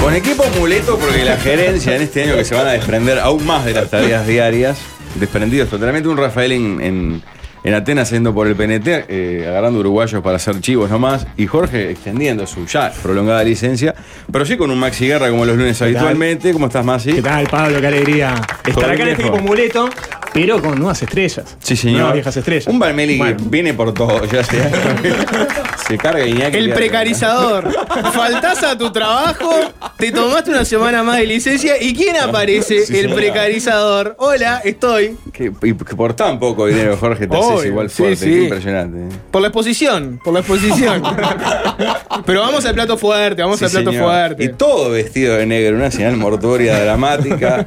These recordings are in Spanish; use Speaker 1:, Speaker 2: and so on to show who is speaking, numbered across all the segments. Speaker 1: Con equipo muleto, porque la gerencia en este año que se van a desprender aún más de las tareas diarias, desprendidos totalmente. Un Rafael en, en, en Atenas yendo por el PNT, eh, agarrando uruguayos para hacer chivos nomás, y Jorge extendiendo su ya prolongada licencia, pero sí con un Maxi Guerra como los lunes
Speaker 2: tal?
Speaker 1: habitualmente. ¿Cómo estás, Maxi?
Speaker 2: ¿Qué tal, Pablo? Qué alegría estar acá en este
Speaker 1: viejo.
Speaker 2: equipo muleto, pero con nuevas estrellas.
Speaker 1: Sí, señor.
Speaker 2: Nuevas viejas estrellas.
Speaker 1: Un Balmeli
Speaker 2: Bueno.
Speaker 1: que viene por todo, ya sea. se carga Iñaki.
Speaker 3: El
Speaker 1: ya-
Speaker 3: precarizador. Faltás a tu trabajo, te tomaste una semana más de licencia y ¿quién aparece?
Speaker 1: Sí,
Speaker 3: el
Speaker 1: señora.
Speaker 3: precarizador. Hola, estoy.
Speaker 1: Que, y que por tan poco dinero, Jorge, te haces
Speaker 3: Obvio,
Speaker 1: igual
Speaker 3: sí,
Speaker 1: fuerte. Qué
Speaker 3: sí.
Speaker 1: impresionante. ¿eh?
Speaker 3: Por la exposición, por la exposición. Pero vamos al plato fuerte, vamos
Speaker 1: Sí,
Speaker 3: al plato
Speaker 1: señor.
Speaker 3: fuerte.
Speaker 1: Y todo vestido de negro, una señal mortuoria dramática.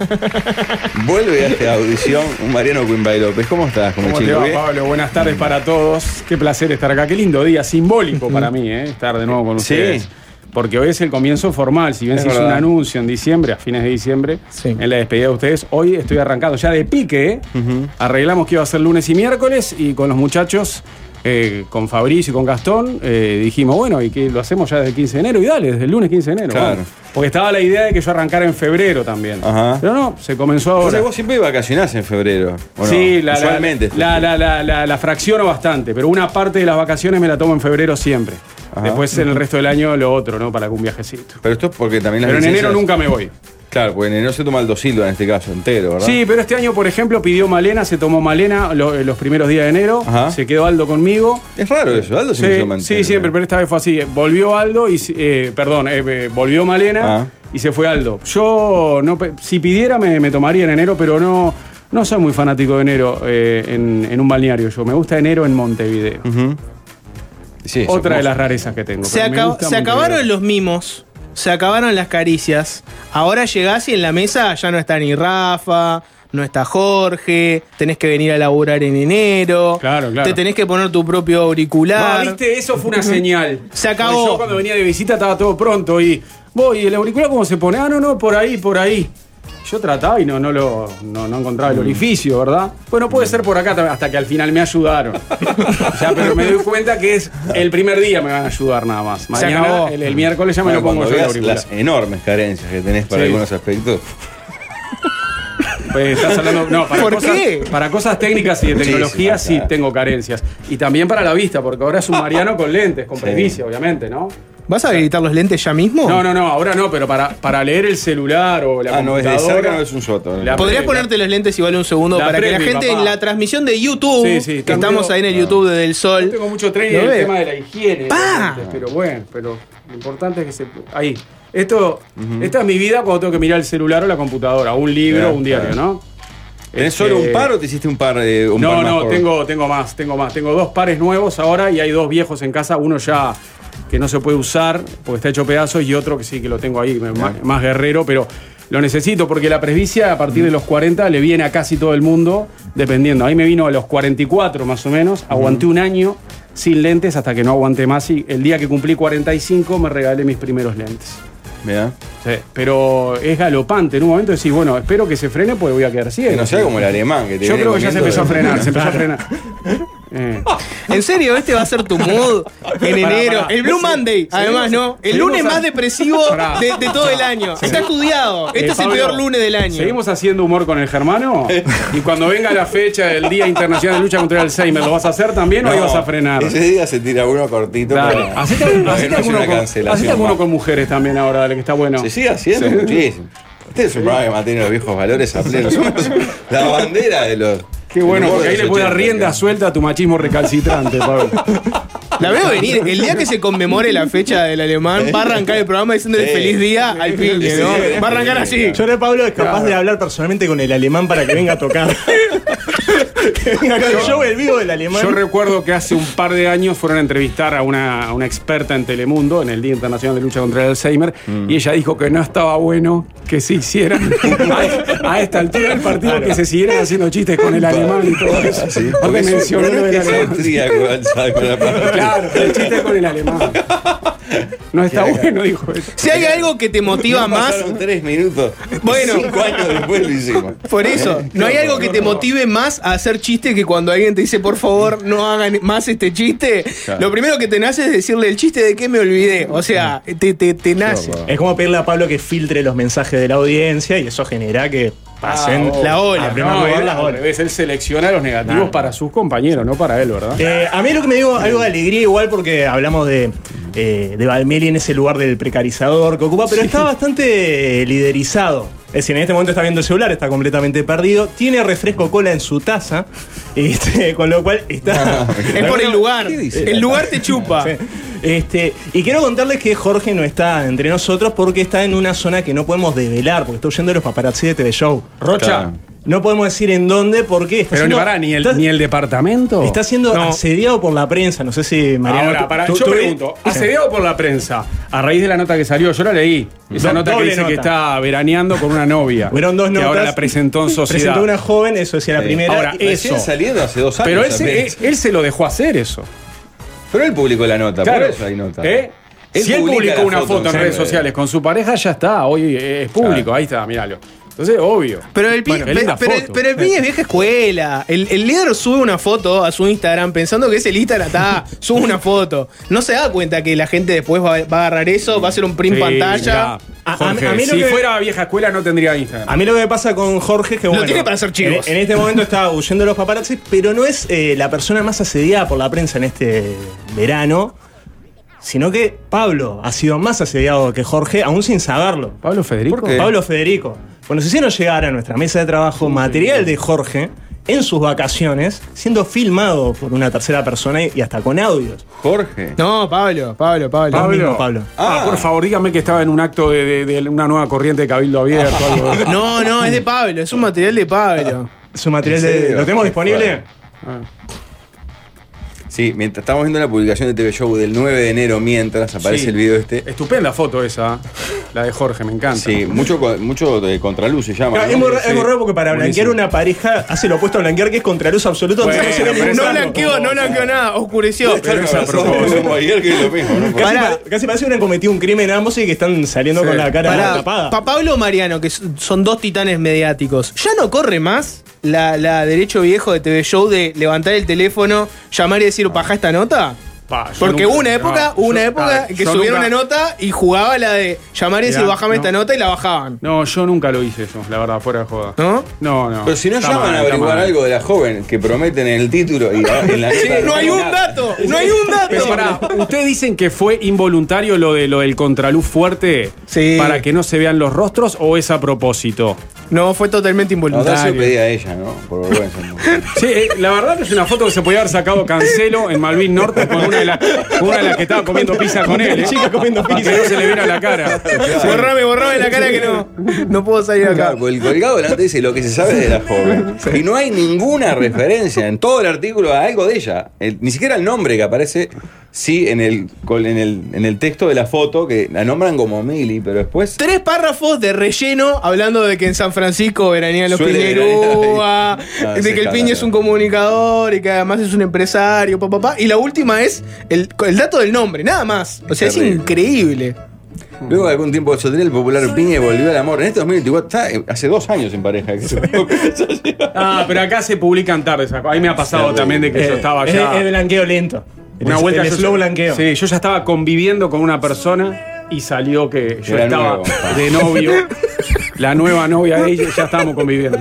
Speaker 1: Vuelve a esta audición un Mariano Quimbay López. ¿Cómo estás, como
Speaker 4: ¿Cómo te
Speaker 1: chico?
Speaker 4: va,
Speaker 1: ¿Bien?
Speaker 4: Pablo? Buenas tardes para todos. Qué placer estar acá. Qué lindo día, simbólico para mí, ¿eh? estar de nuevo con
Speaker 1: Mm. Sí.
Speaker 4: ustedes. Porque hoy es el comienzo formal. Si bien
Speaker 1: Es
Speaker 4: se hizo un
Speaker 1: verdad.
Speaker 4: anuncio en diciembre, a fines de diciembre,
Speaker 2: Sí.
Speaker 4: en la despedida de ustedes, hoy estoy arrancado ya de pique. ¿eh? Arreglamos que iba a ser lunes y miércoles y con los muchachos. eh, con Fabricio y con Gastón eh, dijimos, bueno, y que lo hacemos ya desde el 15 de enero, y dale, desde el lunes 15 de enero.
Speaker 1: Claro.
Speaker 4: vamos. Porque estaba la idea de que yo arrancara en febrero también.
Speaker 1: Ajá.
Speaker 4: Pero no, se comenzó
Speaker 1: O
Speaker 4: ahora.
Speaker 1: sea, vos siempre vacacionás en febrero. ¿o no?
Speaker 4: Sí, la, la,
Speaker 1: Usualmente. este
Speaker 4: la, la- la- la- la fracciono bastante, pero una parte de las vacaciones me la tomo en febrero siempre.
Speaker 1: Ajá.
Speaker 4: Después en el resto del año lo otro, ¿no? Para algún viajecito.
Speaker 1: Pero esto es porque también las
Speaker 4: Pero en enero
Speaker 1: licencias-
Speaker 4: nunca me voy.
Speaker 1: Claro, porque en enero se toma el dosilo en este caso, entero, ¿verdad?
Speaker 4: Sí, pero este año, por ejemplo, pidió Malena, se tomó Malena lo- eh, los primeros días de enero,
Speaker 1: Ajá.
Speaker 4: se quedó Aldo conmigo.
Speaker 1: Es raro eso, Aldo siempre
Speaker 4: Sí,
Speaker 1: se toma
Speaker 4: sí,
Speaker 1: entero.
Speaker 4: siempre, pero esta vez fue así. Volvió Aldo y. eh, perdón, eh, eh, volvió Malena
Speaker 1: Ah.
Speaker 4: y se fue Aldo. Yo, no, pe- si pidiera, me, me tomaría en enero, pero no, no soy muy fanático de enero eh, en, en un balneario. Yo me gusta enero en Montevideo.
Speaker 1: Ujú. Sí, es
Speaker 4: Otra de
Speaker 1: hermoso.
Speaker 4: las rarezas que tengo.
Speaker 3: Se,
Speaker 4: pero me
Speaker 3: acab-
Speaker 4: gusta
Speaker 3: se
Speaker 4: Montevideo.
Speaker 3: acabaron los mimos, se acabaron las caricias. Ahora llegás y en la mesa ya no está ni Rafa, no está Jorge, tenés que venir a laburar en enero.
Speaker 4: Claro, claro.
Speaker 3: Te tenés que poner tu propio
Speaker 4: Ah,
Speaker 3: auricular.
Speaker 4: viste, eso fue una señal.
Speaker 3: Se acabó.
Speaker 4: Porque Yo cuando venía de visita estaba todo pronto y. Voy, ¿y el auricular cómo se pone? Ah, no, no, por ahí, por ahí. Yo trataba y no, no lo no, no encontraba
Speaker 1: Mm.
Speaker 4: el orificio, ¿verdad? Bueno, puede ser por acá también, hasta que al final me ayudaron. ya, pero me doy cuenta que es el primer día me van a ayudar nada más.
Speaker 3: acabó.
Speaker 4: Mañana, el, el miércoles ya me
Speaker 1: Bueno,
Speaker 4: lo pongo
Speaker 1: cuando
Speaker 4: yo el
Speaker 1: veas
Speaker 4: auricular.
Speaker 1: las enormes carencias que tenés para
Speaker 4: Sí.
Speaker 1: algunos aspectos.
Speaker 4: Pues, estás hablando- no, para
Speaker 3: ¿Por
Speaker 4: cosas,
Speaker 3: qué?
Speaker 4: Para cosas técnicas y de tecnología
Speaker 1: Muchísimas,
Speaker 4: sí
Speaker 1: claro.
Speaker 4: tengo carencias. Y también para la vista, porque ahora es un Mariano con lentes, con
Speaker 1: Sí.
Speaker 4: presbicia, obviamente, ¿no?
Speaker 3: ¿Vas a habilitar los lentes ya mismo?
Speaker 4: No, no, no, ahora no, pero para, para leer el celular o la
Speaker 1: Ah, no, es de
Speaker 4: computadora-
Speaker 1: cerca, no es un soto.
Speaker 4: La-
Speaker 3: Podrías
Speaker 4: previa.
Speaker 3: ponerte los lentes igual un segundo
Speaker 4: La
Speaker 3: para que la
Speaker 4: previa,
Speaker 3: gente
Speaker 4: papá.
Speaker 3: en la transmisión de YouTube,
Speaker 4: Sí, sí,
Speaker 3: que
Speaker 4: tengo- Ah.
Speaker 3: estamos ahí en el YouTube de Del
Speaker 4: Yo
Speaker 3: Sol.
Speaker 4: tengo mucho training
Speaker 3: ¿Lo
Speaker 4: en el
Speaker 3: ves?
Speaker 4: tema de la higiene.
Speaker 3: ¡Pa!
Speaker 4: obviamente, Pero bueno, pero lo importante es que se... Ahí. Esto, Esta es mi vida cuando tengo que mirar el celular o la computadora, o un libro,
Speaker 1: Claro,
Speaker 4: o un diario,
Speaker 1: claro.
Speaker 4: ¿no?
Speaker 1: ¿Tenés
Speaker 4: Este,
Speaker 1: solo un par o te hiciste un par de un
Speaker 4: no,
Speaker 1: par más
Speaker 4: no,
Speaker 1: por-
Speaker 4: tengo, tengo más, tengo más. Tengo dos pares nuevos ahora y hay dos viejos en casa, uno ya que no se puede usar porque está hecho pedazos y otro que sí que lo tengo ahí, me- más, más guerrero, pero lo necesito porque la presbicia a partir de los 40 le viene a casi todo el mundo, dependiendo. Ahí me vino a los 44 más o menos, aguanté un año sin lentes hasta que no aguanté más y el día que cumplí 45 me regalé mis primeros lentes.
Speaker 1: Mirá.
Speaker 4: Sí, pero es galopante, en un momento decís, bueno, espero que se frene porque voy a quedar ciego.
Speaker 1: Que Eh, no sea como el alemán que te
Speaker 4: Yo
Speaker 1: viene
Speaker 4: creo que ya se
Speaker 1: comiendo
Speaker 4: empezó a
Speaker 1: de-
Speaker 4: frenar, se empezó a frenar. Eh,
Speaker 3: ¿En serio? ¿Este va a ser tu mood en
Speaker 4: Pará,
Speaker 3: enero?
Speaker 4: pará.
Speaker 3: El Blue Monday, además, ¿no? El
Speaker 4: seguimos
Speaker 3: lunes
Speaker 4: a-
Speaker 3: más depresivo
Speaker 4: Pará.
Speaker 3: de, de todo el año. Está estudiado. Este
Speaker 4: eh,
Speaker 3: es el
Speaker 4: Pablo,
Speaker 3: peor lunes del año.
Speaker 4: ¿Seguimos haciendo humor con el germano? y cuando venga la fecha del Día Internacional de Lucha contra el Alzheimer, ¿lo vas a hacer también o ahí vas a frenar?
Speaker 1: Ese día se tira uno cortito.
Speaker 4: Dale.
Speaker 1: para-
Speaker 4: Hacete,
Speaker 1: para que
Speaker 4: hacete
Speaker 1: no haya
Speaker 4: alguno,
Speaker 1: una
Speaker 4: con,
Speaker 1: cancelación
Speaker 4: hacete alguno
Speaker 1: más.
Speaker 4: con mujeres también ahora, dale, que está bueno.
Speaker 1: Se sigue haciendo muchísimo. Este es un programa que mantiene los viejos valores a pleno. Somos la bandera de los.
Speaker 4: Qué bueno,
Speaker 1: del humor
Speaker 4: porque
Speaker 1: de
Speaker 4: ahí
Speaker 1: los
Speaker 4: le puedes dar
Speaker 1: 80,
Speaker 4: rienda
Speaker 1: acá.
Speaker 4: suelta a tu machismo recalcitrante, Pablo.
Speaker 3: La veo venir. El día que se conmemore la fecha del alemán, va a arrancar el programa diciéndole
Speaker 1: Sí.
Speaker 3: feliz día al pibe,
Speaker 1: Sí, sí,
Speaker 3: ¿no? Va a arrancar así.
Speaker 2: Yo ahora Pablo es capaz de hablar personalmente con el alemán para que venga a tocar. que venga con el show el vivo del alemán.
Speaker 4: Yo recuerdo que hace un par de años fueron a entrevistar a una, a una experta en Telemundo en el Día Internacional de Lucha contra el Alzheimer
Speaker 1: Mm.
Speaker 4: y ella dijo que no estaba bueno que se hicieran a, a esta altura del partido que se siguieran haciendo chistes con el alemán y todo eso.
Speaker 1: Sí,
Speaker 4: Porque
Speaker 1: porque es un-
Speaker 4: mencionó
Speaker 1: no
Speaker 4: el
Speaker 1: es que sea
Speaker 4: alemán.
Speaker 1: un tríaco, ¿sabes? Con la palabra.
Speaker 4: Claro, el chiste con el alemán. No está bueno, dijo eso.
Speaker 3: Si hay algo que te motiva más,
Speaker 1: Pasaron tres minutos.
Speaker 3: Bueno.
Speaker 1: Cinco años después lo hicimos.
Speaker 3: por eso,
Speaker 4: Eh,
Speaker 3: no hay algo que te motive más a hacer chiste que cuando alguien te dice, por favor, no hagan más este chiste.
Speaker 1: Claro.
Speaker 3: Lo primero que te nace es decirle el chiste de que me olvidé. O sea, te, te, te nace.
Speaker 2: Es como pedirle a Pablo que filtre los mensajes de la audiencia y eso genera que pasen
Speaker 4: Ah,
Speaker 3: la ola.
Speaker 2: a primer
Speaker 4: No,
Speaker 2: lugar
Speaker 4: él,
Speaker 2: las
Speaker 4: al
Speaker 2: olas.
Speaker 4: revés, él selecciona los negativos
Speaker 2: Claro.
Speaker 4: para sus compañeros, no para él, ¿verdad?
Speaker 2: Eh, a mí lo que me dio algo de alegría igual porque hablamos de, eh, de Valmeli en ese lugar del precarizador que ocupa, pero está bastante eh, liderizado. Es decir, en este momento está viendo el celular, está completamente perdido, tiene refresco cola en su taza, este, con lo cual
Speaker 4: Ah,
Speaker 2: está...
Speaker 3: Es por el lugar. El lugar te chupa.
Speaker 2: Sí. Este, y quiero contarles que Jorge no está entre nosotros porque está en una zona que no podemos develar, porque está huyendo de los paparazzi de TV Show.
Speaker 4: Rocha.
Speaker 1: Claro.
Speaker 2: No podemos decir en dónde porque está
Speaker 4: Pero ni
Speaker 2: siendo,
Speaker 4: pará, ni
Speaker 2: está,
Speaker 4: el, ni el departamento.
Speaker 2: está siendo
Speaker 4: No.
Speaker 2: asediado por la prensa. No sé si Mariano.
Speaker 4: Ahora,
Speaker 2: tú-
Speaker 4: para,
Speaker 2: tú-
Speaker 4: yo
Speaker 2: tú-
Speaker 4: pregunto,
Speaker 2: Sí.
Speaker 4: asediado por la prensa, a raíz de la nota que salió, yo la leí, esa
Speaker 2: Do-
Speaker 4: nota que
Speaker 2: doble
Speaker 4: dice que
Speaker 2: nota.
Speaker 4: está veraneando con una novia.
Speaker 2: Fueron dos
Speaker 4: que
Speaker 2: notas.
Speaker 4: ahora la presentó en sociedad.
Speaker 2: Presentó una joven, eso decía la primera.
Speaker 4: Ahora,
Speaker 2: y-
Speaker 1: Recién
Speaker 4: eso.
Speaker 1: saliendo hace dos años.
Speaker 4: Pero él se, él,
Speaker 1: apenas.
Speaker 4: él se lo dejó hacer eso.
Speaker 1: Pero él publicó la nota,
Speaker 4: Claro.
Speaker 1: por eso hay nota.
Speaker 4: ¿Eh?
Speaker 1: Él
Speaker 4: si él
Speaker 1: publica
Speaker 4: publicó
Speaker 1: la
Speaker 4: una
Speaker 1: foto
Speaker 4: foto, en
Speaker 1: en
Speaker 4: redes
Speaker 1: siempre.
Speaker 4: sociales con su pareja, ya está, hoy es público,
Speaker 1: Claro.
Speaker 4: ahí está, míralo. Entonces, obvio.
Speaker 3: Pero el, pi-
Speaker 4: Bueno, qué
Speaker 3: pe-
Speaker 4: linda
Speaker 3: pero, el-
Speaker 4: foto.
Speaker 3: pero el pi es vieja escuela. El, el líder sube una foto a su Instagram pensando que es el Instagram, está, sube una foto. No se da cuenta que la gente después va, va a agarrar eso, va a hacer un print
Speaker 4: Sí,
Speaker 3: pantalla.
Speaker 4: mirá,
Speaker 2: A-
Speaker 4: Jorge,
Speaker 2: a- a mí lo
Speaker 4: si
Speaker 2: que-
Speaker 4: fuera vieja escuela no tendría Instagram.
Speaker 2: A mí lo que me pasa con Jorge es que
Speaker 3: Lo
Speaker 2: bueno,
Speaker 3: tiene para hacer chivos.
Speaker 2: En, en este momento está huyendo de los paparazzi, pero no es eh, la persona más asediada por la prensa en este verano, sino que Pablo ha sido más asediado que Jorge, aún sin saberlo.
Speaker 4: Pablo Federico.
Speaker 1: ¿Por qué?
Speaker 2: Pablo Federico. Bueno, se hicieron llegar a nuestra mesa de trabajo material de Jorge en sus vacaciones, siendo filmado por una tercera persona y, y hasta con audios.
Speaker 1: Jorge.
Speaker 3: No, Pablo, Pablo, Pablo.
Speaker 2: Pablo. mismo Pablo.
Speaker 4: Ah,
Speaker 1: Ah.
Speaker 4: por favor, dígame que estaba en un acto de, de- de una nueva corriente de cabildo abierto. algo.
Speaker 3: No, no, es de Pablo, es un material de Pablo.
Speaker 2: Su material
Speaker 1: ¿En
Speaker 2: de-
Speaker 1: serio?
Speaker 2: ¿Lo tenemos
Speaker 1: Qué
Speaker 2: disponible?
Speaker 1: fuerte. Sí, mientras estamos viendo la publicación de TV Show del 9 de enero, mientras aparece
Speaker 4: Sí.
Speaker 1: el video este.
Speaker 4: Estupenda foto esa, la de Jorge, me encanta.
Speaker 1: Sí, mucho, co- mucho de contraluz se llama.
Speaker 2: Claro,
Speaker 1: ¿no?
Speaker 2: es muy ra-
Speaker 1: Sí.
Speaker 2: es muy raro porque para blanquear
Speaker 4: Buenísimo.
Speaker 2: una pareja hace lo opuesto a blanquear, que es contraluz absoluto.
Speaker 4: Bueno,
Speaker 2: entonces no se ve
Speaker 4: Eh, pero
Speaker 3: No
Speaker 2: ningún
Speaker 4: esa-
Speaker 2: blanco.
Speaker 3: blanqueó, no blanqueó nada, oscureció.
Speaker 1: Claro,
Speaker 4: esa
Speaker 1: razón,
Speaker 4: propuesta.
Speaker 1: como ayer, que es lo mismo, ¿no?
Speaker 2: Casi,
Speaker 3: Pará.
Speaker 2: pa- casi parece que hubieran cometido un crimen ambos y que están saliendo
Speaker 4: Sí.
Speaker 2: con la cara
Speaker 3: Para,
Speaker 2: tapada.
Speaker 3: Pablo Mariano, que son son dos titanes mediáticos, ¿ya no corre más la, la derecho viejo de TV Show de levantar el teléfono, llamar y decir, paja esta nota?
Speaker 4: Pa, yo
Speaker 3: Porque
Speaker 4: nunca-
Speaker 3: hubo una época,
Speaker 4: no,
Speaker 3: hubo una
Speaker 4: yo-
Speaker 3: época
Speaker 4: a ver,
Speaker 3: que
Speaker 4: yo
Speaker 3: subieron
Speaker 4: nunca-
Speaker 3: una nota y jugaba la de llamar y decir,
Speaker 4: Mirá,
Speaker 3: bajame
Speaker 4: no.
Speaker 3: esta nota y la bajaban.
Speaker 4: No, yo nunca lo hice eso, la verdad, fuera de joda.
Speaker 3: ¿No?
Speaker 4: No, no.
Speaker 1: Pero si no
Speaker 4: Está
Speaker 1: llaman
Speaker 4: mal,
Speaker 1: a
Speaker 4: está
Speaker 1: averiguar
Speaker 4: mal.
Speaker 1: algo de la joven que prometen en el título y en la nota
Speaker 3: No hay un
Speaker 1: nada.
Speaker 3: dato, no hay un
Speaker 4: Pero pará,
Speaker 3: dato.
Speaker 4: ustedes dicen que fue involuntario lo de lo del contraluz fuerte
Speaker 3: Sí.
Speaker 4: para que no se vean los rostros o es a propósito.
Speaker 3: No, fue totalmente
Speaker 1: No, Dacio
Speaker 3: involuntario.
Speaker 1: pedía a ella, ¿no? Por vergüenza.
Speaker 4: Sí, eh, la verdad es una foto que se podía haber sacado Cancelo en Malvin Norte con una de, la- con una de las que estaba comiendo pizza con él. eh.
Speaker 2: Chica comiendo
Speaker 4: Para
Speaker 2: pizza.
Speaker 4: Que no se le viera la cara.
Speaker 3: Borrame, borrame la cara que no. No puedo salir acá.
Speaker 1: Claro, porque el colgado delante dice lo que se sabe de la joven. Y no hay ninguna referencia en todo el artículo a algo de ella. El- ni siquiera el nombre que aparece, sí, en el, col- en, el, en el texto de la foto, que la nombran como Mili, pero después.
Speaker 3: Tres párrafos de relleno hablando de que en San Francisco veranía los
Speaker 1: Suele
Speaker 3: Piñerúa,
Speaker 1: veranear ahí. No,
Speaker 3: de
Speaker 1: sí,
Speaker 3: que el
Speaker 1: claro,
Speaker 3: Piñe es un
Speaker 1: claro.
Speaker 3: comunicador y que además es un empresario, papá, papá. Y la última es el, el dato del nombre, nada más. O sea, es
Speaker 1: Terrible.
Speaker 3: increíble.
Speaker 1: Luego de algún tiempo de soltería, el popular Piña volvió al amor. En este 2024, está, eh, hace dos años en pareja. que se-
Speaker 4: Ah, pero acá se publican tarde. esa cosa. A mí me ha pasado también de que yo
Speaker 2: Eh,
Speaker 4: estaba
Speaker 2: es,
Speaker 4: ya.
Speaker 2: es blanqueo lento.
Speaker 4: Una
Speaker 2: El-
Speaker 4: vuelta
Speaker 2: Pues el
Speaker 4: yo-
Speaker 2: slow blanqueo.
Speaker 4: Sí, yo ya estaba conviviendo con una persona y salió que yo
Speaker 1: Era
Speaker 4: estaba
Speaker 1: nuevo.
Speaker 4: de novio. La nueva novia de ella, ya estábamos conviviendo.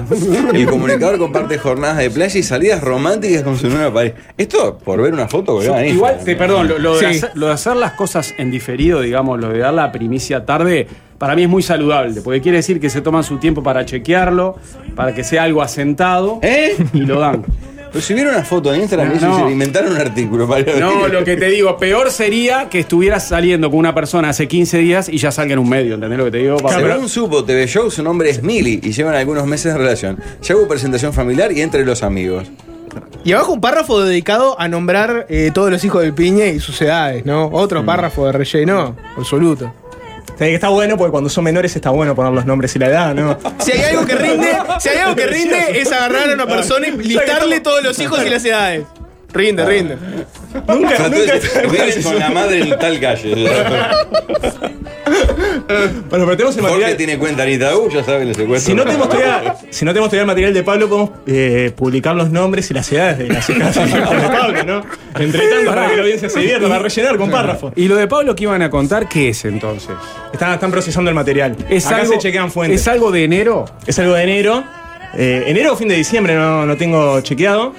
Speaker 1: el comunicador comparte jornadas de playa y salidas románticas con su nueva pareja. Esto por ver una foto que
Speaker 4: Yo- igual, te, perdón, lo, lo de
Speaker 3: Sí.
Speaker 4: hacer, lo de hacer las cosas en diferido, digamos, lo de dar la primicia tarde, para mí es muy saludable, porque quiere decir que se toman su tiempo para chequearlo, para que sea algo asentado
Speaker 1: ¿Eh?
Speaker 4: y lo dan.
Speaker 1: Pero si vieron una foto en Instagram,
Speaker 4: No,
Speaker 1: ellos
Speaker 4: no.
Speaker 1: se inventaron un artículo para
Speaker 4: No, lo que te digo, peor sería que estuvieras saliendo con una persona hace 15 días y ya salga en un medio, ¿entendés lo que te digo? Pablo?
Speaker 1: Según supo TV Show, su nombre es Mili y llevan algunos meses de relación. Ya hubo presentación familiar y entre los amigos.
Speaker 3: Y abajo un párrafo dedicado a nombrar eh, todos los hijos del Piñe y sus edades, ¿no? Otro párrafo de relleno, absoluto.
Speaker 2: O sea, que está bueno porque cuando son menores está bueno poner los nombres y la edad, ¿no?
Speaker 3: Si hay algo que rinde, si hay algo que rinde es agarrar a una persona y listarle todos los hijos y las edades. Rinde, rinde.
Speaker 1: Ah. O sea, entonces, viven con la madre en tal calle.
Speaker 2: Bueno, pero tenemos el
Speaker 1: Jorge
Speaker 2: material.
Speaker 1: tiene cuenta Anita U, ya sabe, le secuestro.
Speaker 2: Si no, tenemos todavía, si no tenemos todavía el material de Pablo, podemos eh, publicar los nombres y las edades de las hijas de Pablo, ¿no? Entre tanto, para que la audiencia se divierta, para rellenar con párrafos.
Speaker 4: ¿Y lo de Pablo que iban a contar qué es entonces?
Speaker 2: Están, están procesando el material.
Speaker 4: ¿Es
Speaker 2: Acá
Speaker 4: algo,
Speaker 2: se chequean fuentes.
Speaker 4: ¿Es algo de enero?
Speaker 2: Es algo de enero. Eh, enero o fin de diciembre, no, no tengo chequeado.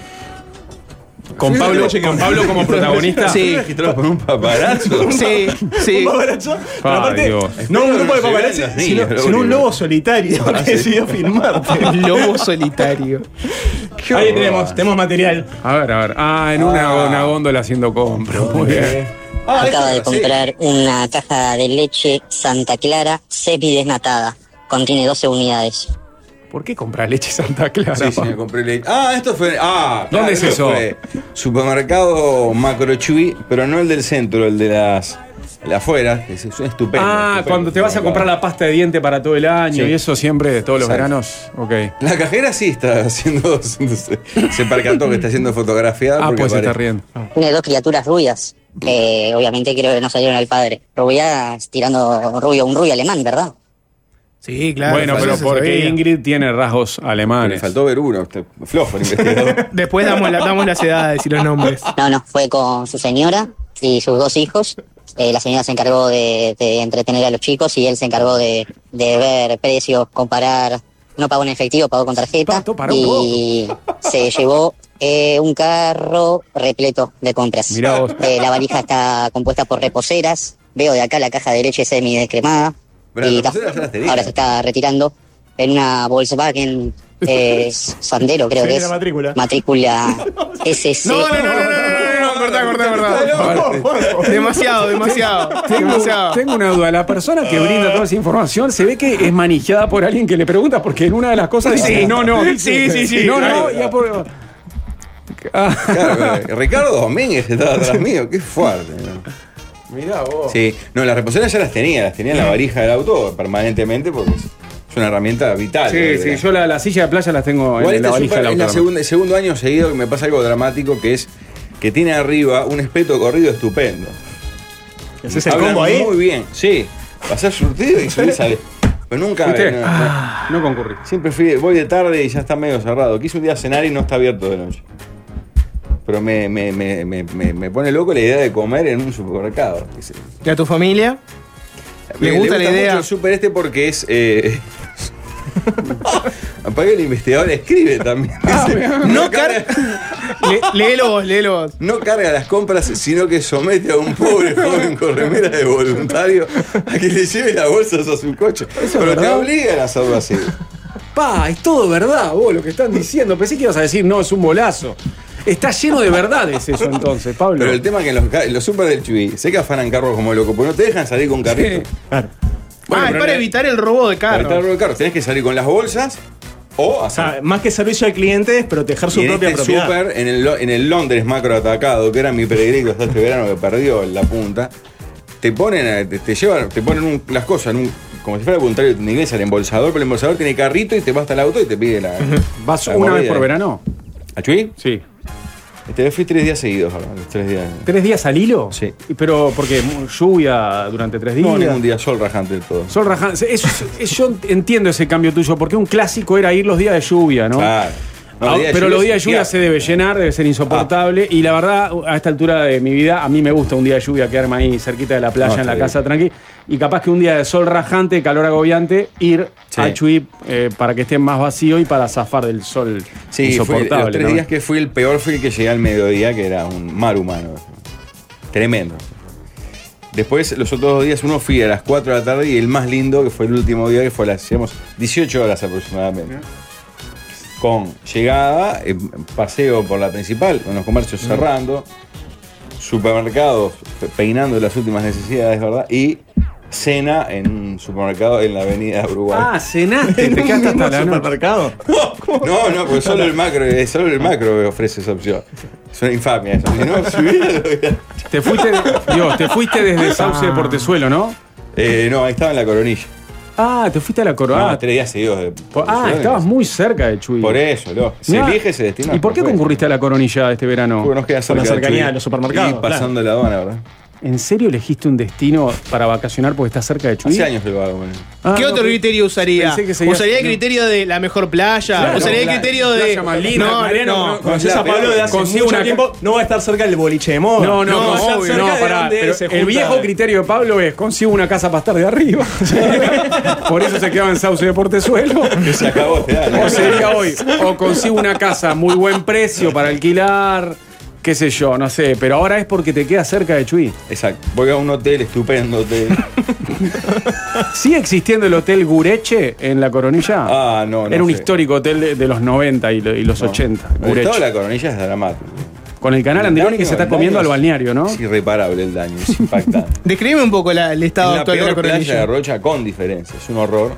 Speaker 4: Con
Speaker 2: Sí,
Speaker 4: Pablo,
Speaker 2: lo chequeo.
Speaker 4: con Pablo como protagonista.
Speaker 3: Sí,
Speaker 1: registrados por un paparazzo.
Speaker 3: sí, sí.
Speaker 2: Un paparazzo, pero
Speaker 4: Ay,
Speaker 2: aparte,
Speaker 4: Dios.
Speaker 2: no un
Speaker 1: Espero
Speaker 2: grupo de
Speaker 1: que no se
Speaker 2: paparazzi,
Speaker 1: vean las
Speaker 2: sino,
Speaker 1: niñas, lo Ah,
Speaker 2: sino un
Speaker 1: único.
Speaker 2: lobo solitario que decidió filmarte.
Speaker 3: Lobo solitario.
Speaker 2: Ahí tenemos, tenemos material.
Speaker 4: A ver, a ver. Ah, en una, una góndola haciendo compras. Muy
Speaker 2: Eh,
Speaker 4: bien.
Speaker 1: Ah,
Speaker 5: Acabo de comprar una caja de leche Santa Clara semidesnatada. Contiene 12 unidades.
Speaker 4: ¿Por qué comprar leche Santa Clara?
Speaker 1: Sí, sí, me compré leche. Ah, esto fue. Ah,
Speaker 4: ¿Dónde es
Speaker 1: esto
Speaker 4: eso?
Speaker 1: fue supermercado Macro Chuy, pero no el del centro, el de las. el de afuera, que es, es estupendo.
Speaker 4: Ah,
Speaker 1: estupendo,
Speaker 4: cuando te vas a comprar la pasta de diente para todo el año
Speaker 1: Sí.
Speaker 4: y eso siempre, todos los
Speaker 1: Exacto.
Speaker 4: veranos. Ok.
Speaker 1: La cajera sí está haciendo. se percató que está haciendo fotografiada.
Speaker 4: Ah,
Speaker 1: porque
Speaker 4: pues se está
Speaker 1: apare-
Speaker 4: riendo.
Speaker 5: Tiene dos criaturas rubias. que obviamente creo que no salieron al padre. Rubias tirando rubio, un rubio alemán, ¿verdad?
Speaker 3: Sí, claro.
Speaker 4: bueno,
Speaker 1: eso
Speaker 4: pero
Speaker 1: se
Speaker 4: porque Ingrid tiene rasgos
Speaker 1: Le
Speaker 4: alemanes.
Speaker 1: faltó ver uno, está flojo el investigador.
Speaker 3: Después damos, la- damos las edades y los nombres.
Speaker 5: No, no, fue con su señora y sus dos hijos. Eh, la señora se encargó de, de entretener a los chicos y él se encargó de, de ver precios, comparar. No pagó en efectivo, pagó con tarjeta.
Speaker 4: Pato, para un
Speaker 5: y se llevó eh, un carro repleto de compras.
Speaker 4: Mirá vos.
Speaker 5: Eh, la valija está compuesta por reposeras. Veo de acá la caja de leche semi descremada.
Speaker 1: Pero
Speaker 5: Y
Speaker 1: las
Speaker 5: ta-
Speaker 1: reposeras ya las tenía.
Speaker 5: ahora se está retirando en una Volkswagen eh, Sandero, creo
Speaker 2: Se
Speaker 5: que
Speaker 2: viene
Speaker 5: es.
Speaker 2: la matrícula.
Speaker 5: Matrícula SC.
Speaker 3: No, no, no, no, no, no, no, no, cortá, cortá, cortá. Demasiado, demasiado,
Speaker 4: Tengo,
Speaker 3: demasiado.
Speaker 4: tengo una duda. La persona que brinda toda esa información se ve que es manijada por alguien que le pregunta porque en una de las cosas dice
Speaker 3: Sí.
Speaker 4: no, no.
Speaker 3: Sí, sí, sí,
Speaker 4: No,
Speaker 3: claro.
Speaker 4: no. ya por- Ah,
Speaker 1: Claro, eh, Ricardo Domínguez estaba atrás mío, qué fuerte. ¿no?
Speaker 4: mirá vos.
Speaker 1: Sí, no, las reposeras ya las tenía, las tenía en la varija del auto permanentemente porque es es una herramienta vital.
Speaker 4: Sí,
Speaker 1: Eh,
Speaker 4: sí, yo la, la silla de playa las tengo
Speaker 1: Igual
Speaker 4: en
Speaker 1: este
Speaker 4: la
Speaker 1: es, un
Speaker 4: valija
Speaker 1: par-
Speaker 4: del
Speaker 1: es
Speaker 4: auto
Speaker 1: la
Speaker 4: también.
Speaker 1: segunda- el segundo año seguido que me pasa algo dramático que es que tiene arriba un espeto corrido estupendo.
Speaker 2: ¿Haces el
Speaker 1: Hablan
Speaker 2: combo ahí?
Speaker 1: Muy bien, sí. Pasás surtido y subís al. Pero nunca.
Speaker 4: ¿Viste?
Speaker 1: no, no.
Speaker 4: Ah, No concurrí.
Speaker 1: Siempre fui, voy de tarde y ya está medio cerrado. Quise un día cenar y no está abierto de noche. Pero me, me, me, me, me- me pone loco la idea de comer en un supermercado. Que se-
Speaker 3: ¿Y a tu familia?
Speaker 1: Me-
Speaker 3: ¿Le gusta la idea?
Speaker 1: mucho el super este porque es. Eh... Apague el investigador, escribe también.
Speaker 3: Ah,
Speaker 1: Dice,
Speaker 3: No car... Le- Léelo vos, léelo vos.
Speaker 1: no carga las compras, sino que somete a un pobre joven con remera de voluntario a que le lleve las bolsas a su coche. Pero te
Speaker 4: verdad.
Speaker 1: obligan a hacerlo así.
Speaker 4: Pa, es todo verdad, vos, lo que están diciendo. Pensé que ibas a decir, no, es un bolazo. Está lleno de verdades eso entonces, Pablo.
Speaker 1: Pero el tema es que en los, ca- en los super del Chuy se que afanan carros como loco, porque no te dejan salir con carrito.
Speaker 4: Sí.
Speaker 2: Claro.
Speaker 4: Bueno,
Speaker 3: ah, es
Speaker 4: pero
Speaker 3: para
Speaker 4: le-
Speaker 3: evitar el robo de
Speaker 1: Para evitar el
Speaker 3: carro.
Speaker 1: robo de carros, tenés que salir con las bolsas o
Speaker 2: O
Speaker 1: hacer.
Speaker 2: sea, más que servicio al cliente es proteger su
Speaker 1: Y en
Speaker 2: propia
Speaker 1: este
Speaker 2: propiedad.
Speaker 1: súper, en el, lo- en el Londres macro atacado, que era mi peregrino hasta este verano que perdió en la punta, te ponen, a- te, te llevan, te ponen un- las cosas en un- como si fuera voluntario de inglés al embolsador, pero el embolsador tiene carrito y te vas hasta el auto y te pide la.
Speaker 4: ¿Vas
Speaker 1: la
Speaker 4: una vez
Speaker 1: movida.
Speaker 4: por verano?
Speaker 1: ¿A Chuy?
Speaker 4: Sí.
Speaker 1: Este vez fui tres días seguidos, ahora, los tres días.
Speaker 4: ¿Tres días al hilo?
Speaker 1: Sí.
Speaker 4: Y Pero porque mu- lluvia durante tres días.
Speaker 1: No, ningún día sol rajante del todo.
Speaker 4: Sol Raján, se- eso- es- yo entiendo ese cambio tuyo, porque un clásico era ir los días de lluvia, ¿no?
Speaker 1: Claro. No,
Speaker 4: Ah,
Speaker 1: los días de
Speaker 4: pero
Speaker 1: lluvia Ah.
Speaker 4: los días de
Speaker 1: se-
Speaker 4: lluvia se debe llenar, debe ser insoportable. Y la verdad, a esta altura de mi vida, a mí me gusta un día de lluvia quedarme ahí cerquita de la playa,
Speaker 1: No,
Speaker 4: en
Speaker 1: está
Speaker 4: la
Speaker 1: bien.
Speaker 4: casa tranqui. Y capaz que un día de sol rajante, calor agobiante, ir
Speaker 1: Sí.
Speaker 4: a Chuy eh, para que esté más vacío y para zafar del sol
Speaker 1: Sí, fue, los
Speaker 4: insoportable.
Speaker 1: tres
Speaker 4: ¿no?
Speaker 1: días que fui, el peor fue el que llegué al mediodía, que era un mar humano. Tremendo. Después, los otros dos días, uno fui a las 4 de la tarde y el más lindo, que fue el último día, que fue a las digamos, 18 horas aproximadamente. Con llegada, eh, paseo por la principal, con los comercios cerrando, supermercados pe- peinando las últimas necesidades, ¿verdad? Y cena en un supermercado en la avenida Uruguay.
Speaker 4: Ah, cenaste, te quedaste hasta la noche.
Speaker 2: supermercado?
Speaker 1: No, no, porque solo el macro, eh, solo el macro ofrece esa opción. Es una infamia eso. Si no, si hubiera, lo hubiera-
Speaker 4: Te fuiste, de- Dios, te fuiste desde Sauce de Portezuelo, ¿no?
Speaker 1: Eh, no, ahí estaba en la coronilla.
Speaker 4: Ah, te fuiste a la
Speaker 1: No,
Speaker 4: Croata.
Speaker 1: tres días seguidos de.
Speaker 4: Por- ah, estabas muy cerca de Chuy.
Speaker 1: Por eso, loco. Se
Speaker 4: Mirá,
Speaker 1: elige, se destina.
Speaker 4: ¿Y por qué
Speaker 1: Perfecto.
Speaker 4: concurriste a la coronillada este verano?
Speaker 1: Porque nos queda
Speaker 2: Por la
Speaker 1: cerca
Speaker 2: cercanía
Speaker 1: Chuy.
Speaker 2: de los supermercados,
Speaker 1: Y pasando la aduana, ¿verdad?
Speaker 4: ¿En serio elegiste un destino para vacacionar porque estás cerca de Chuy?
Speaker 1: Hace años que lo hago, bueno.
Speaker 4: Ah,
Speaker 3: ¿Qué
Speaker 4: no,
Speaker 3: otro
Speaker 4: pe-
Speaker 3: criterio usaría?
Speaker 4: pensé que seguías-
Speaker 3: ¿Usaría el
Speaker 4: no.
Speaker 3: criterio de la mejor playa?
Speaker 4: Claro,
Speaker 3: ¿Usaría el
Speaker 4: playa-
Speaker 3: criterio de.?
Speaker 4: playa Malvina,
Speaker 3: no,
Speaker 4: Mariano,
Speaker 3: no.
Speaker 4: no.
Speaker 2: Conocés a Pablo de hace
Speaker 4: Consigue
Speaker 2: mucho
Speaker 4: una-
Speaker 2: tiempo, no va a estar cerca del boliche de moda.
Speaker 4: No, no, no,
Speaker 2: va a estar
Speaker 4: obvio,
Speaker 2: cerca
Speaker 4: no,
Speaker 2: de
Speaker 4: pará,
Speaker 2: donde
Speaker 4: pero
Speaker 2: se junta-
Speaker 4: el viejo criterio de Pablo es consigo una casa para estar de arriba. Por eso se quedaba en Sauce de Portezuelo.
Speaker 1: Se acabó, este te da, ¿no?
Speaker 4: O sería hoy, o consigo una casa a muy buen precio para alquilar, qué sé yo, no sé. Pero ahora es porque te queda cerca de Chuy.
Speaker 1: Exacto. Voy a un hotel estupendo. hotel.
Speaker 4: ¿Sigue existiendo el Hotel Gureche en La Coronilla?
Speaker 1: Ah, no, no.
Speaker 4: Era un
Speaker 1: sé.
Speaker 4: histórico hotel de, de los 90 y, lo- y los 80,
Speaker 1: El
Speaker 4: Gureche.
Speaker 1: estado de la coronilla es dramático.
Speaker 4: Con el canal Androni que se está comiendo al balneario, ¿no?
Speaker 1: Es irreparable el daño, es impactante.
Speaker 3: Describe un poco la- el
Speaker 1: Es
Speaker 3: estado
Speaker 1: la
Speaker 3: actual de
Speaker 1: peor
Speaker 3: la
Speaker 1: playa de
Speaker 3: coronilla.
Speaker 1: Rocha con diferencia. Es un horror,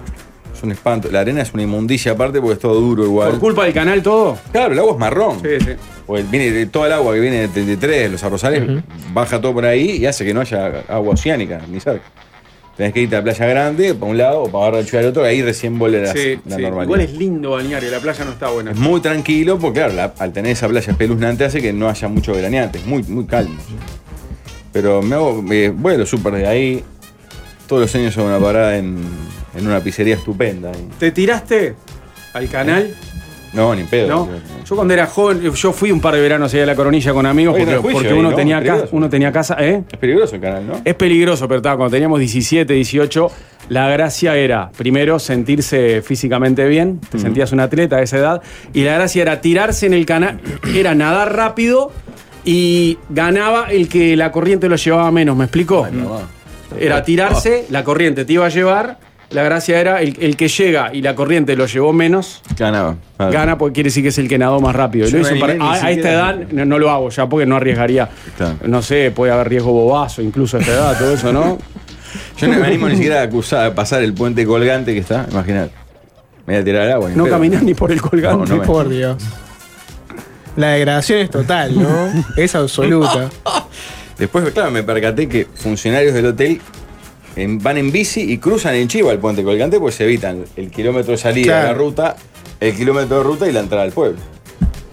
Speaker 1: es un espanto. La arena es una inmundicia aparte porque es todo duro igual.
Speaker 4: ¿Por culpa del canal todo?
Speaker 1: Claro, el agua es marrón.
Speaker 4: Sí, sí.
Speaker 1: O el- viene de toda el agua que viene de 33, los arrozales, baja todo por ahí y hace que no haya agua oceánica, ni cerca. Tenés que irte a la playa grande, para un lado, o para agarrar el chuy al otro, ahí recién vuelve la,
Speaker 4: Sí,
Speaker 1: la
Speaker 4: sí.
Speaker 1: normalidad.
Speaker 4: Igual es lindo balneario, la playa no está buena.
Speaker 1: Es muy tranquilo, porque claro, la- al tener esa playa espeluznante hace que no haya mucho veraneante, es muy, muy calmo. Pero me hago, eh, vuelo súper de ahí. Todos los años hago una parada en, en una pizzería estupenda. ahí.
Speaker 4: ¿Te tiraste al canal?
Speaker 1: No, ni pedo.
Speaker 4: ¿No?
Speaker 1: creo que
Speaker 4: Yo cuando era joven, yo fui un par de veranos allá a la coronilla con amigos
Speaker 1: Oye,
Speaker 4: porque,
Speaker 1: no hay juicio
Speaker 4: porque
Speaker 1: ahí,
Speaker 4: uno,
Speaker 1: ¿no?
Speaker 4: tenía
Speaker 1: Peligroso.
Speaker 4: casa, uno tenía casa, ¿eh?
Speaker 1: Es peligroso el canal, ¿no?
Speaker 4: Es peligroso, pero estaba, cuando teníamos 17, 18, la gracia era, primero, sentirse físicamente bien, te sentías un atleta a esa edad, y la gracia era tirarse en el canal, era nadar rápido y ganaba el que la corriente lo llevaba menos, ¿me explico? Era tirarse, la corriente te iba a llevar, la gracia era el, el que llega y la corriente lo llevó menos,
Speaker 1: Ganaba.
Speaker 4: gana porque quiere decir que es el que nadó más rápido. Y
Speaker 1: Yo
Speaker 4: lo
Speaker 1: no
Speaker 4: hice un par-
Speaker 1: animé ni
Speaker 4: a, a esta
Speaker 1: siquiera.
Speaker 4: edad no, no lo hago ya porque no arriesgaría.
Speaker 1: Está.
Speaker 4: No sé, puede haber riesgo bobazo incluso a esta edad, todo eso, ¿no?
Speaker 1: Yo no me animo ni siquiera a acusar, a pasar el puente colgante que está, imagínate. Me voy a tirar al agua.
Speaker 4: No
Speaker 1: caminas
Speaker 4: caminás ni por el colgante.
Speaker 1: No, no me-
Speaker 3: Por Dios. La degradación es total, ¿no? es absoluta.
Speaker 1: Después, claro, me percaté que funcionarios del hotel en- van en bici y cruzan en Chiva el puente colgante pues se evitan el kilómetro de salida de la
Speaker 3: Claro.
Speaker 1: ruta, el kilómetro de ruta y la entrada al pueblo.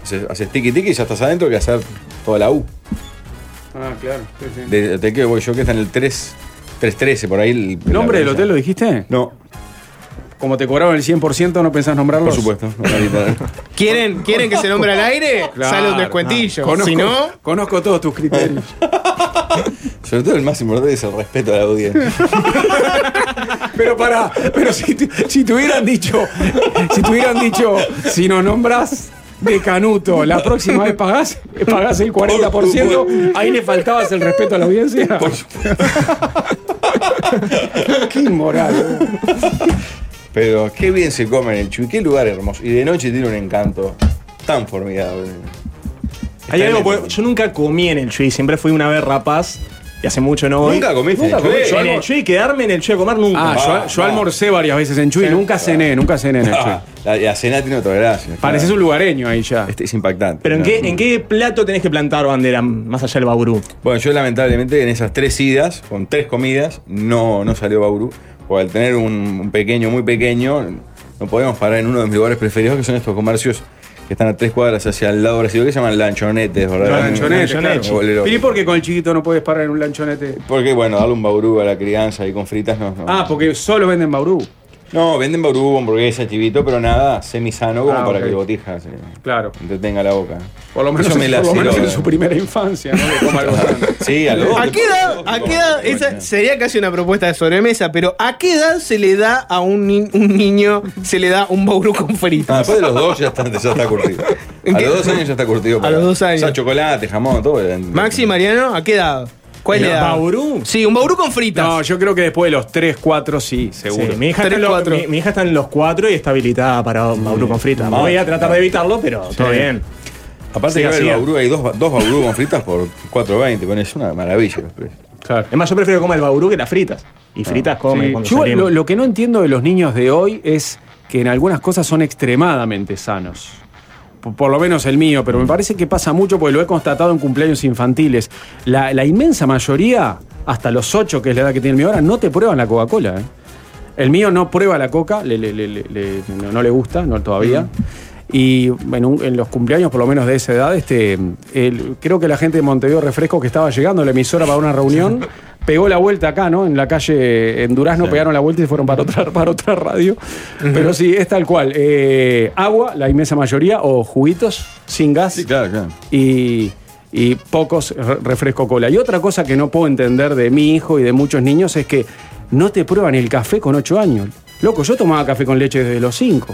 Speaker 1: Haces, haces tiki tiki y ya estás adentro que hacer toda la U.
Speaker 4: Ah, claro.
Speaker 1: Del hotel que voy yo, que está en el 3, 313, por ahí. el- la
Speaker 4: ¿Nombre del
Speaker 1: orilla.
Speaker 4: hotel lo dijiste?
Speaker 1: No,
Speaker 4: Como te cobraron el 100%, ¿no pensás nombrarlo?
Speaker 1: por supuesto. no la guitarra.
Speaker 3: ¿Quieren, ¿Quieren que se nombre al aire? Sale un descuentillo.
Speaker 4: Conozco,
Speaker 3: Si no,
Speaker 4: conozco todos tus criterios.
Speaker 1: Sobre todo el más importante es el respeto a la audiencia.
Speaker 4: pero pará, pero si, tu- si te hubieran dicho, si te hubieran dicho, si nos nombras de Canuto, la próxima vez pagás, pagás el 40%, ahí le faltabas el respeto a la audiencia. Qué inmoral. boludo.
Speaker 1: Pero qué bien se come en el Chuy, qué lugar hermoso. Y de noche tiene un encanto tan formidable.
Speaker 2: Hay
Speaker 1: Está
Speaker 2: algo,
Speaker 1: bien.
Speaker 2: por- yo nunca comí en el Chuy, siempre fui una vez rapaz y hace mucho no voy.
Speaker 1: Nunca comiste
Speaker 4: Nunca
Speaker 1: en el Chuy.
Speaker 4: comí yo.
Speaker 2: En el Chuy, quedarme en el Chuy a comer nunca.
Speaker 4: Ah, yo, yo almorcé varias veces en Chuy, nunca cené, nunca cené en el Chuy.
Speaker 1: Ah, la, la cena tiene otra gracia. claro.
Speaker 4: Pareces un lugareño ahí ya.
Speaker 1: Este es impactante.
Speaker 2: Pero ¿en
Speaker 1: claro.
Speaker 2: qué, ¿en qué plato tenés que plantar bandera más allá del Bauru?
Speaker 1: Bueno, yo lamentablemente en esas tres idas, con tres comidas, no, no salió Bauru. Porque al tener un, un pequeño, muy pequeño, no podemos parar en uno de mis lugares preferidos, que son estos comercios que están a tres cuadras hacia el lado brasileño, que se llaman lanchonetes, ¿verdad?
Speaker 4: Lanchonete, claro.
Speaker 1: Me volví loco.
Speaker 4: ¿Y por qué con el chiquito no puedes parar en un lanchonete?
Speaker 1: Porque, bueno, darle un Bauru a la crianza y con fritas no. no.
Speaker 4: Ah, porque solo venden Baurú.
Speaker 1: No, venden Bauru, hamburguesa, chivito, pero nada semisano como
Speaker 4: Ah,
Speaker 1: para
Speaker 4: ok.
Speaker 1: que el botija se
Speaker 4: Claro.
Speaker 1: entretenga la boca.
Speaker 4: Por lo menos,
Speaker 1: Eso me la eh.
Speaker 4: por lo menos en
Speaker 1: cero.
Speaker 4: su primera infancia, ¿no? Le coma algo sano.
Speaker 1: Sí, a los
Speaker 3: ¿A qué edad? a qué edad- esa sería casi una propuesta de sobremesa, pero ¿a qué edad se le da a un, ni- un niño, se le da un bauru con
Speaker 1: Ah,
Speaker 3: fritas?
Speaker 1: después de los dos ya está, ya está curtido.
Speaker 3: ¿En
Speaker 1: A
Speaker 3: qué?
Speaker 1: los dos años ya está curtido.
Speaker 3: A los dos años.
Speaker 1: O sea, chocolate, jamón, todo.
Speaker 3: Maxi, Mariano, ¿a qué edad? ¿Cuál
Speaker 2: ¿Un
Speaker 3: le da?
Speaker 2: baurú?
Speaker 3: Sí, un bauru con fritas.
Speaker 4: No, yo creo que después de los 3, 4 sí, seguro.
Speaker 2: Sí, mi, hija está
Speaker 3: Tres,
Speaker 2: en los-
Speaker 3: cuatro.
Speaker 2: mi- mi hija está en los cuatro y está habilitada para Bauru con fritas.
Speaker 1: Mamá.
Speaker 2: Voy a tratar de evitarlo, pero todo bien.
Speaker 1: Aparte
Speaker 2: Sí,
Speaker 1: que ahora el
Speaker 2: hacía.
Speaker 1: Bauru, hay dos, dos Bauru con fritas por 4.20. Bueno, es una maravilla. los precios.
Speaker 4: Claro.
Speaker 2: Es más, yo prefiero comer el Bauru que las fritas. Y
Speaker 1: Ah,
Speaker 2: fritas come
Speaker 4: Sí.
Speaker 2: cuando
Speaker 4: Yo
Speaker 2: salimos.
Speaker 4: lo, lo que no entiendo de los niños de hoy es que en algunas cosas son extremadamente sanos. Por, por lo menos el mío, pero me parece que pasa mucho porque lo he constatado en cumpleaños infantiles. La, la inmensa mayoría, hasta los 8, que es la edad que tiene mi hora, no te prueban la Coca-Cola. ¿eh? El mío no prueba la coca, le- le- le- le- le- no, no le gusta, no todavía. Y en, un- en los cumpleaños, por lo menos de esa edad, este, el- creo que la gente de Montevideo Refresco que estaba llegando a la emisora para una reunión, pegó la vuelta acá, ¿no? En la calle, en Durazno, pegaron la vuelta y se fueron para otra, para otra radio. Pero sí, es tal cual. Eh, agua, la inmensa mayoría, o juguitos sin gas
Speaker 1: Sí, claro, claro.
Speaker 4: y, y pocos re- refresco cola. Y otra cosa que no puedo entender de mi hijo y de muchos niños es que no te prueban el café con 8 años. Loco, yo tomaba café con leche desde los 5.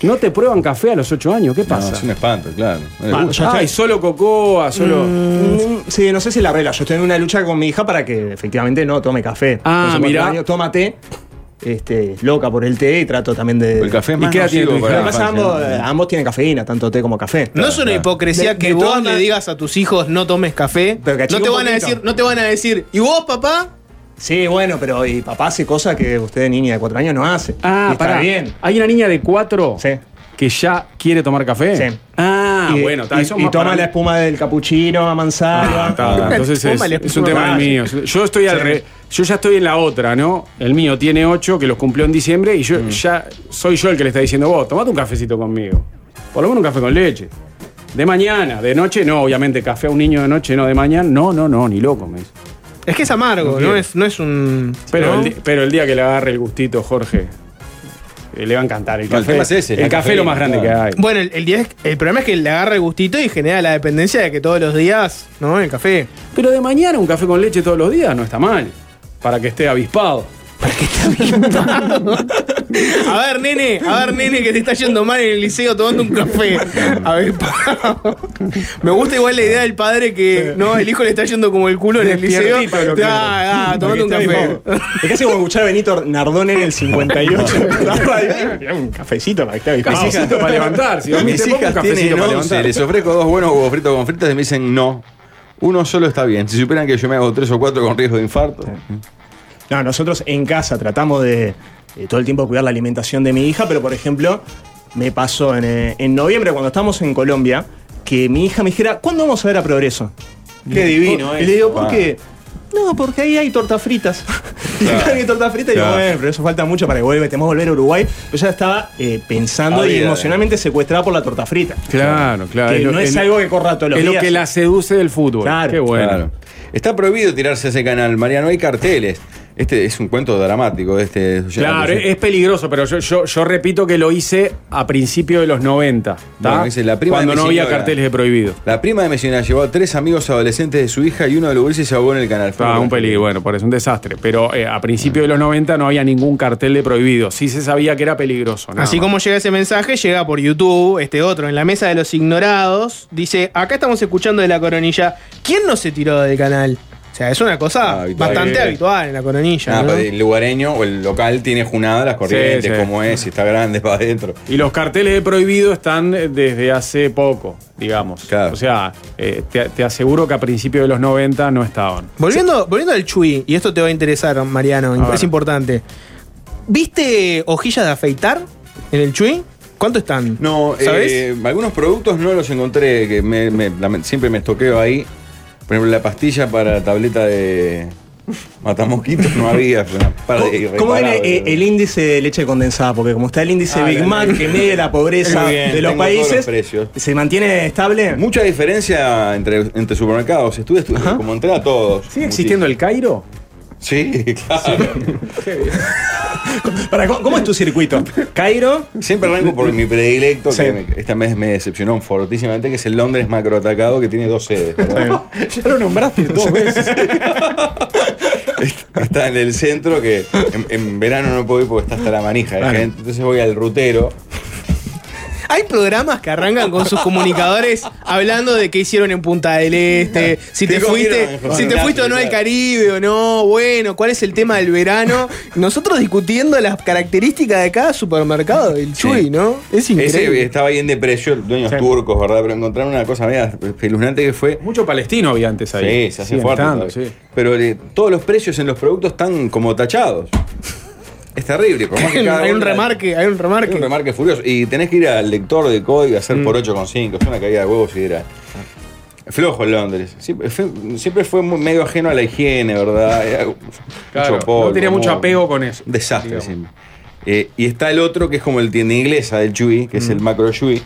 Speaker 4: No te prueban café a los 8 años, ¿qué
Speaker 1: No,
Speaker 4: pasa?
Speaker 1: es un espanto, claro.
Speaker 3: Ah,
Speaker 1: No le
Speaker 2: Bueno,
Speaker 1: gusta.
Speaker 2: Ah, ya-
Speaker 4: Ay, solo cocoa, solo.
Speaker 2: Mm, Sí, no sé si la regla. Yo estoy en una lucha con mi hija para que efectivamente no tome café.
Speaker 4: Ah,
Speaker 2: Con su
Speaker 4: mirá.
Speaker 2: cumpleaños Toma té. Este, loca por el té y trato también de.
Speaker 1: El café es
Speaker 4: ¿Y
Speaker 1: más
Speaker 4: qué edad
Speaker 1: nocivo
Speaker 4: tiene tu
Speaker 1: para
Speaker 2: Pero
Speaker 1: la
Speaker 2: además
Speaker 1: infancia,
Speaker 3: eh,
Speaker 2: ambos, eh,
Speaker 1: ¿no?
Speaker 2: ambos tienen cafeína, tanto té como café.
Speaker 3: No es una hipocresía
Speaker 2: De-
Speaker 3: que
Speaker 2: de
Speaker 3: vos
Speaker 2: todas
Speaker 3: le
Speaker 2: las-
Speaker 3: digas a tus hijos no tomes café.
Speaker 2: Pero que
Speaker 3: no
Speaker 2: achique
Speaker 3: te
Speaker 2: un
Speaker 3: van a
Speaker 2: poquito.
Speaker 3: decir, no te van a decir, ¿y vos, papá?
Speaker 2: Sí, bueno, pero y papá hace cosas que usted de niña de cuatro años no hace.
Speaker 4: Ah,
Speaker 2: Y está
Speaker 4: pará.
Speaker 2: bien.
Speaker 4: Hay una niña de 4
Speaker 2: Sí.
Speaker 4: que ya quiere tomar café.
Speaker 2: Sí.
Speaker 4: Ah,
Speaker 2: y,
Speaker 4: bueno, está,
Speaker 2: y-
Speaker 4: eso es
Speaker 2: y
Speaker 4: más
Speaker 2: toma
Speaker 4: para
Speaker 2: la
Speaker 4: mí.
Speaker 2: espuma del capuchino a manzana.
Speaker 4: Ah, está, está. Entonces es,
Speaker 3: Toma, le
Speaker 4: es un
Speaker 3: puso
Speaker 4: tema
Speaker 2: una
Speaker 4: del mío. Yo estoy al
Speaker 2: Sí.
Speaker 4: re- Yo ya estoy en la otra, ¿no? El mío tiene ocho, que los cumplió en diciembre, y
Speaker 1: Mm.
Speaker 4: yo ya soy yo el que le está diciendo, vos, tomate un cafecito conmigo. Por lo menos un café con leche. De mañana, de noche, no, obviamente, café a un niño de noche, no, de mañana, no, no, no, ni loco. Me dice.
Speaker 3: Es que es amargo, no,
Speaker 4: quiero.
Speaker 3: es, no es un.
Speaker 4: pero,
Speaker 3: ¿no?
Speaker 4: el, di- pero el día que le agarre el gustito, Jorge, eh, le va a encantar. El
Speaker 1: No, el
Speaker 4: café,
Speaker 1: tema es ese,
Speaker 4: el
Speaker 1: la
Speaker 4: café es lo más
Speaker 1: cafeína,
Speaker 4: grande que
Speaker 1: claro.
Speaker 4: hay.
Speaker 3: Bueno, el, el día es- el problema es que le agarra el gustito y genera la dependencia de que todos los días, ¿no? El café.
Speaker 4: Pero de mañana un café con leche todos los días no está mal, para que esté avispado.
Speaker 3: A ver, nene, a ver, nene, que te está yendo mal en el liceo tomando un café. A ver, pa. Me gusta igual la idea del padre que, no, el hijo le está yendo como el culo en el liceo.
Speaker 4: Despiertito, lo que-
Speaker 3: Ah, ah, tomando un café.
Speaker 2: Es casi como escuchar a Benito Nardón en el 58. en la radio. Mirá, un cafecito para que te avispase.
Speaker 4: Mis hijas- para levantar. Si dormís,
Speaker 1: Mis
Speaker 4: te pongo
Speaker 1: hijas
Speaker 4: un cafecito
Speaker 1: tienen
Speaker 4: para
Speaker 1: 11,
Speaker 4: levantar.
Speaker 1: les ofrezco dos buenos huevos fritos con fritas y me dicen no. Uno solo está bien. Si superan que yo me hago tres o cuatro con riesgo de infarto.
Speaker 2: No, nosotros en casa tratamos de eh, todo el tiempo cuidar la alimentación de mi hija, pero por ejemplo, me pasó en, eh, en noviembre cuando estábamos en Colombia que mi hija me dijera, ¿cuándo vamos a ver a Progreso? Qué divino, Y le digo, ¿por
Speaker 1: Ah.
Speaker 2: qué? No, porque ahí hay tortas fritas. y acá hay tortas fritas y digo,
Speaker 1: Claro.
Speaker 2: bueno, pero eso falta mucho para que vuelva, tenemos que volver a Uruguay. Pero ya estaba eh, pensando y
Speaker 1: Había,
Speaker 2: emocionalmente secuestrada por la torta frita.
Speaker 4: Claro, claro.
Speaker 2: Que
Speaker 4: lo-
Speaker 2: no es
Speaker 4: el-
Speaker 2: algo que corra todos los
Speaker 4: Es lo
Speaker 2: días.
Speaker 4: que la seduce del fútbol.
Speaker 2: Claro.
Speaker 4: Qué bueno.
Speaker 1: Claro. Está prohibido tirarse a ese canal, Mariano. Hay carteles. Este es un cuento dramático. de Este,
Speaker 4: Claro, es, es peligroso, pero yo, yo, yo repito que lo hice a principios de los 90, ¿tá?
Speaker 1: Bueno, dice, la prima
Speaker 4: cuando
Speaker 1: de mi
Speaker 4: no había
Speaker 1: señora.
Speaker 4: carteles de prohibido.
Speaker 1: La prima de Mesina llevó a tres amigos adolescentes de su hija y uno de los gurises se ahogó en el canal. Fue
Speaker 4: Ah, un
Speaker 1: horrible.
Speaker 4: peligro, bueno, por eso un desastre. Pero eh, a principios de los 90 no había ningún cartel de prohibido. Sí se sabía que era peligroso. nada
Speaker 3: Así
Speaker 4: más.
Speaker 3: como llega ese mensaje, llega por YouTube, este otro, en la mesa de los ignorados, dice, acá estamos escuchando de la coronilla, ¿quién no se tiró del canal? O sea, es una cosa
Speaker 1: Ah, habitual.
Speaker 3: bastante
Speaker 4: Eh.
Speaker 3: habitual en la coronilla.
Speaker 1: Nada,
Speaker 3: ¿no?
Speaker 1: pero el lugareño o el local tiene junada las corrientes,
Speaker 4: Sí, sí.
Speaker 1: como es, si está grande para adentro.
Speaker 4: Y los carteles de prohibido están eh, desde hace poco, digamos.
Speaker 1: Claro.
Speaker 4: O sea, eh, te, te aseguro que a principios de los 90 no estaban.
Speaker 3: Volviendo, volviendo al Chuy, y esto te va a interesar, Mariano,
Speaker 4: A
Speaker 3: es
Speaker 4: ver.
Speaker 3: importante. ¿Viste hojillas de afeitar en el Chuy? ¿Cuánto están?
Speaker 1: No,
Speaker 3: ¿sabes?
Speaker 1: eh, algunos productos no los encontré, que me- me- lame- siempre me estoqueo ahí. Por ejemplo, la pastilla para la tableta de matamosquitos no había. fue una par
Speaker 2: ¿Cómo-
Speaker 1: de
Speaker 2: ¿Cómo era
Speaker 1: irreparables.
Speaker 2: eh, el índice de leche condensada? Porque como está el índice
Speaker 1: Ah,
Speaker 2: Big
Speaker 1: la-
Speaker 2: Mac que mide la pobreza
Speaker 1: Muy bien,
Speaker 2: de los
Speaker 1: tengo todos los
Speaker 2: países,
Speaker 1: precios.
Speaker 2: ¿se mantiene estable?
Speaker 1: Mucha diferencia entre, entre supermercados. Estuve, estuve- como entré a todos.
Speaker 4: ¿Sigue existiendo el Cairo?
Speaker 1: Sí, claro.
Speaker 2: Pará, ¿cómo, cómo es tu circuito? Cairo,
Speaker 1: Siempre arranco por mi predilecto,
Speaker 2: Sí.
Speaker 1: que me- esta vez me decepcionó fortísimamente, que es el Londres macroatacado que tiene dos sedes. ¿verdad?
Speaker 4: Ya lo nombraste dos veces.
Speaker 1: Está en el centro, que en, en verano no puedo ir porque está hasta la manija. de gente. Entonces voy al rutero.
Speaker 3: Hay programas que arrancan con sus comunicadores hablando de qué hicieron en Punta del Este, si
Speaker 1: ¿Qué
Speaker 3: te fuiste,
Speaker 1: comieron en
Speaker 3: si te
Speaker 1: Punta
Speaker 3: fuiste o no al
Speaker 1: del
Speaker 3: Caribe o no, bueno, cuál es el tema del verano. Nosotros discutiendo las características de cada supermercado del Chuy, ¿no? Es
Speaker 1: Ese
Speaker 3: increíble.
Speaker 1: estaba ahí en deprecio, dueños turcos, ¿verdad? Pero encontraron una cosa media espeluznante que fue.
Speaker 4: Mucho palestino había antes ahí.
Speaker 1: Sí, se hace
Speaker 4: Siguen
Speaker 1: fuerte.
Speaker 4: estando,
Speaker 1: todavía.
Speaker 4: sí.
Speaker 1: Pero eh, todos los precios en los productos están como tachados. Es terrible. por más que cada
Speaker 3: hay un
Speaker 1: una-
Speaker 3: remarque, hay
Speaker 1: Hay
Speaker 3: un
Speaker 1: un
Speaker 3: remarque.
Speaker 1: remarque
Speaker 4: Mm.
Speaker 1: furioso. Y tenés que ir al lector de código a hacer por 8,5. Es una caída de huevos y era. Flojo en Londres. Siempre fue, siempre fue muy- medio ajeno a la higiene, ¿verdad? Era mucho
Speaker 4: Claro, no
Speaker 1: polvo,
Speaker 4: tenía mucho
Speaker 1: moho.
Speaker 4: apego con eso,
Speaker 1: Un Desastre
Speaker 4: digamos.
Speaker 1: siempre. Eh, y está el otro que es como el tienda inglesa del Chuy, que es
Speaker 4: Mm.
Speaker 1: el macro Chuy,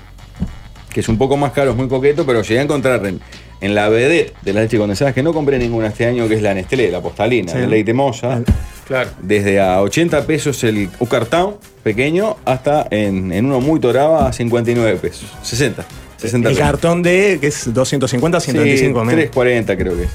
Speaker 1: que es un poco más caro, es muy coqueto, pero llegué a encontrar en, en la vedette de las leche condensadas, que no compré ninguna este año, que es la Nestlé, la postalina,
Speaker 2: Sí.
Speaker 1: la leite moza.
Speaker 4: Claro.
Speaker 1: Desde a 80 pesos el cartón pequeño hasta en, en uno muy toraba a 59 pesos. 60. 60
Speaker 2: El
Speaker 1: pesos.
Speaker 2: cartón de, que es 250, 125
Speaker 1: Sí,
Speaker 2: mil.
Speaker 1: 3.40 creo que es.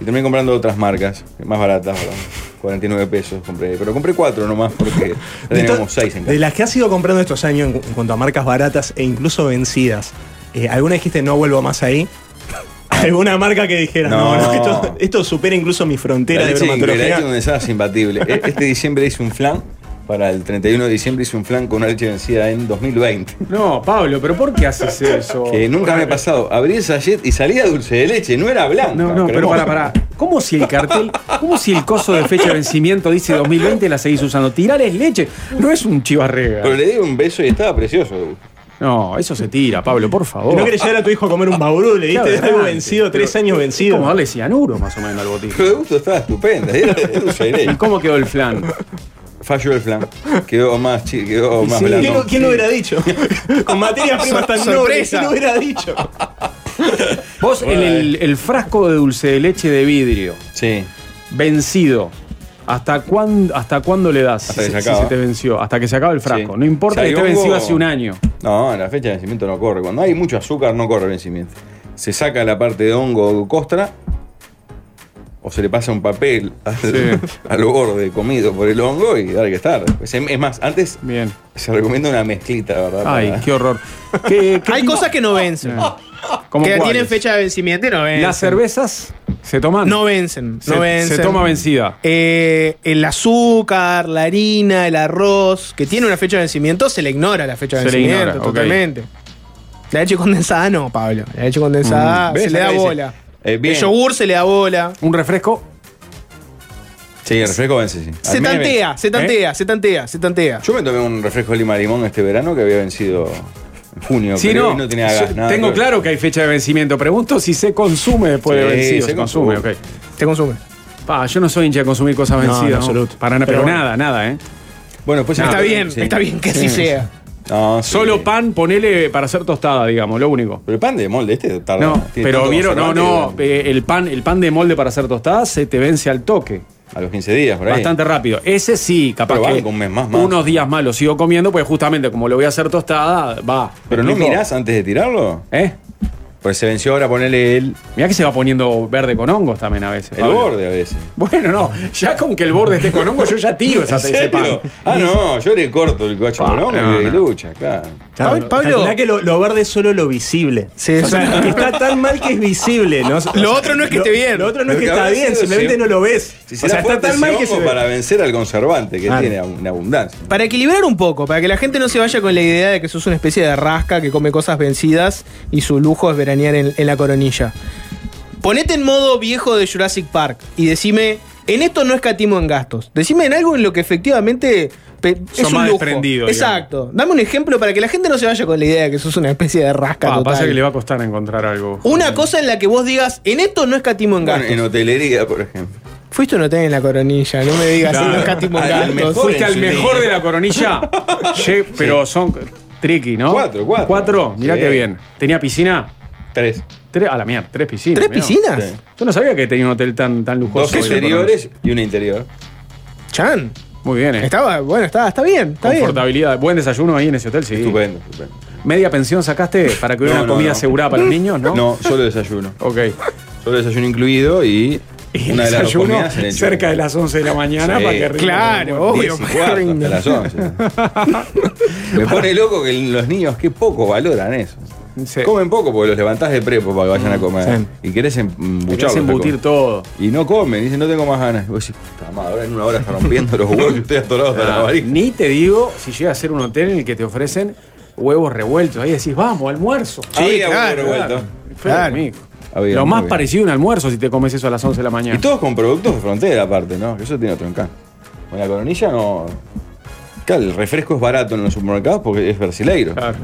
Speaker 1: Y terminé comprando otras marcas, más baratas, ¿verdad? 49 pesos compré. Pero compré cuatro nomás porque ya
Speaker 2: De, to-
Speaker 1: teníamos seis en
Speaker 2: de
Speaker 1: casa.
Speaker 2: las que has ido comprando estos años en, cu- en cuanto a marcas baratas e incluso vencidas, eh, ¿alguna dijiste no vuelvo más ahí? ¿Alguna marca que dijera no,
Speaker 1: No.
Speaker 2: no, esto, esto supera incluso mi frontera
Speaker 1: La
Speaker 2: de
Speaker 1: leche de Ingrid, la leche
Speaker 2: bromatología?
Speaker 1: condensada es imbatible. E- Este diciembre hice un flan, para el 31 de diciembre hice un flan con una leche vencida en 2020.
Speaker 4: No, Pablo, pero ¿por qué haces eso?
Speaker 2: Oh,
Speaker 1: Que nunca me ha pasado. Abrí el sachet y salía dulce de leche, no era blanca.
Speaker 4: No, no, pero
Speaker 1: cremosa.
Speaker 4: para, para. ¿Cómo si el cartel, cómo si el coso de fecha de vencimiento dice 2020 la seguís usando? Tirar es leche. No es un chivarrega.
Speaker 1: Pero le di un beso y estaba precioso.
Speaker 4: No, eso se tira, Pablo, por favor.
Speaker 2: No querés llevar a tu hijo a comer un baurú, le diste
Speaker 4: Claro,
Speaker 2: algo
Speaker 4: adelante,
Speaker 2: vencido, tres
Speaker 4: pero-
Speaker 2: años
Speaker 4: Es como
Speaker 2: vencido.
Speaker 4: darle cianuro más o menos al botín.
Speaker 1: Pero de gusto estaba estupenda, era de dulce de
Speaker 4: ¿Y
Speaker 1: leche.
Speaker 4: cómo quedó el flan?
Speaker 1: Falló el flan. Quedó más, chi- quedó más
Speaker 4: sí,
Speaker 1: blando.
Speaker 2: ¿Quién, lo- quién lo hubiera dicho? Con materias primas tan
Speaker 3: Sorpresa.
Speaker 2: nobles, ¿quién lo hubiera dicho?
Speaker 4: Vos en el,
Speaker 1: eh.
Speaker 4: el frasco de dulce de leche de vidrio,
Speaker 1: Sí.
Speaker 4: vencido. ¿Hasta cuándo, ¿Hasta cuándo le das
Speaker 1: Hasta
Speaker 4: si,
Speaker 1: que se
Speaker 4: se- si
Speaker 1: acaba.
Speaker 4: se te venció? Hasta que se acabe el frasco.
Speaker 1: Sí.
Speaker 4: No importa que
Speaker 1: Salió
Speaker 4: esté vencido
Speaker 1: hongo.
Speaker 4: hace un año.
Speaker 1: No, la fecha de vencimiento no corre. Cuando hay mucho azúcar, no corre el vencimiento. Se saca la parte de hongo o costra, o se le pasa un papel al, al borde comido por el hongo y dar que estar. Es, es más, antes
Speaker 4: Bien.
Speaker 1: se recomienda una mezclita, ¿verdad?
Speaker 4: Ay,
Speaker 1: Para-
Speaker 4: qué horror. ¿Qué- qué
Speaker 3: Hay
Speaker 4: tipo-
Speaker 3: cosas que no vencen.
Speaker 4: ¿Cómo
Speaker 3: Que tienen
Speaker 4: cuáles?
Speaker 3: fecha de vencimiento y no vencen.
Speaker 4: Las cervezas se toman.
Speaker 3: No vencen.
Speaker 4: Se-
Speaker 3: No vencen.
Speaker 4: se toma vencida.
Speaker 3: Eh, el azúcar, la harina, el arroz, que tiene una fecha de vencimiento, se le ignora la fecha de
Speaker 4: Se le
Speaker 3: vencimiento,
Speaker 4: ignora, ok.
Speaker 3: totalmente. La leche condensada no, Pablo. La leche condensada
Speaker 1: Mm,
Speaker 3: se
Speaker 1: ¿ves?
Speaker 3: le da
Speaker 1: Acá dice,
Speaker 3: bola.
Speaker 1: eh, bien.
Speaker 3: El yogur se le da bola.
Speaker 4: Un refresco.
Speaker 1: Sí, el refresco vence, sí.
Speaker 3: Se
Speaker 1: A mí me
Speaker 3: tantea, se tantea, se tantea, se tantea.
Speaker 1: ven- Yo me tomé un refresco de lima limón este verano que había vencido en junio.
Speaker 4: Sí,
Speaker 1: creo,
Speaker 4: no.
Speaker 1: y no tenía
Speaker 4: Yo
Speaker 1: gas, nada
Speaker 4: tengo
Speaker 1: que ver.
Speaker 4: claro que hay fecha de vencimiento. Pregunto si se consume después de
Speaker 1: Sí,
Speaker 4: vencido.
Speaker 1: se
Speaker 4: Se consume,
Speaker 1: consume.
Speaker 4: ok.
Speaker 3: Te consume.
Speaker 4: Pa, yo no soy hincha de consumir cosas
Speaker 2: No, en
Speaker 4: vencidas. ¿no?
Speaker 2: absoluto.
Speaker 4: Para, na- pero,
Speaker 2: Pero bueno.
Speaker 4: nada, nada, ¿eh?
Speaker 1: Bueno, pues
Speaker 3: está bien, está bien que
Speaker 1: Mm.
Speaker 3: así sea.
Speaker 4: Solo
Speaker 1: pan.
Speaker 4: pan, ponele para hacer tostada, digamos, lo único.
Speaker 1: Pero el pan de molde este tarda.
Speaker 4: No,
Speaker 1: tiene
Speaker 4: pero
Speaker 1: tanto
Speaker 4: vieron, no,
Speaker 1: conservante
Speaker 4: no,
Speaker 1: que-
Speaker 4: eh, el pan, el pan de molde para hacer tostada se te vence al toque.
Speaker 1: a los 15 días, por ahí.
Speaker 4: Bastante rápido. Ese sí, capaz
Speaker 1: Pero
Speaker 4: que
Speaker 1: banco un mes más, más.
Speaker 4: unos días más lo sigo comiendo, pues justamente como lo voy a hacer tostada, va.
Speaker 1: Pero
Speaker 4: ¿Me
Speaker 1: no
Speaker 4: explico?
Speaker 1: mirás antes de tirarlo.
Speaker 4: ¿Eh?
Speaker 1: Pues se venció ahora ponerle el,
Speaker 4: Mirá que se va poniendo verde con hongos también a veces.
Speaker 1: el
Speaker 4: Pablo.
Speaker 1: borde a veces.
Speaker 4: Bueno, no, ya con que el borde esté con hongo, yo ya tiro esa ese pan.
Speaker 1: Ah, no, yo le corto el guacho
Speaker 4: Pa,
Speaker 1: con hongo
Speaker 4: no,
Speaker 1: y le
Speaker 4: no.
Speaker 1: lucha, claro.
Speaker 2: Claro,
Speaker 3: Pablo-
Speaker 2: calculá que lo, lo verde es solo lo visible.
Speaker 3: Sí,
Speaker 2: o sea, que está tan mal que es visible. ¿no? O sea,
Speaker 3: Lo otro no es que
Speaker 2: lo-
Speaker 3: esté bien.
Speaker 2: Lo otro no es
Speaker 1: Lo
Speaker 2: que
Speaker 1: que
Speaker 2: está
Speaker 1: habrá
Speaker 2: bien,
Speaker 1: sido
Speaker 2: simplemente
Speaker 1: siempre-
Speaker 2: no lo ves.
Speaker 1: Si
Speaker 2: o sea,
Speaker 1: será
Speaker 2: está
Speaker 1: fuerte
Speaker 2: tan
Speaker 1: ese
Speaker 2: mal que
Speaker 1: hongo
Speaker 2: se ve.
Speaker 1: para vencer al conservante que
Speaker 2: Claro.
Speaker 1: tiene en abundancia.
Speaker 3: Para equilibrar un poco, para que la gente no se vaya con la idea de que sos una especie de rasca que come cosas vencidas y su lujo es veranear en, en la coronilla. Ponete en modo viejo de Jurassic Park y decime, en esto no escatimo en gastos. Decime en algo en lo que efectivamente pe- es
Speaker 4: Son
Speaker 3: un
Speaker 4: más
Speaker 3: lujo.
Speaker 4: desprendidos,
Speaker 3: Exacto. Dame un ejemplo para que la gente no se vaya con la idea de que sos una especie de rasca
Speaker 4: Pa,
Speaker 3: total.
Speaker 4: pasa que le va a costar encontrar algo.
Speaker 3: Una cosa en la que vos digas, en esto no escatimo en
Speaker 1: Bueno,
Speaker 3: gastos.
Speaker 1: en hotelería, por ejemplo.
Speaker 3: Fuiste un hotel en la coronilla, no me digas,
Speaker 4: Claro.
Speaker 3: "Sí, no escatimo en
Speaker 1: Al
Speaker 3: gastos.
Speaker 1: mejor
Speaker 4: Fuiste al
Speaker 1: Sí.
Speaker 4: mejor de la coronilla. Che, pero son tricky, ¿no?
Speaker 1: Cuatro, cuatro.
Speaker 4: Cuatro, mirá
Speaker 1: Sí.
Speaker 4: qué bien. ¿Tenía piscina?
Speaker 1: Tres.
Speaker 4: Tres, a la mierda, tres piscinas.
Speaker 3: ¿Tres
Speaker 4: mirá.
Speaker 3: piscinas?
Speaker 1: Sí.
Speaker 4: Yo no sabía que tenía un hotel tan, tan lujoso.
Speaker 1: Dos exteriores y una interior.
Speaker 3: Chan.
Speaker 4: Muy bien, eh.
Speaker 3: Estaba, bueno, está, está bien, está bien.
Speaker 4: Confortabilidad, buen desayuno ahí en ese hotel, sí.
Speaker 1: Estupendo, estupendo.
Speaker 4: ¿Media pensión sacaste para que hubiera
Speaker 1: No,
Speaker 4: una
Speaker 1: no,
Speaker 4: comida
Speaker 1: no.
Speaker 4: asegurada para los niños, no?
Speaker 1: No, solo desayuno.
Speaker 4: Ok.
Speaker 1: Solo desayuno incluido y
Speaker 4: Y
Speaker 1: una de las dos
Speaker 4: desayuno
Speaker 1: comidas en el
Speaker 4: cerca de las 11 de la mañana
Speaker 1: Sí.
Speaker 4: para que rinda.
Speaker 3: Claro.
Speaker 1: Diez
Speaker 3: Obvio,
Speaker 1: y cuarto, hasta las 11. Me pone loco que los niños qué poco valoran eso.
Speaker 4: Sí. Mm,
Speaker 1: Comen poco porque los levantás de prepo para que vayan a comer.
Speaker 2: Sí.
Speaker 1: Y querés em- embucharlos.
Speaker 4: Querés embutir
Speaker 1: a comer.
Speaker 4: todo.
Speaker 1: Y no comen, dicen, no tengo más ganas. Y vos decís, puta madre, ahora en una hora está rompiendo los huevos y estoy atorado hasta la
Speaker 4: Ah,
Speaker 1: varija.
Speaker 4: Ni te digo si llega a ser un hotel en el que te ofrecen huevos revueltos. Ahí decís, vamos, almuerzo.
Speaker 1: Había huevo
Speaker 3: claro,
Speaker 1: revuelto.
Speaker 3: Claro.
Speaker 4: Amigo.
Speaker 1: Había,
Speaker 4: Lo
Speaker 1: muy
Speaker 4: más
Speaker 1: bien.
Speaker 4: parecido a un almuerzo si te comes eso a las 11 de la
Speaker 1: Y
Speaker 4: mañana.
Speaker 1: todos con productos de frontera aparte, ¿no? Eso tiene otro encanto. Con la coronilla no... Claro, el refresco es barato en los supermercados porque es brasileiro.
Speaker 4: Claro.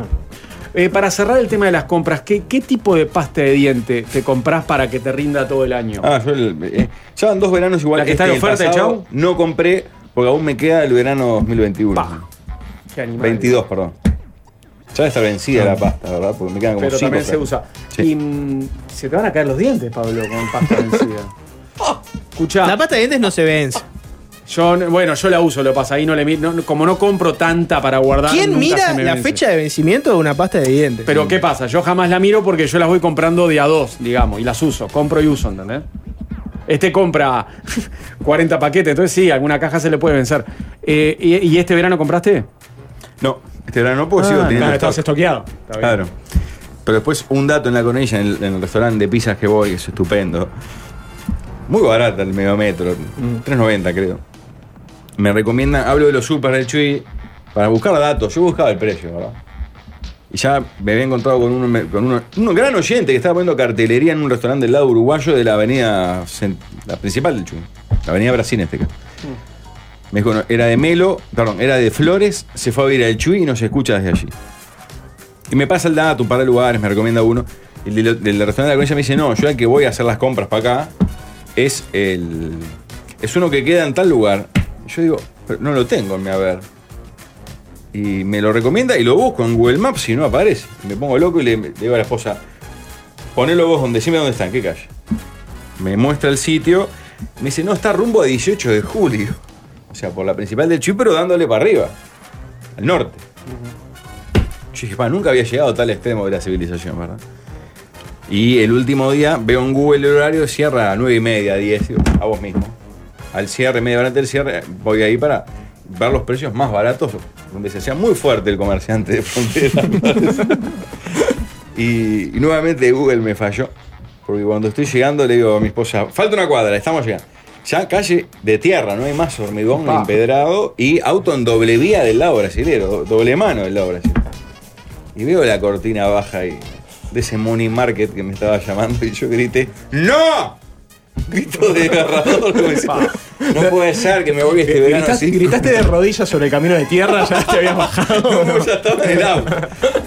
Speaker 4: Eh, para cerrar el tema de las compras, ¿qué, ¿qué tipo de pasta de diente te compras para que te rinda todo el año?
Speaker 1: Ah, yo el- eh, ya van dos veranos igual. este
Speaker 4: La que está en
Speaker 1: y el
Speaker 4: oferta,
Speaker 1: pasado
Speaker 4: chau.
Speaker 1: No compré porque aún me queda el verano 2021.
Speaker 4: Pa. Qué animal.
Speaker 1: 22, perdón. Ya está vencida la pasta, ¿verdad? Porque me quedan como
Speaker 4: Pero
Speaker 1: cinco,
Speaker 4: también se
Speaker 1: creo.
Speaker 4: usa.
Speaker 1: Sí.
Speaker 4: Y mm, se te van a caer los dientes, Pablo, con pasta vencida. Escuchá.
Speaker 3: La pasta de dientes no se vence.
Speaker 4: Yo, bueno, yo la uso, lo pasa ahí, no le mi- no- no- como no compro tanta para guardar.
Speaker 3: ¿Quién
Speaker 4: nunca
Speaker 3: mira
Speaker 4: se me
Speaker 3: la
Speaker 4: vence.
Speaker 3: fecha de vencimiento de una pasta de dientes?
Speaker 4: Pero ¿qué pasa? Yo jamás la miro porque yo las voy comprando de a dos, digamos, y las uso, compro y uso, ¿entendés? Este compra 40 paquetes, entonces sí, alguna caja se le puede vencer. Eh, y, y este verano compraste?
Speaker 1: No, este verano no puedo
Speaker 4: Ah,
Speaker 1: sigo teniendo.
Speaker 2: Claro,
Speaker 1: stock.
Speaker 2: estás estoqueado.
Speaker 1: Claro. Pero después un dato en la Conilla, en el, en el restaurante de pizzas que voy, que es estupendo. Muy barata el medio metro, 3.90 creo. Me recomiendan, hablo de los super del Chuy, para buscar datos. Yo buscaba el precio, ¿verdad? Y ya me había encontrado con uno, con uno, un gran oyente que estaba poniendo cartelería en un restaurante del lado uruguayo de la avenida, cent- la principal del Chuy, la avenida Brasil en este caso. Me dijo, no, era de Melo, perdón, era de Flores, se fue a vivir al Chuy y nos escucha desde allí. Y me pasa el dato, un par de lugares, me recomienda uno. El de lo- del restaurante de la Concha me dice, no, yo el que voy a hacer las compras para acá es el. Es uno que queda en tal lugar. Yo digo, pero no lo tengo en mi haber. Y me lo recomienda y lo busco en Google Maps y no aparece. Me pongo loco y le, le digo a la esposa, ponelo vos donde, decime dónde está, en qué calle. Me muestra el sitio, me dice, no, está rumbo a 18 de julio. O sea, por la principal del Chuy, pero dándole para arriba, al norte. Yo dije, "Pa, nunca había llegado a tal extremo de la civilización, ¿verdad? Y el último día veo en Google el horario, cierra a 9 y media, 10, digo, a vos mismo. Al cierre, media hora antes del cierre, voy ahí para ver los precios más baratos, donde se hacía muy fuerte el comerciante de frontera. y, y nuevamente Google me falló, porque cuando estoy llegando le digo a mi esposa, falta una cuadra, estamos llegando. Ya calle de tierra, no hay más hormigón
Speaker 4: Pa.
Speaker 1: empedrado y auto en doble vía del lado brasilero, do- doble mano del lado brasilero. Y veo la cortina baja ahí, de ese money market que me estaba llamando y yo grité, ¡No! Grito de agarrador, como diciendo, no puede ser que me voy este verano
Speaker 2: Gritaste,
Speaker 1: así.
Speaker 2: gritaste de rodillas sobre el camino de tierra, ya te habías bajado.
Speaker 1: No, ya estaba en el auto.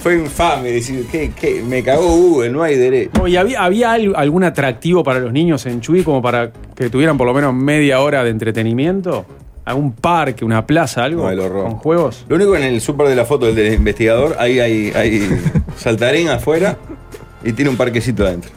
Speaker 1: Fue infame decir, ¿qué, qué? Me cagó Google, no hay derecho.
Speaker 4: No, ¿Y había, había al- algún atractivo para los niños en Chuy como para que tuvieran por lo menos media hora de entretenimiento? ¿Algún parque, una plaza, algo?
Speaker 1: No, el horror.
Speaker 4: ¿Con juegos?
Speaker 1: Lo único que en el súper de la foto del del investigador, ahí hay, hay saltarín afuera y tiene un parquecito adentro.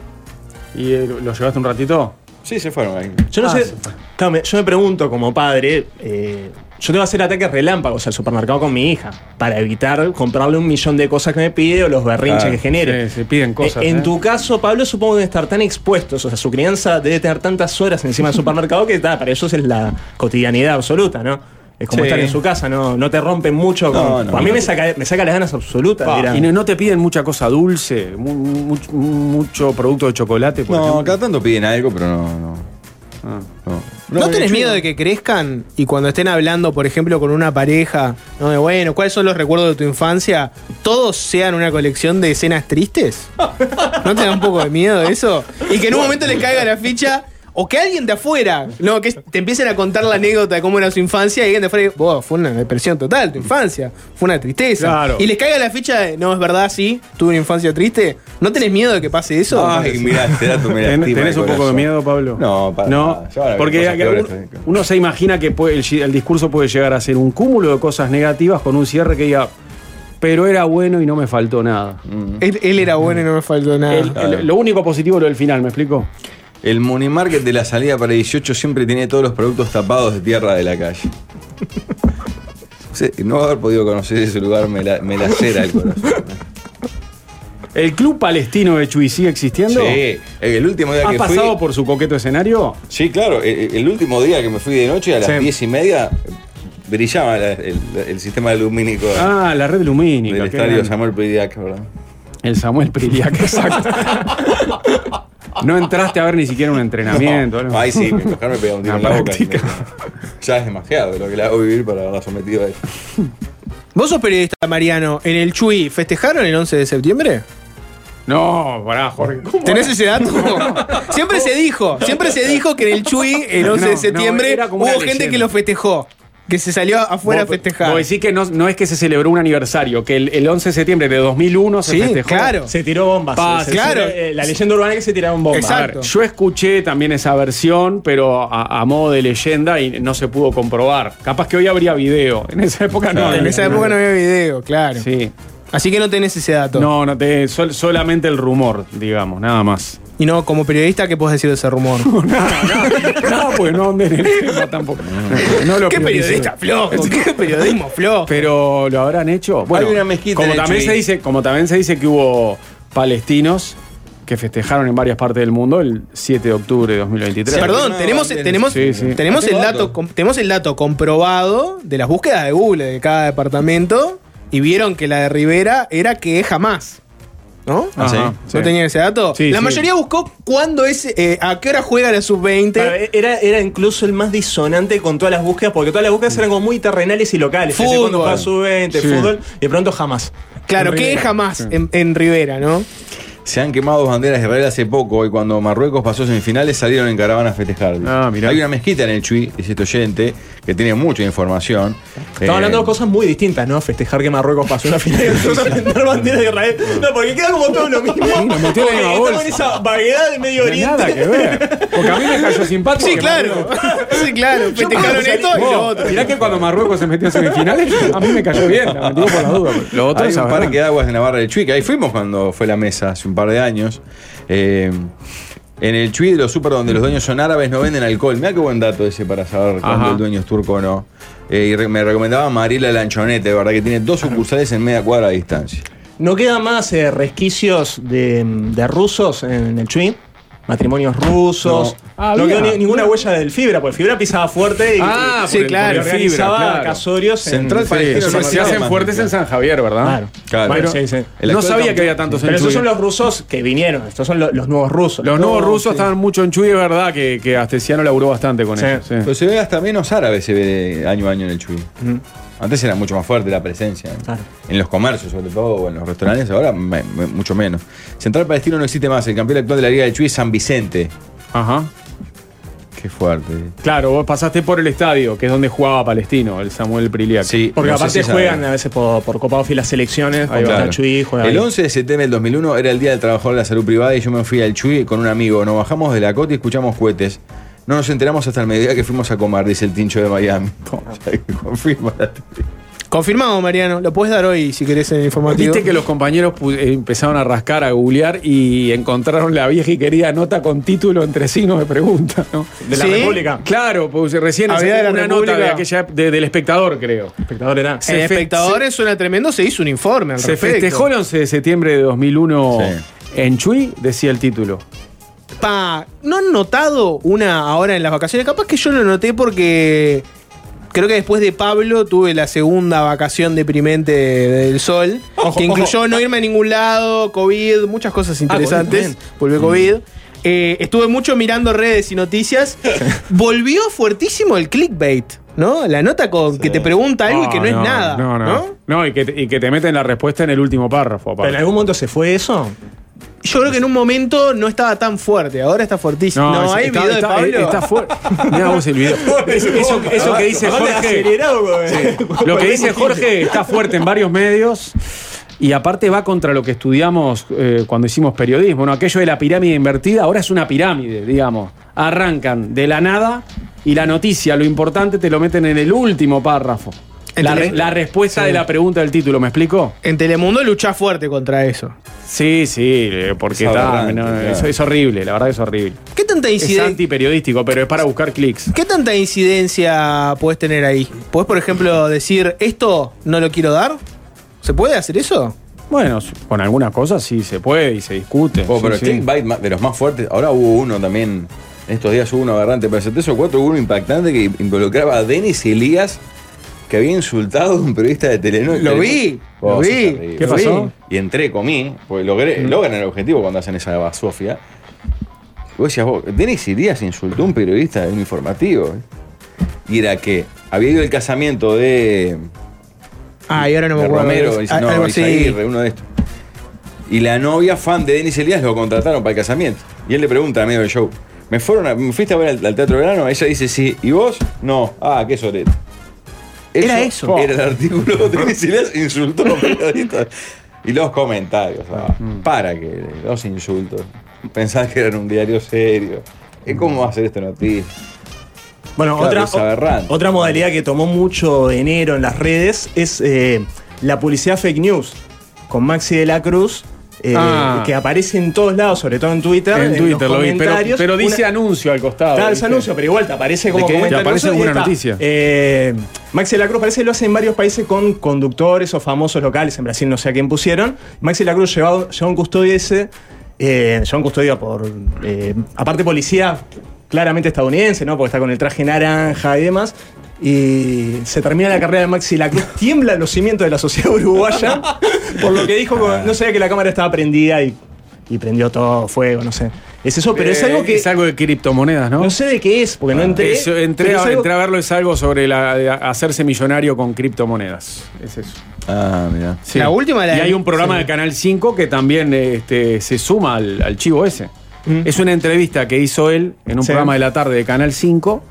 Speaker 4: ¿Y eh, lo llevaste un ratito?
Speaker 1: Sí, se fueron ahí.
Speaker 2: Yo no
Speaker 4: Ah,
Speaker 2: sé.
Speaker 4: sí.
Speaker 2: claro, me- yo me pregunto, como padre, eh, yo tengo que hacer ataques relámpagos al supermercado con mi hija para evitar comprarle un millón de cosas que me pide o los berrinches
Speaker 1: Claro,
Speaker 2: que genere.
Speaker 4: sí, se piden cosas,
Speaker 2: Eh, en
Speaker 4: ¿eh?
Speaker 2: tu caso, Pablo, supongo que deben estar tan expuestos. O sea, su crianza debe tener tantas horas encima del supermercado que ta, para ellos es la cotidianidad absoluta, ¿no? Es como
Speaker 4: Sí.
Speaker 2: estar en su casa, no, no te rompen mucho.
Speaker 1: No,
Speaker 2: con-
Speaker 1: no,
Speaker 2: a mí
Speaker 1: no.
Speaker 2: me, saca, me saca las ganas absolutas. de ir
Speaker 1: Ah.
Speaker 2: a-
Speaker 4: Y no, no te piden mucha cosa dulce, mu- mu- mucho, mucho producto de chocolate, por
Speaker 1: No,
Speaker 4: ejemplo.
Speaker 1: cada tanto piden algo, pero no, no.
Speaker 4: Ah.
Speaker 1: no. eh,
Speaker 3: ¿No, tenés miedo de que crezcan y cuando estén hablando, por ejemplo, con una pareja, ¿no? de bueno, ¿cuáles son los recuerdos de tu infancia? ¿Todos sean una colección de escenas tristes? ¿No te da un poco de miedo eso? Y que en un momento les caiga la ficha o que alguien de afuera, no, que te empiecen a contar la anécdota de cómo era su infancia y alguien de afuera diga, "Wow, fue una depresión total tu infancia, fue una tristeza.
Speaker 4: Claro.
Speaker 3: Y les caiga la ficha de, no, es verdad, sí, tuve una infancia triste. ¿No tenés miedo de que pase eso?
Speaker 1: Ay, mirá, este dato me
Speaker 4: ¿Ten-
Speaker 1: lastima
Speaker 4: ¿Tenés
Speaker 1: el
Speaker 4: un poco de
Speaker 1: corazón.
Speaker 4: miedo, Pablo?
Speaker 1: No, para
Speaker 4: No,
Speaker 1: nada. Ya van a ver
Speaker 4: porque
Speaker 1: cosas
Speaker 4: acá
Speaker 1: peores
Speaker 4: uno,
Speaker 1: también.
Speaker 4: uno se imagina que puede- el, el discurso puede llegar a ser un cúmulo de cosas negativas con un cierre que diga, pero era bueno y no me faltó nada.
Speaker 1: Mm,
Speaker 3: Él, él era bueno y no me faltó nada.
Speaker 4: El- el- lo único positivo es lo del final, ¿me explico?
Speaker 1: El money market de la salida para 18 siempre tiene todos los productos tapados de tierra de la calle. Sí, no haber podido conocer ese lugar me, la, me lacera el corazón.
Speaker 4: ¿El club palestino de Chuy sigue existiendo?
Speaker 1: Sí, el último día
Speaker 4: ¿Ha
Speaker 1: que
Speaker 4: pasado
Speaker 1: fui.
Speaker 4: por su coqueto escenario?
Speaker 1: Sí, claro, e, el, el último día que me fui de noche a las
Speaker 4: Sí.
Speaker 1: 10 y media brillaba la- el, el sistema lumínico
Speaker 4: Ah, la red lumínica.
Speaker 1: del
Speaker 4: qué
Speaker 1: estadio
Speaker 4: grande.
Speaker 1: Samuel Pidiac, ¿verdad?
Speaker 4: El Samuel Priliac, exacto. no entraste a ver ni siquiera un entrenamiento. algo.
Speaker 1: No, ahí sí, me mejor me pegaba un tiro en
Speaker 4: Una
Speaker 1: la boca.
Speaker 4: práctica.
Speaker 1: Ya es demasiado lo que le hago vivir para haberla sometido a eso.
Speaker 3: Vos sos periodista, Mariano. ¿En el Chuy festejaron el 11 de septiembre?
Speaker 4: No, pará, Jorge. ¿cómo
Speaker 3: ¿Tenés
Speaker 4: era?
Speaker 3: ese dato? siempre se dijo, siempre se dijo que en el Chuy, el 11
Speaker 4: No,
Speaker 3: de
Speaker 4: no,
Speaker 3: septiembre,
Speaker 4: era como
Speaker 3: hubo
Speaker 4: una
Speaker 3: gente
Speaker 4: leyenda.
Speaker 3: que lo festejó. que se salió afuera a
Speaker 4: Vos-
Speaker 3: festejar.
Speaker 4: Vos decís que no, no es que se celebró un aniversario, que el, el 11 de septiembre de 2001 se
Speaker 3: Sí,
Speaker 4: festejó.
Speaker 3: claro.
Speaker 2: Se tiró bombas.
Speaker 4: Pa,
Speaker 2: Se- se-
Speaker 3: claro.
Speaker 2: eh, la leyenda urbana es que se tiraron bombas.
Speaker 4: A
Speaker 3: Exacto.
Speaker 4: ver, yo escuché también esa versión, pero a, a modo de leyenda y no se pudo comprobar. Capaz que hoy habría video. En esa época no.
Speaker 1: Claro,
Speaker 4: había.
Speaker 3: en esa época no había video, claro.
Speaker 4: Sí.
Speaker 3: Así que no tenés ese dato.
Speaker 4: No, no te, sol- solamente el rumor, digamos, nada más.
Speaker 3: Y no, como periodista, ¿qué podés decir de ese rumor?
Speaker 4: No, pues no anden en el tema tampoco. No lo
Speaker 3: ¿Qué
Speaker 4: prioricen.
Speaker 3: periodista flojo? ¿Qué periodismo flojo?
Speaker 4: Pero lo habrán hecho. Bueno,
Speaker 1: Hay una mezquita
Speaker 4: como
Speaker 1: en el
Speaker 4: también
Speaker 1: Chuy.
Speaker 4: se dice, como también se dice que hubo palestinos que festejaron en varias partes del mundo el 7 de octubre de 2023.
Speaker 1: Sí,
Speaker 3: Perdón,
Speaker 1: no,
Speaker 3: tenemos,
Speaker 1: bien,
Speaker 3: tenemos,
Speaker 4: sí, sí.
Speaker 3: tenemos el
Speaker 1: Tengo
Speaker 3: dato,
Speaker 1: dato.
Speaker 3: com- tenemos el dato comprobado de las búsquedas de Google de cada departamento y vieron que la de Rivera era que es jamás. ¿No?
Speaker 1: Ah, sí.
Speaker 4: Ajá,
Speaker 3: ¿No tenían ese dato?
Speaker 4: Sí,
Speaker 3: la
Speaker 4: sí.
Speaker 3: mayoría buscó cuándo es, eh, a qué hora juega la
Speaker 2: Pero
Speaker 3: sub-20.
Speaker 2: Era, era incluso el más disonante con todas las búsquedas, porque todas las búsquedas eran como muy terrenales y locales. Ya sé
Speaker 3: Fútbol.
Speaker 2: cuándo juega sub-20,
Speaker 4: Sí.
Speaker 2: fútbol, y de pronto jamás.
Speaker 3: Claro, que es jamás en, en Rivera, ¿no?
Speaker 1: Se han quemado banderas de Israel hace poco y cuando Marruecos pasó semifinales salieron en caravana a festejar. dice.
Speaker 4: Ah, mirá.
Speaker 1: Hay una mezquita en el Chuy, dice este oyente, que tiene mucha información.
Speaker 2: Estamos hablando de
Speaker 1: cosas
Speaker 2: cosas muy distintas, ¿no? Festejar que Marruecos pasó una final y nosotros alentar banderas de Israel. No, porque queda como todo lo mismo.
Speaker 4: nos metió en
Speaker 2: Porque
Speaker 4: la misma
Speaker 2: estamos
Speaker 4: bolsa.
Speaker 2: en esa vaguedad del Medio
Speaker 4: No hay
Speaker 2: Oriente.
Speaker 4: nada que ver. Porque a mí me cayó simpático.
Speaker 3: Sí,
Speaker 4: que
Speaker 3: claro.
Speaker 4: Marruecos-
Speaker 3: sí, claro. Festejaron esto y
Speaker 4: Vos,
Speaker 3: lo otro.
Speaker 4: Mirá que cuando Marruecos se metió a semifinales, a mí me cayó bien, la metí por la duda. Lo otro
Speaker 1: Hay
Speaker 4: es
Speaker 1: un
Speaker 4: sabrán.
Speaker 1: parque de aguas en la barra del Chuy, que ahí fuimos cuando fue la mesa hace un par de años. Eh, en el Chuy de los super donde los dueños son árabes no venden alcohol. Mira qué buen dato ese para saber
Speaker 4: Ajá.
Speaker 1: cuándo el dueño es turco o no. Eh, y re- me recomendaba Marila Lanchonete, de verdad que tiene dos sucursales en media cuadra de distancia.
Speaker 2: ¿No quedan más eh, resquicios de, de rusos en el Chuy? Matrimonios rusos.
Speaker 4: No. Ah,
Speaker 2: No,
Speaker 4: Había.
Speaker 2: quedó ni- ninguna huella del Fibra, porque el Fibra pisaba fuerte y,
Speaker 4: Ah,
Speaker 3: Sí,
Speaker 4: por el-
Speaker 2: y
Speaker 3: claro,
Speaker 4: por el fibra,
Speaker 2: organizaba
Speaker 4: claro.
Speaker 2: casorios en
Speaker 1: Central
Speaker 4: Sí,
Speaker 1: Palestino
Speaker 4: se-
Speaker 1: no
Speaker 4: se
Speaker 1: tiene
Speaker 4: hacen
Speaker 1: más
Speaker 4: fuertes en
Speaker 1: nunca.
Speaker 4: San Javier, ¿verdad?
Speaker 2: Ah, Claro.
Speaker 1: Claro.
Speaker 2: Bueno,
Speaker 1: Pero-
Speaker 2: sí, sí.
Speaker 1: El
Speaker 4: no
Speaker 1: actual
Speaker 4: sabía que
Speaker 1: campeón.
Speaker 4: había tantos
Speaker 2: Pero
Speaker 4: en
Speaker 2: esos
Speaker 4: Chuy.
Speaker 2: son los rusos que vinieron, estos son lo- los nuevos rusos.
Speaker 4: Los nuevos
Speaker 2: No,
Speaker 4: rusos
Speaker 2: sí.
Speaker 4: estaban mucho en Chuy, es verdad que, que Astesiano laburó bastante con
Speaker 2: Sí.
Speaker 4: ellos. sí.
Speaker 1: Pero se ve hasta menos árabe se ve de año a año en el Chuy. Antes era mucho más fuerte la presencia. ¿no?
Speaker 2: Claro.
Speaker 1: En los comercios, sobre todo, o en los restaurantes, ahora me- me- mucho menos. Central Palestino no existe más. El campeón actual de la Liga del Chuy es San Vicente.
Speaker 4: Ajá.
Speaker 1: Qué fuerte.
Speaker 4: Claro, vos pasaste por el estadio, que es donde jugaba Palestino, el Samuel Priliak.
Speaker 1: Sí.
Speaker 2: Porque
Speaker 1: No sé
Speaker 2: aparte
Speaker 1: si
Speaker 2: juegan
Speaker 1: saben.
Speaker 2: a veces por, por Copa Ofi las selecciones,
Speaker 1: Ahí va.
Speaker 2: contra Chuy, juegan.
Speaker 1: el 11 de septiembre del 2001 era el Día del Trabajador de la Salud Privada y yo me fui al Chuy con un amigo. Nos bajamos de la cota y escuchamos cohetes. No nos enteramos hasta el mediodía que fuimos a comer, dice el tincho de Miami. O sea, que confirma la teoría.
Speaker 3: Confirmado, Mariano. Lo podés dar hoy si querés en el informativo.
Speaker 4: Viste que los compañeros pu- eh, empezaron a rascar, a googlear y encontraron la vieja y querida nota con título entre signos de pregunta, ¿no?
Speaker 2: de la
Speaker 3: ¿Sí?
Speaker 2: República.
Speaker 4: Claro, pues recién
Speaker 3: Había
Speaker 4: salió
Speaker 3: de la
Speaker 4: una
Speaker 3: República.
Speaker 4: nota de aquella, de- del espectador, creo.
Speaker 2: Espectador era.
Speaker 4: Sí.
Speaker 3: en
Speaker 4: se fe-
Speaker 3: espectadores suena tremendo, se hizo un informe al
Speaker 4: Se
Speaker 3: respecto.
Speaker 4: festejó el 11 de septiembre de 2001
Speaker 1: Sí.
Speaker 4: en Chuy, decía el título.
Speaker 3: Pa, ¿no han notado una ahora en las vacaciones? Capaz que yo lo noté porque creo que después de Pablo tuve la segunda vacación deprimente del sol,
Speaker 2: Ojo,
Speaker 3: que incluyó
Speaker 2: ojo.
Speaker 3: no irme a ningún lado, COVID, muchas
Speaker 4: Ah,
Speaker 3: cosas interesantes.
Speaker 2: bien.
Speaker 3: Volvió
Speaker 4: Mm.
Speaker 3: COVID. Eh, estuve mucho mirando redes y noticias. Volvió fuertísimo el clickbait, ¿no? La nota con que te pregunta algo y que no, es nada.
Speaker 4: Ah, No, no. No, y, que, te- y que te meten la respuesta en el último párrafo. aparte.
Speaker 2: ¿Pero en algún momento se fue eso?
Speaker 3: Yo creo que en un momento no estaba tan fuerte, ahora está fuertísimo. No,
Speaker 4: es-
Speaker 3: hay
Speaker 4: está,
Speaker 3: video de
Speaker 4: está- eh,
Speaker 3: Pablo.
Speaker 4: está fuerte. Mirá vos el video. Eso, eso que dice
Speaker 2: Aparte,
Speaker 4: Jorge.
Speaker 2: acelerado, güey.
Speaker 4: Lo que dice Jorge está fuerte en varios medios. Y aparte va contra lo que estudiamos eh, cuando hicimos periodismo. Bueno, aquello de la pirámide invertida ahora es una pirámide, digamos. Arrancan de la nada y la noticia, lo importante, te lo meten en el último párrafo. La,
Speaker 3: Entendés.
Speaker 4: re- la respuesta de la pregunta del título, ¿me explico?
Speaker 3: En Telemundo lucha fuerte contra eso.
Speaker 4: Sí, sí, eh, porque
Speaker 1: Es
Speaker 4: está,
Speaker 1: aberrante,
Speaker 4: no,
Speaker 1: claro.
Speaker 4: es, es horrible, la verdad que es horrible.
Speaker 3: ¿Qué tanta,
Speaker 4: Es
Speaker 3: inciden-
Speaker 4: antiperiodístico, pero es para buscar clics.
Speaker 3: ¿Qué tanta incidencia puedes tener ahí? ¿Puedes, por ejemplo, decir esto no lo quiero dar? ¿Se puede hacer eso?
Speaker 4: Bueno, su- con algunas cosas sí se puede y se discute.
Speaker 1: Oh,
Speaker 4: sí,
Speaker 1: pero
Speaker 4: sí.
Speaker 1: clickbait ma- de los más fuertes. Ahora hubo uno también. En estos días hubo uno aberrante, pero hace tres o cuatro hubo uno impactante que involucraba a Denis Elías, que había insultado a un periodista de Telenor.
Speaker 3: Lo vi,
Speaker 1: Oh,
Speaker 3: lo
Speaker 1: eso
Speaker 3: vi.
Speaker 1: es terrible.
Speaker 4: ¿Qué pasó?
Speaker 1: Y entré, comí, porque logré, logran el objetivo cuando hacen esa basofia. Y Vos decías vos, Denis Irías insultó a un periodista de un informativo. ¿eh? Y era que había ido el casamiento de,
Speaker 3: Ah, y ahora no me
Speaker 1: de
Speaker 3: acuerdo.
Speaker 1: Romero,
Speaker 3: Ah,
Speaker 1: dice, no,
Speaker 3: algo así.
Speaker 1: Izaguirre, uno de estos. Y la novia fan de Denis Elías lo contrataron para el casamiento. Y él le pregunta a medio del show, ¿me, fueron a- me fuiste a ver al, al Teatro Verano? Ella dice sí. ¿Y vos? No. Ah, qué sorete.
Speaker 3: Era eso.
Speaker 1: Era el artículo de Silas insultó a los periodistas. Y los comentarios. ah,
Speaker 3: mm.
Speaker 1: Para que los insultos. Pensás que eran un diario serio. ¿Y ¿Cómo va a ser esta noticia?
Speaker 2: Bueno,
Speaker 1: Claro,
Speaker 2: otra,
Speaker 1: es aberrante.
Speaker 2: otra modalidad que tomó mucho enero en las redes es eh, la publicidad fake news con Maxi de la Cruz. eh,
Speaker 4: Ah.
Speaker 2: Que aparece en todos lados, sobre todo en Twitter.
Speaker 4: En Twitter
Speaker 2: los
Speaker 4: lo vi, pero,
Speaker 2: comentarios.
Speaker 4: pero dice
Speaker 2: Una-
Speaker 4: anuncio al costado.
Speaker 2: Está ese
Speaker 4: ¿viste?
Speaker 2: anuncio, pero igual te aparece como
Speaker 4: qué?
Speaker 2: comenta
Speaker 4: Te
Speaker 2: el ruso
Speaker 4: aparece
Speaker 2: y
Speaker 4: alguna
Speaker 2: está.
Speaker 4: noticia.
Speaker 2: Eh, Maxi La Cruz parece que lo hace en varios países con conductores o famosos locales. En Brasil no sé a quién pusieron. Maxi La Cruz llevado, llevó un custodio ese. Eh, llevó un custodio por. eh, aparte, policía claramente estadounidense, ¿no? Porque está con el traje naranja y demás. Y se termina la carrera de Maxi La Cruz. Tiemblan los cimientos de la sociedad uruguaya. por lo que dijo, con- no sabía que la cámara estaba prendida y, y prendió todo fuego, no sé. Es eso, pero es
Speaker 4: Eh,
Speaker 2: algo que.
Speaker 4: Es algo de criptomonedas, ¿no?
Speaker 2: No sé de qué es, porque no entré.
Speaker 4: Ah, Eso, entré,
Speaker 2: pero
Speaker 4: a,
Speaker 2: es algo-
Speaker 4: entré a verlo, es algo sobre la, de hacerse millonario con criptomonedas. Es eso.
Speaker 1: Ah, mira.
Speaker 4: Sí.
Speaker 3: La última, la-
Speaker 4: y hay un programa
Speaker 3: sí.
Speaker 4: de Canal 5 que también este, se suma al, al chivo ese. Es una entrevista que hizo él en un
Speaker 2: Sí.
Speaker 4: programa de la tarde de Canal 5.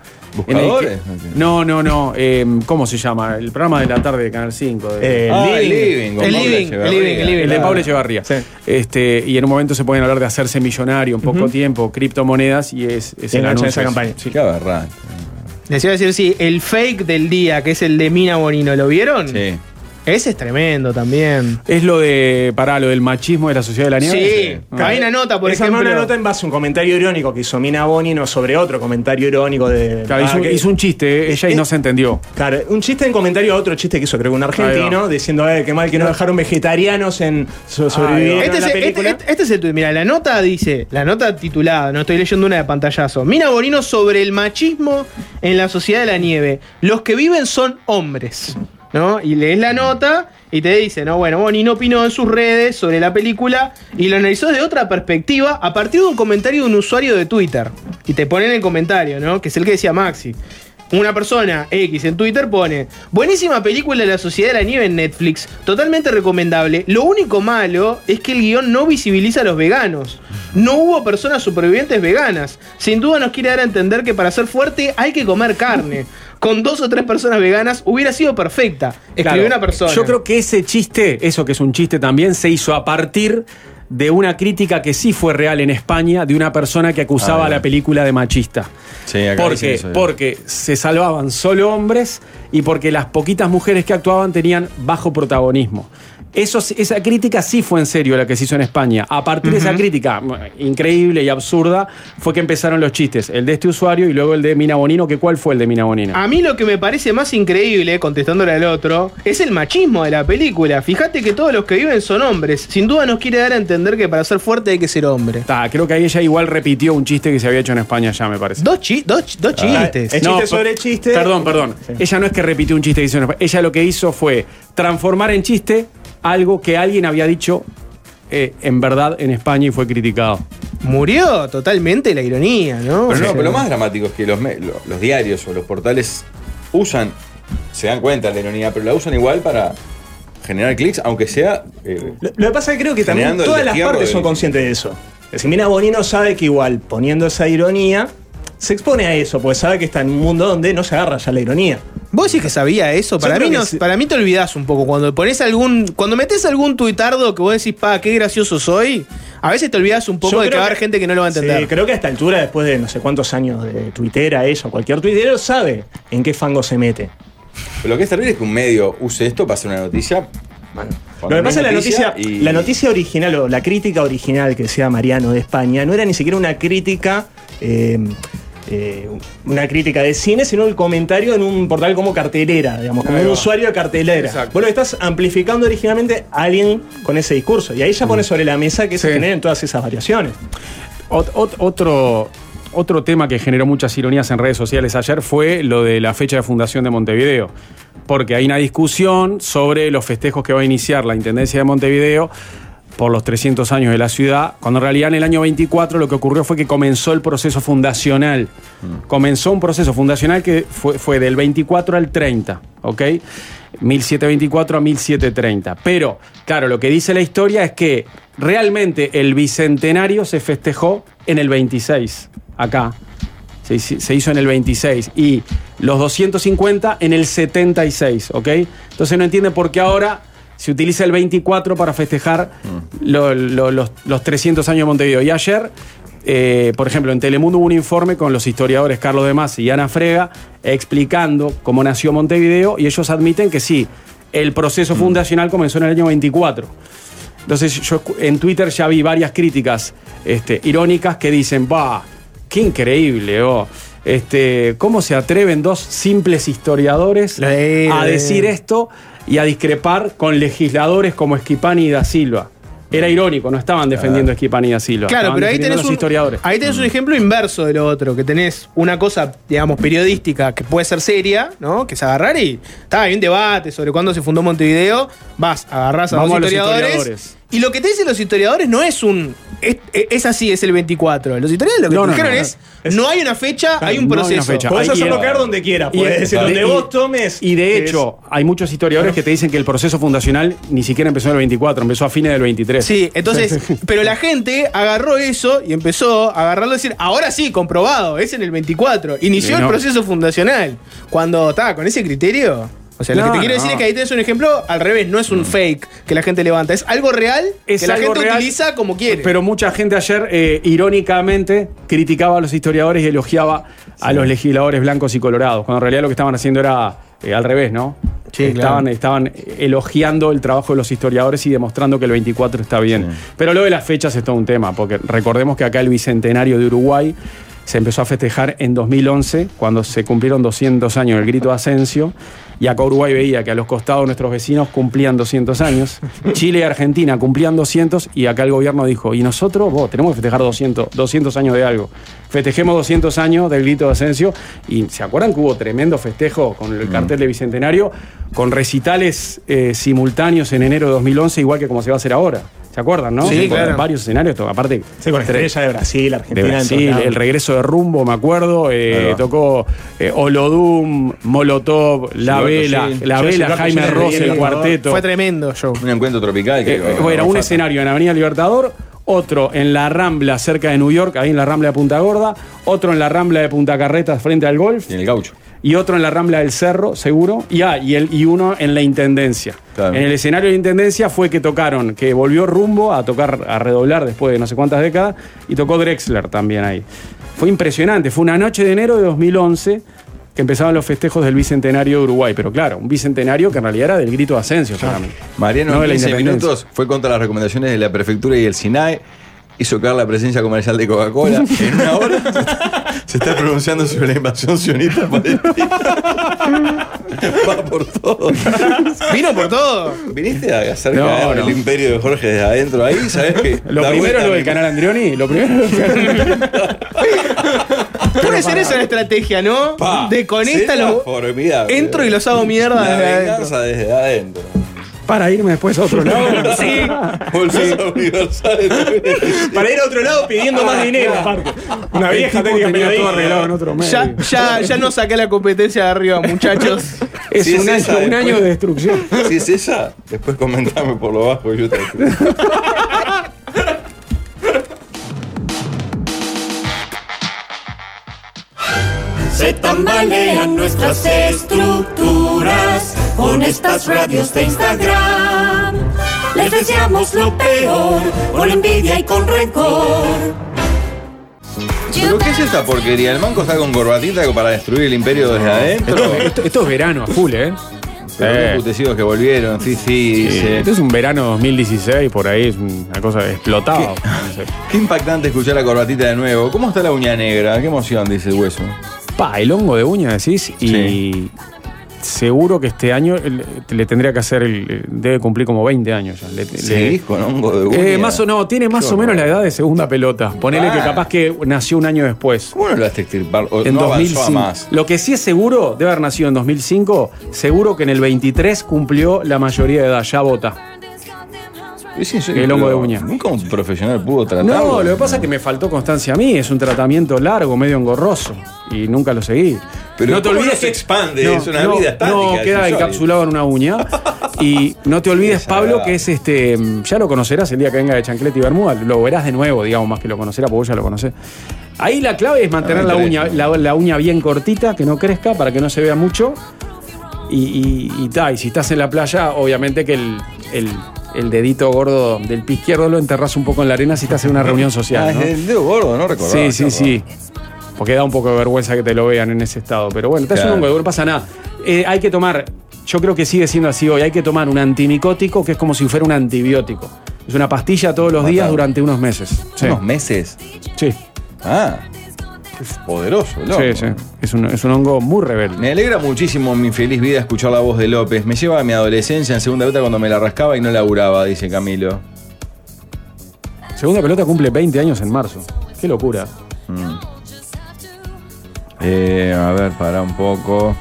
Speaker 4: en el que-
Speaker 1: ¿Buscadores?
Speaker 4: no, no, no. eh, ¿Cómo se llama? El programa de la tarde de Canal 5. de-
Speaker 2: Eh,
Speaker 1: Ah,
Speaker 2: living.
Speaker 1: con
Speaker 3: El
Speaker 1: Paula
Speaker 3: living, el
Speaker 1: Echeverría.
Speaker 3: living, el living.
Speaker 4: El de
Speaker 3: Claro.
Speaker 4: Pablo Echevarría.
Speaker 2: Sí.
Speaker 4: Este, y en un momento se pueden hablar de hacerse millonario en poco tiempo, criptomonedas, y es, es
Speaker 2: Y
Speaker 4: el
Speaker 2: enganchan
Speaker 4: anuncio.
Speaker 2: esa
Speaker 4: ese.
Speaker 2: campaña.
Speaker 1: Sí, qué aberrante.
Speaker 3: Les iba a decir, sí, el fake del día, que es el de Mina Bonino, ¿lo vieron?
Speaker 1: Sí.
Speaker 3: Ese es tremendo también.
Speaker 4: Es lo de, pará, lo del machismo de la sociedad de la nieve.
Speaker 3: Sí, hay una nota, por
Speaker 2: Esa
Speaker 3: ejemplo.
Speaker 2: una nota en base a un comentario irónico que hizo Mina Bonino sobre otro comentario irónico de.
Speaker 4: Claro, hizo,
Speaker 2: Ah, que-
Speaker 4: hizo un chiste, eh, ella y no se entendió.
Speaker 2: Claro, un chiste en comentario a otro chiste que hizo, creo que un
Speaker 4: Ahí va.
Speaker 2: argentino, diciendo eh, que mal que no dejaron vegetarianos en so- sobrevivir
Speaker 3: Este
Speaker 2: en
Speaker 3: es,
Speaker 2: la
Speaker 3: este-
Speaker 2: película.
Speaker 3: este- este es el tuyo. Mira, la nota dice, la nota titulada, no estoy leyendo una de pantallazo. Mina Bonino sobre el machismo en la sociedad de la nieve. Los que viven son hombres. ¿No? Y lees la nota y te dice, no, bueno, Bonino opinó en sus redes sobre la película y lo analizó desde otra perspectiva a partir de un comentario de un usuario de Twitter. Y te ponen el comentario, ¿no? Que es el que decía Maxi. Una persona X en Twitter pone, buenísima película La Sociedad de la Nieve en Netflix, totalmente recomendable. Lo único malo es que el guión no visibiliza a los veganos. No hubo personas supervivientes veganas. Sin duda nos quiere dar a entender que para ser fuerte hay que comer carne. Con dos o tres personas veganas hubiera sido perfecta. Escribió
Speaker 4: Claro.
Speaker 3: una persona.
Speaker 4: Yo creo que ese chiste, eso que es un chiste también, se hizo a partir de una crítica que sí fue real en España de una persona que acusaba
Speaker 1: Ah,
Speaker 4: a
Speaker 1: bien.
Speaker 4: la película de machista.
Speaker 1: Sí, acá dicen
Speaker 4: Porque,
Speaker 1: eso.
Speaker 4: porque se salvaban solo hombres y porque las poquitas mujeres que actuaban tenían bajo protagonismo. Eso, sí- esa crítica sí fue en serio la que se hizo en España. A partir de esa crítica bueno, increíble y absurda fue que empezaron los chistes. El de este usuario y luego el de Mina Bonino, que cuál fue el de Mina Bonino.
Speaker 3: A mí lo que me parece más increíble, contestándole al otro, es el machismo de la película. Fíjate que todos los que viven son hombres. Sin duda nos quiere dar a entender que para ser fuerte hay que ser hombre.
Speaker 4: Ta, creo que ahí ella igual repitió un chiste que se había hecho en España ya, me parece.
Speaker 3: Dos, chi- dos- dos chistes.
Speaker 2: Es chiste
Speaker 4: pe-
Speaker 2: sobre chiste.
Speaker 4: Perdón, perdón. Ella no es que repitió un chiste que hizo en España. Ella lo que hizo fue transformar en chiste algo que alguien había dicho eh, en verdad en España y fue criticado.
Speaker 3: Murió totalmente la ironía,
Speaker 1: Pero
Speaker 3: ¿no? O
Speaker 1: no,
Speaker 3: sea,
Speaker 1: pero lo más dramático es que los, me- lo- los diarios o los portales usan, se dan cuenta de la ironía, pero la usan igual para generar clics, aunque sea. eh,
Speaker 2: Lo, lo que pasa es que creo que también
Speaker 1: Generando el
Speaker 2: todas las
Speaker 1: destierro
Speaker 2: partes
Speaker 1: del-
Speaker 2: son conscientes de eso. Es decir, Mina Bonino sabe que igual, poniendo esa ironía, se expone a eso, porque sabe que está en un mundo donde no se agarra ya la ironía.
Speaker 3: Vos decís que sabía eso. Para
Speaker 2: creo
Speaker 3: mí,
Speaker 2: que
Speaker 3: no-
Speaker 2: sí.
Speaker 3: para mí te olvidás un poco. Cuando pones algún. Cuando metes algún tuitardo que vos decís, pa, qué gracioso soy, a veces te olvidás un poco
Speaker 2: Yo
Speaker 3: de que
Speaker 2: creo
Speaker 3: va a haber gente que no lo va a entender.
Speaker 2: Sí, creo que a esta altura, después de no sé cuántos años de tuitera, ella o cualquier tuitero, sabe en qué fango se mete.
Speaker 1: Lo que es terrible es que un medio use esto para hacer una noticia.
Speaker 2: Lo que pasa es la noticia,
Speaker 1: y-
Speaker 2: la noticia original o la crítica original que decía Mariano de España no era ni siquiera una crítica. eh, eh, una crítica de cine, sino el comentario en un portal como cartelera, digamos, como
Speaker 4: Ahí
Speaker 2: un
Speaker 4: va.
Speaker 2: usuario de cartelera.
Speaker 4: Exacto.
Speaker 2: Vos lo estás amplificando originalmente a alguien con ese discurso. Y ahí ya pones sobre la mesa que se
Speaker 4: Mm. Sí.
Speaker 2: generen todas esas variaciones.
Speaker 4: Ot- ot- otro, otro tema que generó muchas ironías en redes sociales ayer fue lo de la fecha de fundación de Montevideo. Porque hay una discusión sobre los festejos que va a iniciar la Intendencia de Montevideo por los 300 años de la ciudad, cuando en realidad en el año 24 lo que ocurrió fue que comenzó el proceso fundacional. Comenzó un proceso fundacional que fue, fue del 24 al 30, ¿ok? 1724 a 1730. Pero, claro, lo que dice la historia es que realmente el bicentenario se festejó en el 26, acá. Se, hizo- se hizo en el 26. Y los 250 en el 76, ¿ok? Entonces no entiende por qué ahora se utiliza el 24 para festejar lo- lo- los, los 300 años de Montevideo. Y ayer, eh, por ejemplo, en Telemundo hubo un informe con los historiadores Carlos de Masi y Ana Frega explicando cómo nació Montevideo y ellos admiten que sí, el proceso fundacional comenzó en el año 24. Entonces yo escu- en Twitter ya vi varias críticas este, irónicas que dicen, va, qué increíble, oh, este, ¿cómo se atreven dos simples historiadores
Speaker 3: Eh,
Speaker 4: a
Speaker 3: eh.
Speaker 4: decir esto y a discrepar con legisladores como Esquipani y da Silva? Era irónico, no estaban defendiendo a Esquipani y da Silva.
Speaker 3: Claro,
Speaker 4: estaban
Speaker 3: pero ahí
Speaker 4: defendiendo a
Speaker 3: tenés,
Speaker 4: los
Speaker 3: un,
Speaker 4: historiadores.
Speaker 3: ahí tenés un ejemplo inverso de lo otro, que tenés una cosa, digamos, periodística que puede ser seria, ¿no? Que es agarrar y está, hay un debate sobre cuándo se fundó Montevideo, vas, agarrás a
Speaker 4: Vamos
Speaker 3: dos
Speaker 4: a los
Speaker 3: historiadores,
Speaker 4: historiadores.
Speaker 3: Y lo que te dicen los historiadores no es un es, es así, es el 24. Los historiadores lo que
Speaker 4: No,
Speaker 3: te
Speaker 4: no,
Speaker 3: dijeron
Speaker 4: no, no.
Speaker 3: es no hay una fecha, hay un
Speaker 4: no hay
Speaker 3: proceso.
Speaker 4: una fecha.
Speaker 2: Podés
Speaker 4: Ahí
Speaker 2: hacerlo
Speaker 4: y-
Speaker 2: caer donde quiera.
Speaker 4: Y-
Speaker 2: Podés decir
Speaker 4: y-
Speaker 2: donde
Speaker 4: y-
Speaker 2: vos tomes.
Speaker 4: Y de
Speaker 2: que es-
Speaker 4: hecho, hay muchos historiadores que te dicen que el proceso fundacional ni siquiera empezó en el 24, empezó a fines del 23.
Speaker 3: Sí, entonces, pero la gente agarró eso y empezó a agarrarlo y decir, ahora sí, comprobado, es en el 24. Inició
Speaker 4: Y no.
Speaker 3: el proceso fundacional. Cuando estaba con ese criterio. O sea, lo
Speaker 4: No,
Speaker 3: que te quiero
Speaker 4: no.
Speaker 3: decir es que ahí tenés un ejemplo al revés, no es un fake que la gente levanta, es algo real
Speaker 4: Es
Speaker 3: que la
Speaker 4: algo
Speaker 3: gente
Speaker 4: real,
Speaker 3: utiliza como quiere.
Speaker 4: Pero mucha gente ayer, eh, irónicamente, criticaba a los historiadores y elogiaba a los legisladores blancos y colorados, cuando en realidad lo que estaban haciendo era eh, al revés, ¿no?
Speaker 3: Sí,
Speaker 4: estaban,
Speaker 3: claro.
Speaker 4: estaban elogiando el trabajo de los historiadores y demostrando que el 24 está bien. Pero lo de las fechas es todo un tema, porque recordemos que acá el bicentenario de Uruguay se empezó a festejar en 2011, cuando se cumplieron 200 años del grito de Asensio, y acá Uruguay veía que a los costados nuestros vecinos cumplían 200 años, Chile y Argentina cumplían 200, y acá el gobierno dijo, y nosotros, vos, tenemos que festejar 200, 200 años de algo. Festejemos 200 años del grito de Asensio, y ¿se acuerdan que hubo tremendo festejo con el cartel de Bicentenario, con recitales eh, simultáneos en enero de 2011, igual que como se va a hacer ahora? ¿Se acuerdan, no?
Speaker 3: Sí,
Speaker 4: Se acuerdan
Speaker 3: claro.
Speaker 4: Varios escenarios, to- aparte...
Speaker 2: Sí, con
Speaker 4: tre-
Speaker 2: estrella de Brasil, Argentina.
Speaker 4: de
Speaker 2: en todos
Speaker 4: Brasil,
Speaker 2: lados.
Speaker 4: el regreso de Rumbo, me acuerdo, eh,
Speaker 1: Ahí va.
Speaker 4: tocó eh, Olodum, Molotov, La
Speaker 1: Gilberto
Speaker 4: Vela,
Speaker 1: Gil.
Speaker 4: La
Speaker 2: Sí,
Speaker 4: Vela,
Speaker 2: Gilberto
Speaker 4: Jaime
Speaker 2: Gil,
Speaker 4: Ross, el
Speaker 2: Gil,
Speaker 4: cuarteto.
Speaker 3: Fue tremendo show.
Speaker 1: Un encuentro tropical que.
Speaker 4: Eh, eh, era un
Speaker 1: Fata.
Speaker 4: escenario en Avenida Libertador, otro en la Rambla cerca de New York, ahí en la Rambla de Punta Gorda, otro en la Rambla de Punta Carretas frente al golf
Speaker 1: Y en el gaucho.
Speaker 4: y otro en la Rambla del Cerro, seguro, y, ah, y, el, y uno en la Intendencia.
Speaker 1: Claro.
Speaker 4: En el escenario de la Intendencia fue que tocaron, que volvió rumbo a tocar, a redoblar después de no sé cuántas décadas, y tocó Drexler también ahí. Fue impresionante, fue una noche de enero de 2011 que empezaban los festejos del Bicentenario de Uruguay, pero claro, un Bicentenario que en realidad era del grito de Asensio para mí.
Speaker 1: Mariano
Speaker 4: No de
Speaker 1: en
Speaker 4: la
Speaker 1: 15
Speaker 4: independencia.
Speaker 1: minutos fue contra las recomendaciones de la prefectura y el SINAE. Hizo caer la presencia comercial de Coca-Cola. En una hora se está, se está pronunciando sobre la invasión sionista palestina. Va por todo.
Speaker 3: Vino por todo.
Speaker 1: ¿Viniste a hacer
Speaker 4: No,
Speaker 1: caer
Speaker 4: no.
Speaker 1: el imperio de Jorge desde adentro ahí? ¿Sabes qué?
Speaker 4: Lo primero es lo del canal Andrioni, lo primero es lo del canal Andrioni.
Speaker 3: Puede ser esa la estrategia, ¿no? De con esta lo entro y los hago mierda
Speaker 1: La
Speaker 3: desde adentro.
Speaker 1: venganza desde adentro.
Speaker 4: para irme después a otro lado.
Speaker 3: Sí.
Speaker 1: Bolsas universales.
Speaker 2: Para ir a otro lado pidiendo más dinero, aparte. Una vieja
Speaker 4: El tipo
Speaker 2: técnica
Speaker 4: tenía todo arreglado
Speaker 2: periodística.
Speaker 4: en otro medio.
Speaker 3: Ya, ya, ya no saqué la competencia de arriba, muchachos.
Speaker 4: Es,
Speaker 1: Sí, es
Speaker 4: un, año-
Speaker 1: esa,
Speaker 4: un año
Speaker 1: después.
Speaker 4: de destrucción.
Speaker 1: Si es esa, después comentame por lo bajo yo te
Speaker 6: Se tambalean nuestras estructuras con estas radios de Instagram. Les deseamos lo peor, con envidia y con rencor.
Speaker 1: ¿Pero qué es esta porquería? ¿El manco está con corbatita para destruir el imperio desde adentro?
Speaker 4: Esto, esto- esto es verano a full, ¿eh?
Speaker 1: Pero
Speaker 4: Eh,
Speaker 1: los putecidos que volvieron, sí, sí,
Speaker 4: sí.
Speaker 1: dice.
Speaker 4: Este es un verano 2016, por ahí, es una cosa explotada. No sé.
Speaker 1: Qué impactante escuchar a corbatita de nuevo. ¿Cómo está la uña negra? Qué emoción, dice el hueso.
Speaker 4: Pa, el hongo de uña decís y.
Speaker 1: Sí.
Speaker 4: Seguro que este año el- le tendría que hacer, el- debe cumplir como 20 años ya. Le- le-
Speaker 1: Seguís con hongo de uña.
Speaker 4: Eh, más o no, tiene más
Speaker 1: Qué
Speaker 4: o menos
Speaker 1: horror.
Speaker 4: la edad de segunda pelota. Ponele
Speaker 1: Ah.
Speaker 4: que capaz que nació un año después.
Speaker 1: ¿Cómo no lo vas a extirpar? O
Speaker 4: En
Speaker 1: no avanzó
Speaker 4: 2005.
Speaker 1: a más.
Speaker 4: Lo que sí es seguro, debe haber nacido en 2005, seguro que en el 23 cumplió la mayoría de edad, ya vota.
Speaker 1: Es en serio,
Speaker 4: El hongo de
Speaker 1: pero
Speaker 4: uña.
Speaker 1: Nunca un profesional pudo tratarlo.
Speaker 4: No, lo que pasa es que me faltó constancia a mí, es un tratamiento largo, medio engorroso, y nunca lo seguí.
Speaker 1: Pero
Speaker 4: no te
Speaker 1: ¿cómo
Speaker 4: olvides
Speaker 1: no se
Speaker 4: que
Speaker 1: expande? Es una vida estática,
Speaker 4: No,
Speaker 1: es
Speaker 4: queda
Speaker 1: insólito.
Speaker 4: encapsulado en una uña. Y no te olvides, Pablo,
Speaker 7: desagradable.
Speaker 4: que es este. mm, Ya lo conocerás el día que venga de Chancleta y Bermuda. Lo verás de nuevo, digamos, más que lo conocerás, porque vos ya lo conocés. Ahí la clave es mantener
Speaker 7: me
Speaker 4: la uña,
Speaker 7: interesa.
Speaker 4: la, la uña bien cortita, que no crezca, para que no se vea mucho. Y, y, y ta, y si estás en la playa, obviamente que el, el- el dedito gordo del pie izquierdo lo enterrás un poco en la arena si estás en una reunión
Speaker 7: Ah,
Speaker 4: social.
Speaker 7: es
Speaker 4: ¿no?
Speaker 7: el dedo gordo, no recordaba.
Speaker 4: Sí, sí,
Speaker 7: qué
Speaker 4: sí. Porque da un poco de vergüenza que te lo vean en ese estado. Pero bueno, te hace
Speaker 7: Claro.
Speaker 4: un hongo, no pasa nada. Eh, hay que tomar, yo creo que sigue siendo así hoy, hay que tomar un antimicótico que es como si fuera un antibiótico. Es una pastilla todos los
Speaker 7: Matado.
Speaker 4: días durante unos meses. Sí,
Speaker 7: Unos meses.
Speaker 4: sí,
Speaker 7: Ah, es poderoso, loco.
Speaker 4: sí, sí. Es, un, es un hongo muy rebelde.
Speaker 7: Me alegra muchísimo en mi feliz vida escuchar la voz de López. Me lleva a mi adolescencia en segunda vuelta cuando me la rascaba y no laburaba, dice Camilo.
Speaker 4: Segunda pelota cumple 20 años en marzo. Qué locura.
Speaker 7: Eh, a ver, para un poco.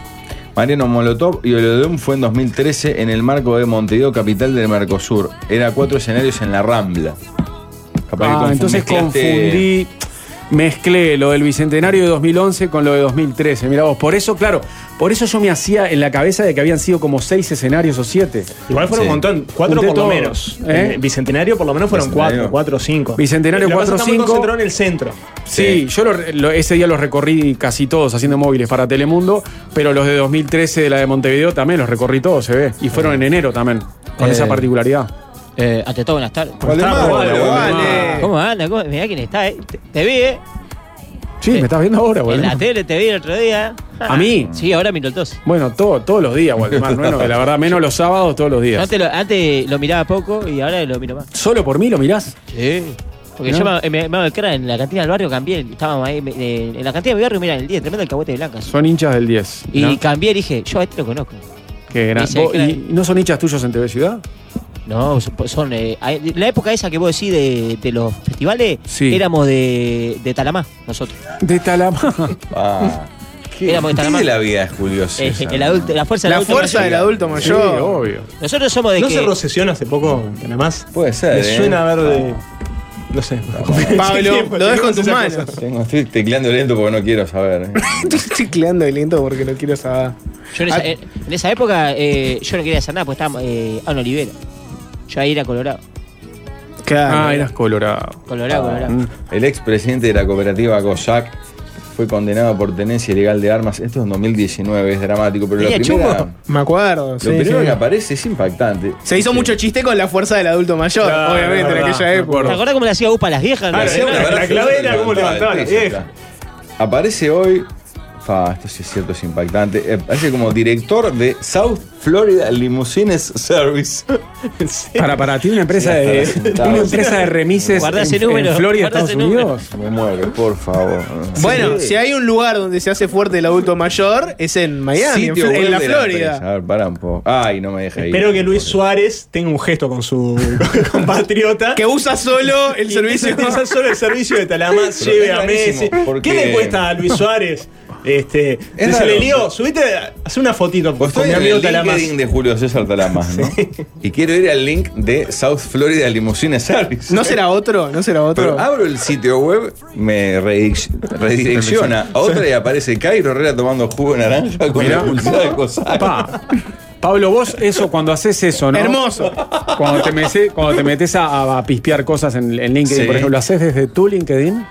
Speaker 7: Mariano Molotov y Olodum fue en 2013 en el marco de Montevideo, capital del Mercosur. Era cuatro escenarios en la Rambla. Capaz que este-
Speaker 4: Ah,
Speaker 7: confu-
Speaker 4: entonces
Speaker 7: mezclaste-
Speaker 4: confundí, mezclé lo del bicentenario de 2011 con lo de 2013. Mira vos, por eso, claro, por eso yo me hacía en la cabeza de que habían sido como seis escenarios o siete.
Speaker 2: Igual fueron
Speaker 7: Sí.
Speaker 2: un montón, cuatro
Speaker 4: Junté
Speaker 2: por lo
Speaker 4: todos,
Speaker 2: menos.
Speaker 4: ¿eh?
Speaker 2: En Bicentenario por lo menos fueron
Speaker 7: Bicentenario.
Speaker 2: cuatro, cuatro o cinco.
Speaker 4: Bicentenario,
Speaker 2: Lo que pasa es que
Speaker 4: cuatro,
Speaker 2: está muy
Speaker 4: cinco.
Speaker 2: concentrado en el centro.
Speaker 4: Sí,
Speaker 7: Sí.
Speaker 4: yo lo- lo- ese día los recorrí casi todos haciendo móviles para Telemundo, pero los de 2013 de la de Montevideo también los recorrí todos, se ve. Y fueron en enero también, con
Speaker 8: Eh.
Speaker 4: esa particularidad.
Speaker 8: Eh, ante todo, buenas tardes.
Speaker 7: Guatemala,
Speaker 4: Está bueno,
Speaker 7: Guatemala.
Speaker 4: Guatemala.
Speaker 8: ¿Cómo anda? ¿Cómo? Mirá quién está, eh. Te, te vi, eh.
Speaker 4: Sí, me estás viendo ahora,
Speaker 8: En
Speaker 4: Guatemala.
Speaker 8: la tele te vi el otro día.
Speaker 4: ¿A mí?
Speaker 8: Sí, ahora miro el tos.
Speaker 4: Bueno, todo- todos los días, Guatemala. Bueno, la verdad, menos los sábados, todos los días.
Speaker 8: Antes lo, antes lo miraba poco y ahora lo miro más.
Speaker 4: ¿Solo por mí lo mirás?
Speaker 8: Sí. Porque
Speaker 4: ¿No?
Speaker 8: yo me, me, me hago el cara en la cantina del barrio, cambié. Estábamos ahí. me- eh, en la cantina del barrio, mira, el 10, tremendo el cahuete de blancas.
Speaker 4: Son hinchas del 10.
Speaker 8: Y
Speaker 4: ¿no?
Speaker 8: cambié y dije, yo a este lo conozco.
Speaker 4: Qué gran-
Speaker 8: Dice
Speaker 4: vos-
Speaker 8: que-
Speaker 4: ¿Y no son hinchas tuyos en TV Ciudad?
Speaker 8: No, son. son, eh, hay- la época esa que vos decís de, de los festivales,
Speaker 4: Sí.
Speaker 8: éramos de, de Talamá, nosotros.
Speaker 4: De Talamá.
Speaker 7: Ah. ¿Qué,
Speaker 8: Éramos
Speaker 7: qué
Speaker 8: de Talamá.
Speaker 7: de la vida es Julio
Speaker 8: Eh,
Speaker 7: César?
Speaker 8: el adulto, la fuerza del
Speaker 3: La
Speaker 8: adulto
Speaker 3: fuerza
Speaker 8: mayor.
Speaker 3: del adulto
Speaker 4: Sí,
Speaker 3: mayor.
Speaker 4: obvio.
Speaker 8: Nosotros somos de
Speaker 2: ¿No
Speaker 8: que.
Speaker 2: se recesión hace poco, que nada más?
Speaker 7: Puede ser.
Speaker 2: Me
Speaker 7: ¿eh?
Speaker 2: suena haber de. No sé.
Speaker 3: Pablo, lo dejo en tus manos.
Speaker 7: Tengo- estoy tecleando lento porque no quiero saber. ¿eh?
Speaker 3: Estoy chicleando de lindo porque no quiero saber.
Speaker 7: Ah.
Speaker 8: Yo en, esa, en- en esa época eh, yo no quería hacer nada porque estábamos eh, ah, en Olivera. Yo ahí era Colorado.
Speaker 4: Ah,
Speaker 3: Claro.
Speaker 4: eras colorado.
Speaker 7: Ah.
Speaker 8: Colorado, Colorado.
Speaker 7: El expresidente de la cooperativa COSAC fue condenado por tenencia ilegal de armas. Esto es en 2019, es dramático, pero la
Speaker 8: ¿Tenía
Speaker 7: primera,
Speaker 8: chumbo?
Speaker 3: Me acuerdo.
Speaker 7: lo
Speaker 3: sí,
Speaker 7: primero
Speaker 3: sí.
Speaker 7: que aparece es impactante.
Speaker 3: Se hizo mucho chiste con la fuerza del adulto mayor,
Speaker 2: Claro,
Speaker 3: obviamente, en
Speaker 2: verdad,
Speaker 3: aquella
Speaker 2: me
Speaker 8: ¿Te
Speaker 3: época.
Speaker 8: acordás cómo le hacía UPA a las viejas?
Speaker 2: Claro,
Speaker 7: Hacía
Speaker 2: era-
Speaker 7: una
Speaker 2: la clave
Speaker 7: verdad que
Speaker 2: era
Speaker 7: levantaba
Speaker 2: cómo levantaba
Speaker 7: el
Speaker 2: la
Speaker 7: peso,
Speaker 2: vieja.
Speaker 7: claro. Aparece hoy. Fa, esto sí es cierto, es impactante. eh, Aparece como director de South Florida Limousines Service.
Speaker 4: Para, para, tiene una empresa
Speaker 7: Sí,
Speaker 4: de.
Speaker 7: hasta la
Speaker 4: tiene una empresa de remises en,
Speaker 8: Guardá ese
Speaker 4: en
Speaker 8: número,
Speaker 4: Florida,
Speaker 8: guardá
Speaker 4: Estados
Speaker 8: ese número.
Speaker 4: Unidos.
Speaker 7: Me muero, por favor.
Speaker 3: Bueno, si hay un lugar donde se hace fuerte el adulto mayor, es en Miami, en,
Speaker 7: Sitio
Speaker 3: Fl-
Speaker 7: web
Speaker 3: en la
Speaker 7: de empresa.
Speaker 3: Florida.
Speaker 7: A ver, para un poco. Ay, no me deja ir.
Speaker 2: Espero que Luis Suárez tenga un gesto con su compatriota.
Speaker 3: Que usa solo el
Speaker 2: Y
Speaker 3: servicio.
Speaker 2: que utiliza solo el servicio de Talamá, lleve a
Speaker 7: rarísimo,
Speaker 2: Messi.
Speaker 7: porque-
Speaker 2: ¿Qué le cuesta a Luis Suárez? Este,
Speaker 7: Es
Speaker 2: se le
Speaker 7: raro.
Speaker 2: lió, subite, hace una fotito
Speaker 7: Pues
Speaker 2: con
Speaker 7: estoy
Speaker 2: mi
Speaker 7: en
Speaker 2: amigo
Speaker 7: el
Speaker 2: Talamás.
Speaker 7: LinkedIn de Julio César Talamas, ¿no? Y quiero ir al link de South Florida Limousine Service.
Speaker 3: ¿No será otro? ¿No será otro?
Speaker 7: Pero abro el sitio web, me redic- redirecciona a otra y aparece Cairo Herrera tomando jugo de naranja con
Speaker 4: Mirá.
Speaker 7: la pulsada de Ah, cosas.
Speaker 4: Pa. Pablo, vos eso, cuando haces eso, ¿no?
Speaker 3: Hermoso.
Speaker 4: Cuando te, mece- cuando te metes a, a pispear cosas en, en LinkedIn,
Speaker 7: Sí.
Speaker 4: por ejemplo, ¿lo haces desde tu LinkedIn?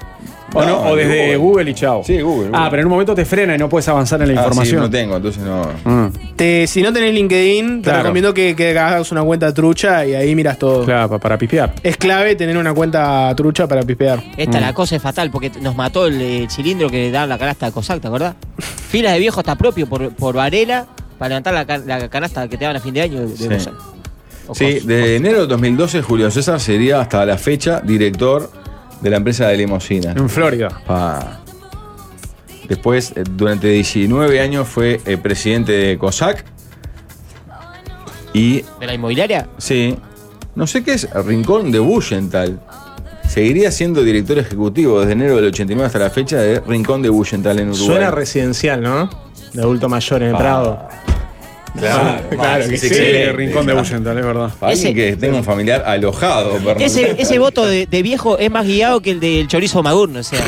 Speaker 4: ¿O, no,
Speaker 7: No,
Speaker 4: o desde Google.
Speaker 7: Google.
Speaker 4: y chao?
Speaker 7: Sí, Google,
Speaker 4: Ah,
Speaker 7: Google.
Speaker 4: pero en un momento te frena y no puedes avanzar en la
Speaker 7: Ah, sí,
Speaker 4: información.
Speaker 7: no tengo, entonces no.
Speaker 4: Mm,
Speaker 3: Te- si no tenés LinkedIn, te
Speaker 4: Claro.
Speaker 3: recomiendo que, que hagas una cuenta trucha y ahí miras todo.
Speaker 4: claro, pa- para pispear.
Speaker 3: Es clave tener una cuenta trucha para pispear.
Speaker 8: Esta la cosa es fatal porque nos mató el, eh, cilindro que le daban la canasta de Cosac, ¿te acordás? Filas de viejo hasta propio por, por Varela para levantar la, can- la canasta que te daban a fin de año de, de
Speaker 7: Sí.
Speaker 8: Cosac. O
Speaker 7: Sí,
Speaker 8: Cos-
Speaker 7: desde enero de 2012 Julio César sería hasta la fecha director de la empresa de limusina.
Speaker 4: En Florida.
Speaker 7: Pa. Después, eh, durante 19 años fue eh, presidente de COSAC. Y,
Speaker 8: ¿De la inmobiliaria?
Speaker 7: sí, no sé qué es, Rincón de Bullenthal. Seguiría siendo director ejecutivo desde enero del 89 hasta la fecha de Rincón de Bullenthal en Uruguay.
Speaker 2: Suena residencial, ¿no? De adulto mayor en el
Speaker 7: Ah.
Speaker 2: Prado.
Speaker 7: Claro,
Speaker 2: Claro que sí.
Speaker 7: excelente.
Speaker 4: Rincón de Bullentale, es verdad.
Speaker 7: Para alguien
Speaker 8: Ese-
Speaker 7: que tenga un familiar alojado, Bernardo.
Speaker 8: Ese, ese voto de, de viejo es más guiado que el del chorizo magurno, o sea.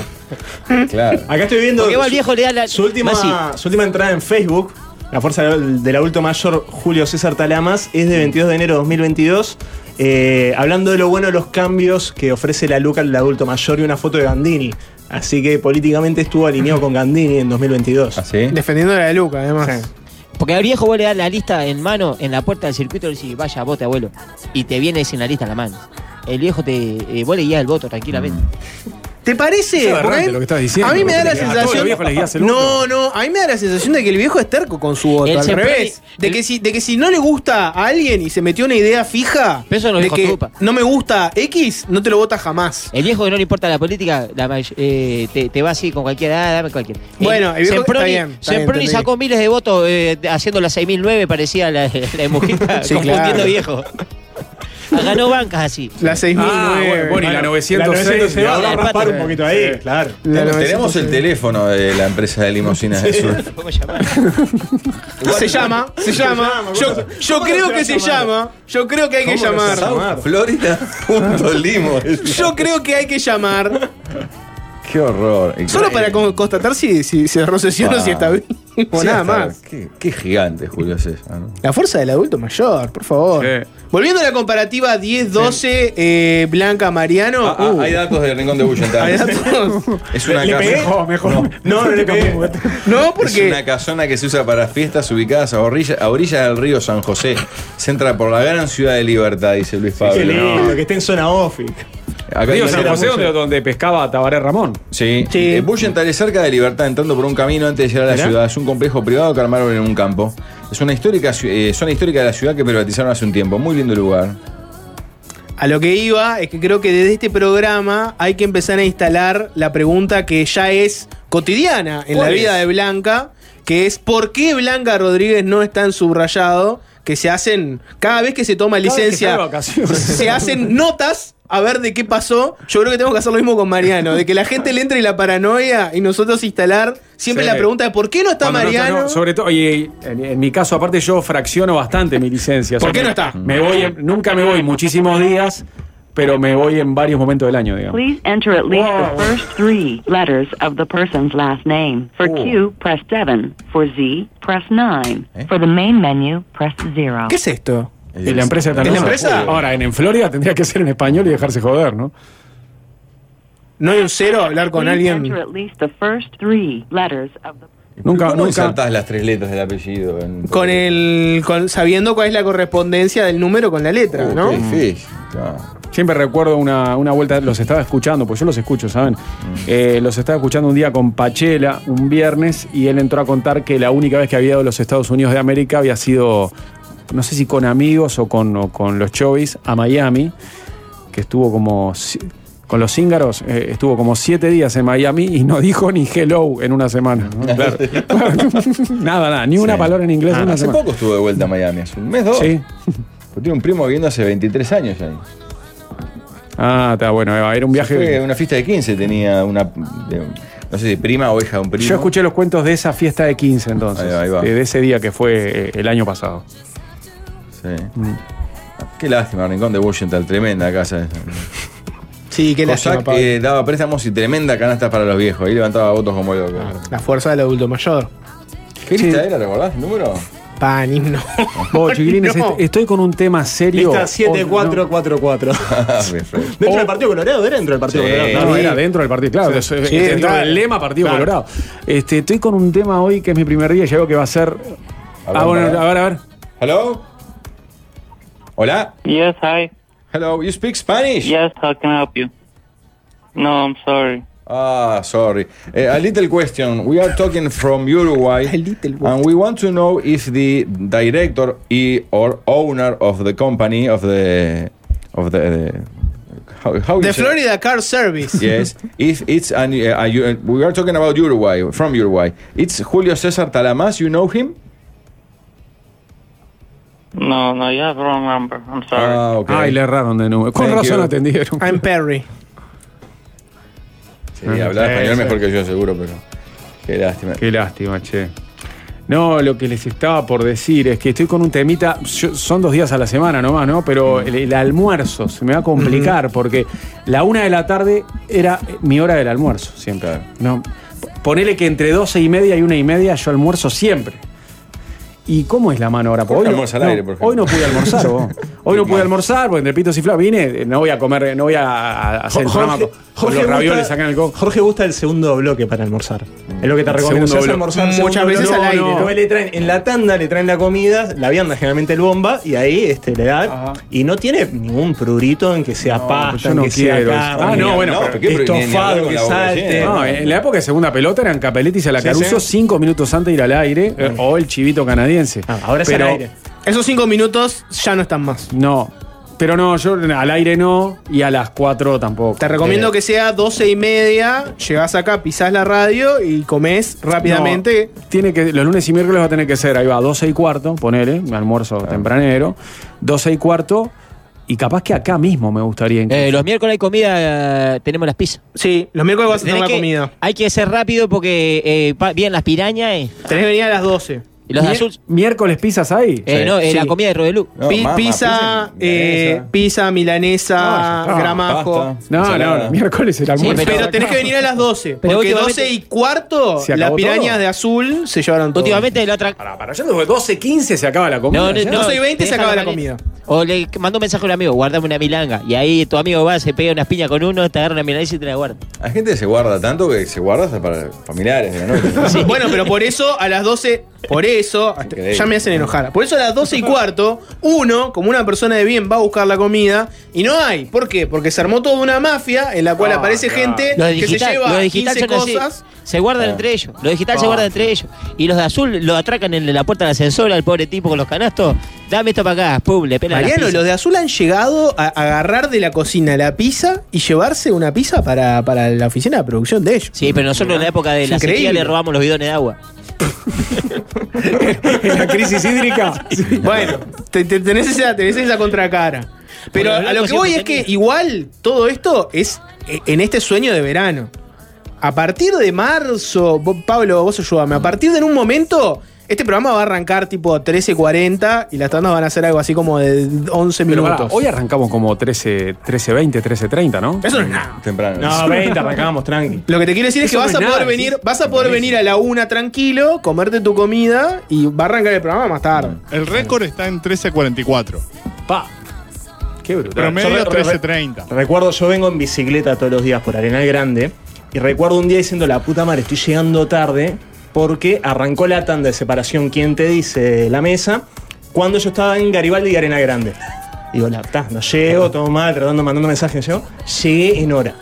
Speaker 7: Claro.
Speaker 2: Acá estoy viendo
Speaker 8: Porque va el
Speaker 2: su-
Speaker 8: viejo le da la.
Speaker 2: su, última,
Speaker 8: Masi,
Speaker 2: su última entrada en Facebook. La fuerza del del adulto mayor Julio César Talamas es de 22 de enero de 2022. Eh, hablando de lo bueno de los cambios que ofrece la LUCA al adulto mayor y una foto de Gandini. Así que políticamente estuvo alineado con Gandini en 2022.
Speaker 7: ¿Así?
Speaker 3: Defendiendo a la de Luca, además.
Speaker 2: Sí.
Speaker 8: Porque al viejo vos le das la lista en mano en la puerta del circuito y le decís, vaya, vote, abuelo. Y te viene sin la lista en la mano. El viejo te. eh, vos le guías el voto tranquilamente.
Speaker 3: Mm. ¿Te
Speaker 4: Es
Speaker 3: parece?
Speaker 4: aberrante
Speaker 3: Porque
Speaker 4: lo que estás diciendo,
Speaker 3: a mí me da la
Speaker 4: porque a todos los
Speaker 3: sensación.
Speaker 4: viejos les guías el
Speaker 3: no,
Speaker 4: voto.
Speaker 3: no, a mí me da la sensación de que el viejo es terco con su voto,
Speaker 8: Él
Speaker 3: al
Speaker 8: se
Speaker 3: revés.
Speaker 8: pre-
Speaker 3: De que, si, de que si no le gusta a alguien y se metió una idea fija,
Speaker 8: Pero eso no lo
Speaker 3: de
Speaker 8: dijo
Speaker 3: que
Speaker 8: Tupa.
Speaker 3: no me gusta X, no te lo vota jamás.
Speaker 8: El viejo que no le importa la política, la may- eh, te, te va así con cualquiera, ah, dame cualquiera.
Speaker 3: Bueno, el viejo-
Speaker 8: Semproni,
Speaker 3: está bien, está bien,
Speaker 8: Semproni
Speaker 3: entendí.
Speaker 8: sacó miles de votos eh, de- haciendo la 6.009, parecía la, de- la de Mujica,
Speaker 3: Sí,
Speaker 8: confundiendo
Speaker 3: claro.
Speaker 8: viejo. Ah, Ganó bancas así.
Speaker 3: La 6009.
Speaker 4: Ah, bueno, bueno, y la 906.
Speaker 2: se va
Speaker 8: la
Speaker 2: a
Speaker 8: del
Speaker 2: raspar
Speaker 8: pato.
Speaker 2: un poquito ahí, claro.
Speaker 3: La
Speaker 7: Tenemos el
Speaker 3: 906.
Speaker 7: teléfono de la empresa de limosinas de sur.
Speaker 8: ¿Cómo llamar?
Speaker 3: Se llama, se llama. Yo, yo
Speaker 2: ¿Cómo
Speaker 3: creo
Speaker 2: se
Speaker 3: que se
Speaker 2: llama?
Speaker 3: llama. Yo creo que hay que
Speaker 2: ¿Cómo que se
Speaker 3: llamar.
Speaker 2: llama?
Speaker 7: Florida.limo.
Speaker 3: Yo creo que hay que llamar.
Speaker 7: Qué horror.
Speaker 3: Solo para con- constatar si, si se cerró sesión o si está bien. O
Speaker 7: Sí,
Speaker 3: nada
Speaker 7: hasta-
Speaker 3: más.
Speaker 7: Qué, qué gigante Julio César. ¿no?
Speaker 3: La fuerza del adulto mayor, por favor.
Speaker 4: Sí.
Speaker 3: Volviendo a la comparativa 10-12, eh, Blanca Mariano.
Speaker 7: Ah, ah,
Speaker 3: uh,
Speaker 7: hay datos del Rincón de
Speaker 3: hay
Speaker 7: Bullental.
Speaker 3: datos.
Speaker 7: Es una
Speaker 2: ¿Le pegué?
Speaker 7: casa.
Speaker 4: Mejor, mejor.
Speaker 2: No, no le pegué.
Speaker 3: No,
Speaker 7: Es una
Speaker 3: porque.
Speaker 7: casona que se usa para fiestas ubicadas a orilla- a orillas del río San José. Se entra por la gran ciudad de Libertad, dice Luis
Speaker 2: Qué
Speaker 7: Pablo.
Speaker 2: lindo, que esté en zona office.
Speaker 7: Acá
Speaker 4: Río
Speaker 7: hay
Speaker 4: San
Speaker 7: una-
Speaker 4: José, donde, donde pescaba a Tabaré Ramón.
Speaker 7: Sí.
Speaker 3: Sí.
Speaker 7: Eh, Bullenthal es cerca de Libertad, entrando por un camino antes de llegar a la ciudad. Es un complejo privado que armaron en un campo. Es una histórica ciu- eh, zona histórica de la ciudad que privatizaron hace un tiempo. Muy lindo lugar.
Speaker 3: A lo que iba es que creo que desde este programa hay que empezar a instalar la pregunta que ya es cotidiana en la
Speaker 4: ¿Cuál
Speaker 3: vida
Speaker 4: es?
Speaker 3: de Blanca, que es ¿por qué Blanca Rodríguez no está en subrayado? Que se hacen, cada vez que se toma
Speaker 4: vez que
Speaker 3: licencia,
Speaker 4: sale de vacaciones.
Speaker 3: se hacen notas a ver de qué pasó. Yo creo que tenemos que hacer lo mismo con Mariano, de que la gente le entre la paranoia y nosotros instalar siempre
Speaker 4: Sí.
Speaker 3: la pregunta de ¿por qué no está
Speaker 4: Cuando no
Speaker 3: Mariano?
Speaker 4: no, sobre todo, y en, en mi caso, aparte, yo fracciono bastante mi licencia.
Speaker 3: ¿Por qué
Speaker 4: me-
Speaker 3: no está?
Speaker 4: Me voy, en- nunca me voy muchísimos días, pero me voy en varios momentos del año, digamos.
Speaker 9: Please enter at least
Speaker 4: Wow.
Speaker 9: the first three letters of the person's last name. For
Speaker 4: Oh.
Speaker 9: Q, press 7. For Z, press 9. For the main menu, press 0.
Speaker 3: ¿Qué es esto?
Speaker 4: ¿Y la empresa tan
Speaker 3: ¿En la
Speaker 4: hermosa?
Speaker 3: empresa?
Speaker 4: Ahora, en, en Florida tendría que ser en español y dejarse joder, ¿no?
Speaker 3: ¿No hay un cero a hablar con
Speaker 9: Please
Speaker 3: alguien?
Speaker 9: enter at least the first three letters of the
Speaker 4: Nunca,
Speaker 7: ¿Cómo
Speaker 4: nunca.
Speaker 7: insertás las tres letras del apellido? en-
Speaker 3: Con el. con- sabiendo cuál es la correspondencia del número con la letra,
Speaker 7: Uh,
Speaker 3: ¿no?
Speaker 7: qué difícil. Claro.
Speaker 4: Siempre recuerdo una, una vuelta, los estaba escuchando, pues yo los escucho, ¿saben? Eh, los estaba escuchando un día con Pachela, un viernes, y él entró a contar que la única vez que había ido a los Estados Unidos de América había sido, no sé si con amigos o con, o con los chovis, a Miami, que estuvo como. si- Con los cíngaros eh, estuvo como siete días en Miami y no dijo ni hello en una semana. ¿no? Claro. nada, nada, ni una
Speaker 7: Sí.
Speaker 4: palabra en inglés en una
Speaker 7: Hace
Speaker 4: semana.
Speaker 7: poco estuve de vuelta a Miami, hace un mes, dos.
Speaker 4: Sí.
Speaker 7: Yo tengo un primo viviendo hace 23 años ya.
Speaker 4: Ah, está bueno, Eva, era un viaje.
Speaker 7: Fue a una fiesta de 15, tenía una. de- no sé si prima o hija de un primo.
Speaker 4: Yo escuché los cuentos de esa fiesta de 15 entonces, eh,
Speaker 7: Ahí va, ahí va.
Speaker 4: De, de ese día que fue eh, el año pasado.
Speaker 7: Sí. Qué lástima, Rincón de Washington, tremenda casa. esa.
Speaker 3: Sí, qué lástima,
Speaker 7: Cossack
Speaker 3: Pablo.
Speaker 7: eh, daba préstamos y tremenda canasta para los viejos. Ahí levantaba votos como loco.
Speaker 3: La fuerza del adulto mayor.
Speaker 7: ¿Qué lista era, recordás? el ¿Número?
Speaker 3: Pan, himno.
Speaker 4: Vos, chiquilines,
Speaker 3: No.
Speaker 4: est- estoy con un tema serio. Oh,
Speaker 2: Lista
Speaker 4: O-
Speaker 2: 7444.
Speaker 7: Ah, perfecto.
Speaker 4: Oh.
Speaker 2: Dentro del Partido Colorado, era dentro del Partido
Speaker 7: Sí.
Speaker 4: No,
Speaker 2: Colorado.
Speaker 4: no,
Speaker 7: Sí.
Speaker 4: era dentro del partido, claro.
Speaker 3: Sí,
Speaker 4: eso-
Speaker 3: sí,
Speaker 4: dentro
Speaker 3: claro.
Speaker 4: del lema Partido
Speaker 3: Claro.
Speaker 4: Colorado. Este, estoy con un tema hoy que es mi primer día, ya veo que va a ser.
Speaker 7: Habla
Speaker 4: Ah, bueno,
Speaker 7: para-
Speaker 4: a ver, a ver.
Speaker 7: ¿Hello? ¿Hola?
Speaker 10: Yes, hi.
Speaker 7: ¿Hello? ¿You speak Spanish?
Speaker 10: Yes, how can I help you? No, I'm sorry.
Speaker 7: Ah, sorry. Eh, a little question. We are talking from Uruguay,
Speaker 3: A little one.
Speaker 7: and we want to know if the director i- or owner of the company of the of the how, how you
Speaker 3: The
Speaker 7: say-
Speaker 3: Florida Car Service.
Speaker 7: Yes, if it's an, uh, uh, we are talking about Uruguay from Uruguay. It's Julio Cesar Talamas. You know him?
Speaker 10: No, no, you have wrong number. I'm sorry.
Speaker 7: Ah, okay.
Speaker 4: Ay, le erraron de nuevo. Con
Speaker 7: Thank
Speaker 4: razón
Speaker 7: you.
Speaker 4: atendieron.
Speaker 3: I'm Perry.
Speaker 7: Sí, habla español mejor que yo seguro, pero qué lástima.
Speaker 4: Qué lástima, che. No, lo que les estaba por decir es que estoy con un temita. yo- son dos días a la semana nomás, ¿no?
Speaker 1: Mm.
Speaker 4: Pero el, el almuerzo se me va a complicar porque la una de la tarde era mi hora del almuerzo siempre.
Speaker 7: Claro.
Speaker 4: No, p- ponele que entre doce y media y una y media yo almuerzo siempre. ¿Y cómo es la mano ahora? Porque
Speaker 1: Corta
Speaker 4: hoy,
Speaker 1: almuerzo al
Speaker 4: no,
Speaker 1: aire, por ejemplo.
Speaker 4: hoy no pude almorzar, vos. Hoy no pude
Speaker 1: Mal.
Speaker 4: almorzar, porque entre pitos y fla vine, eh, no voy a comer, eh, no voy a- a hacer el programa con, con los ravioles
Speaker 2: gusta,
Speaker 4: acá en el coco.
Speaker 2: Jorge gusta el segundo bloque para almorzar. Es lo que te
Speaker 4: El
Speaker 2: recomiendo.
Speaker 4: segundo
Speaker 2: Se hace
Speaker 4: bloque.
Speaker 2: almorzar
Speaker 3: Muchas
Speaker 2: segundo
Speaker 3: veces
Speaker 2: bloque.
Speaker 3: al aire, ¿no?
Speaker 2: Entonces le traen- en la tanda le traen la comida, la vianda generalmente el bomba, y ahí este, le dan.
Speaker 4: Ajá.
Speaker 2: Y no tiene ningún prurito en que sea
Speaker 4: pues
Speaker 2: pasta,
Speaker 4: yo
Speaker 2: en
Speaker 4: no
Speaker 2: que sea
Speaker 4: quiero eso.
Speaker 2: carne.
Speaker 4: Ah, no, bueno,
Speaker 1: pero qué- ni- ni hablar
Speaker 2: estofado
Speaker 1: con
Speaker 2: que
Speaker 1: la boca
Speaker 2: salte.
Speaker 1: llena.
Speaker 4: No, en la época de segunda pelota eran Capeletti y Salacaruso
Speaker 2: Eh, Sí, sí.
Speaker 4: cinco minutos antes de ir al aire, eh, o el chivito canadiense.
Speaker 2: Ah, ahora es
Speaker 4: Pero-
Speaker 2: al aire.
Speaker 3: Esos cinco minutos ya no están más.
Speaker 4: No. Pero no, yo al aire no y a las 4 tampoco.
Speaker 3: Te
Speaker 4: Eh.
Speaker 3: recomiendo que sea 12 y media, llegás acá, pisás la radio y comés rápidamente.
Speaker 4: No, tiene que, los lunes y miércoles va a tener que ser, ahí va, 12 y cuarto, ponele, mi almuerzo tempranero, 12 y cuarto, y capaz que acá mismo me gustaría. incluso.
Speaker 8: Eh, los miércoles hay comida, eh, tenemos las pizzas.
Speaker 3: Sí, los miércoles vas a tener
Speaker 8: Tenés
Speaker 3: la
Speaker 8: que-
Speaker 3: comida.
Speaker 8: Hay que ser rápido porque eh, pa- vienen las pirañas eh,
Speaker 3: Tenés que venir a las 12.
Speaker 8: y los
Speaker 4: Mier-
Speaker 8: azules.
Speaker 4: ¿Miércoles pizzas ahí?
Speaker 8: Eh, no, eh,
Speaker 3: Sí.
Speaker 8: la comida de Rodelú.
Speaker 1: No,
Speaker 3: Pi-
Speaker 1: mamá,
Speaker 3: pizza,
Speaker 1: pizza,
Speaker 3: eh,
Speaker 1: milanesa.
Speaker 3: pizza, milanesa,
Speaker 4: Ah, ya está.
Speaker 3: gramajo.
Speaker 1: Pasta.
Speaker 4: No, no,
Speaker 1: Ensalada.
Speaker 4: no, miércoles el almuerzo.
Speaker 8: Sí,
Speaker 3: Pero
Speaker 8: Pero-
Speaker 3: tenés que venir a las 12.
Speaker 8: Pero
Speaker 3: Porque
Speaker 8: últimamente-
Speaker 3: 12 y cuarto,
Speaker 4: ¿Se
Speaker 3: las
Speaker 4: acabó
Speaker 3: pirañas
Speaker 4: todo?
Speaker 3: de azul se llevaron todo.
Speaker 8: Últimamente la otra.
Speaker 4: Para, para, yo tengo 12, 15 se acaba la comida. ¿ya?
Speaker 3: 12 y 20 se
Speaker 8: te dejan
Speaker 3: acaba la
Speaker 8: manera.
Speaker 3: comida.
Speaker 8: O le mandó un mensaje a un amigo, guardame una milanga. Y ahí tu amigo va, se pega unas piñas con uno, te agarra una milanga y te la guarda.
Speaker 1: Hay gente que se guarda tanto que se guarda hasta para familiares de la noche.
Speaker 3: Bueno, pero por eso a las 12, por eso, hasta-
Speaker 1: Increíble.
Speaker 3: ya me hacen enojar. Por eso a las 12 y cuarto, uno, como una persona de bien, va a buscar la comida y no hay. ¿Por qué? Porque se armó toda una mafia en la cual
Speaker 4: Ah,
Speaker 3: aparece
Speaker 4: claro.
Speaker 3: gente
Speaker 8: Lo
Speaker 3: que se
Speaker 8: digital,
Speaker 3: lleva
Speaker 8: lo digital
Speaker 3: 15
Speaker 8: son así.
Speaker 3: cosas. Ah.
Speaker 8: Se guardan entre ellos. Lo digital se guarda entre ellos. Y los de azul lo atracan en la puerta del ascensor al pobre tipo con los canastos. Dame esto para acá, pum, le pela las
Speaker 3: Mariano,
Speaker 8: pizzas.
Speaker 3: los de azul han llegado a agarrar de la cocina la pizza y llevarse una pizza para, para la oficina de producción de ellos.
Speaker 8: Sí, pero nosotros en la época de
Speaker 3: Es
Speaker 8: la sequía
Speaker 3: increíble.
Speaker 8: le robamos los bidones de agua.
Speaker 4: En la crisis hídrica.
Speaker 3: Bueno, te- te- tenés, esa, tenés esa contracara. Pero
Speaker 8: Bueno,
Speaker 3: a lo
Speaker 8: Blanco
Speaker 3: que voy es
Speaker 8: siempre
Speaker 3: que
Speaker 8: tenía.
Speaker 3: igual todo esto es e- en este sueño de verano. A partir de marzo, vos, Pablo, vos ayúdame, a partir de en un momento, este programa va a arrancar tipo 13.40 y las tandas van a ser algo así como de 11
Speaker 4: Pero pará,
Speaker 3: minutos.
Speaker 4: hoy arrancamos como 13, 13, 20, 13, 30, ¿no?
Speaker 3: Eso no es nada.
Speaker 1: Temprano.
Speaker 2: No, 20, arrancamos, tranqui.
Speaker 3: Lo que te quiero decir es que
Speaker 4: Eso
Speaker 3: vas
Speaker 4: no
Speaker 3: a
Speaker 4: es
Speaker 3: poder
Speaker 4: nada,
Speaker 3: venir,
Speaker 4: sí.
Speaker 3: vas a poder venir a la una tranquilo, comerte tu comida y va a arrancar el programa más tarde.
Speaker 11: El récord está en 13.44.
Speaker 4: Pa. Qué brutal.
Speaker 11: Promedio
Speaker 2: Yo re- re-
Speaker 11: 13.30.
Speaker 2: Recuerdo, yo vengo en bicicleta todos los días por Arenal Grande y recuerdo un día diciendo, la puta madre, estoy llegando tarde porque arrancó la tanda de separación, ¿quién te dice? de La mesa, cuando yo estaba en Garibaldi y Arena Grande. Digo, la puta, no llego, todo mal, tratando, mandando mensajes, no llego. Llegué en hora.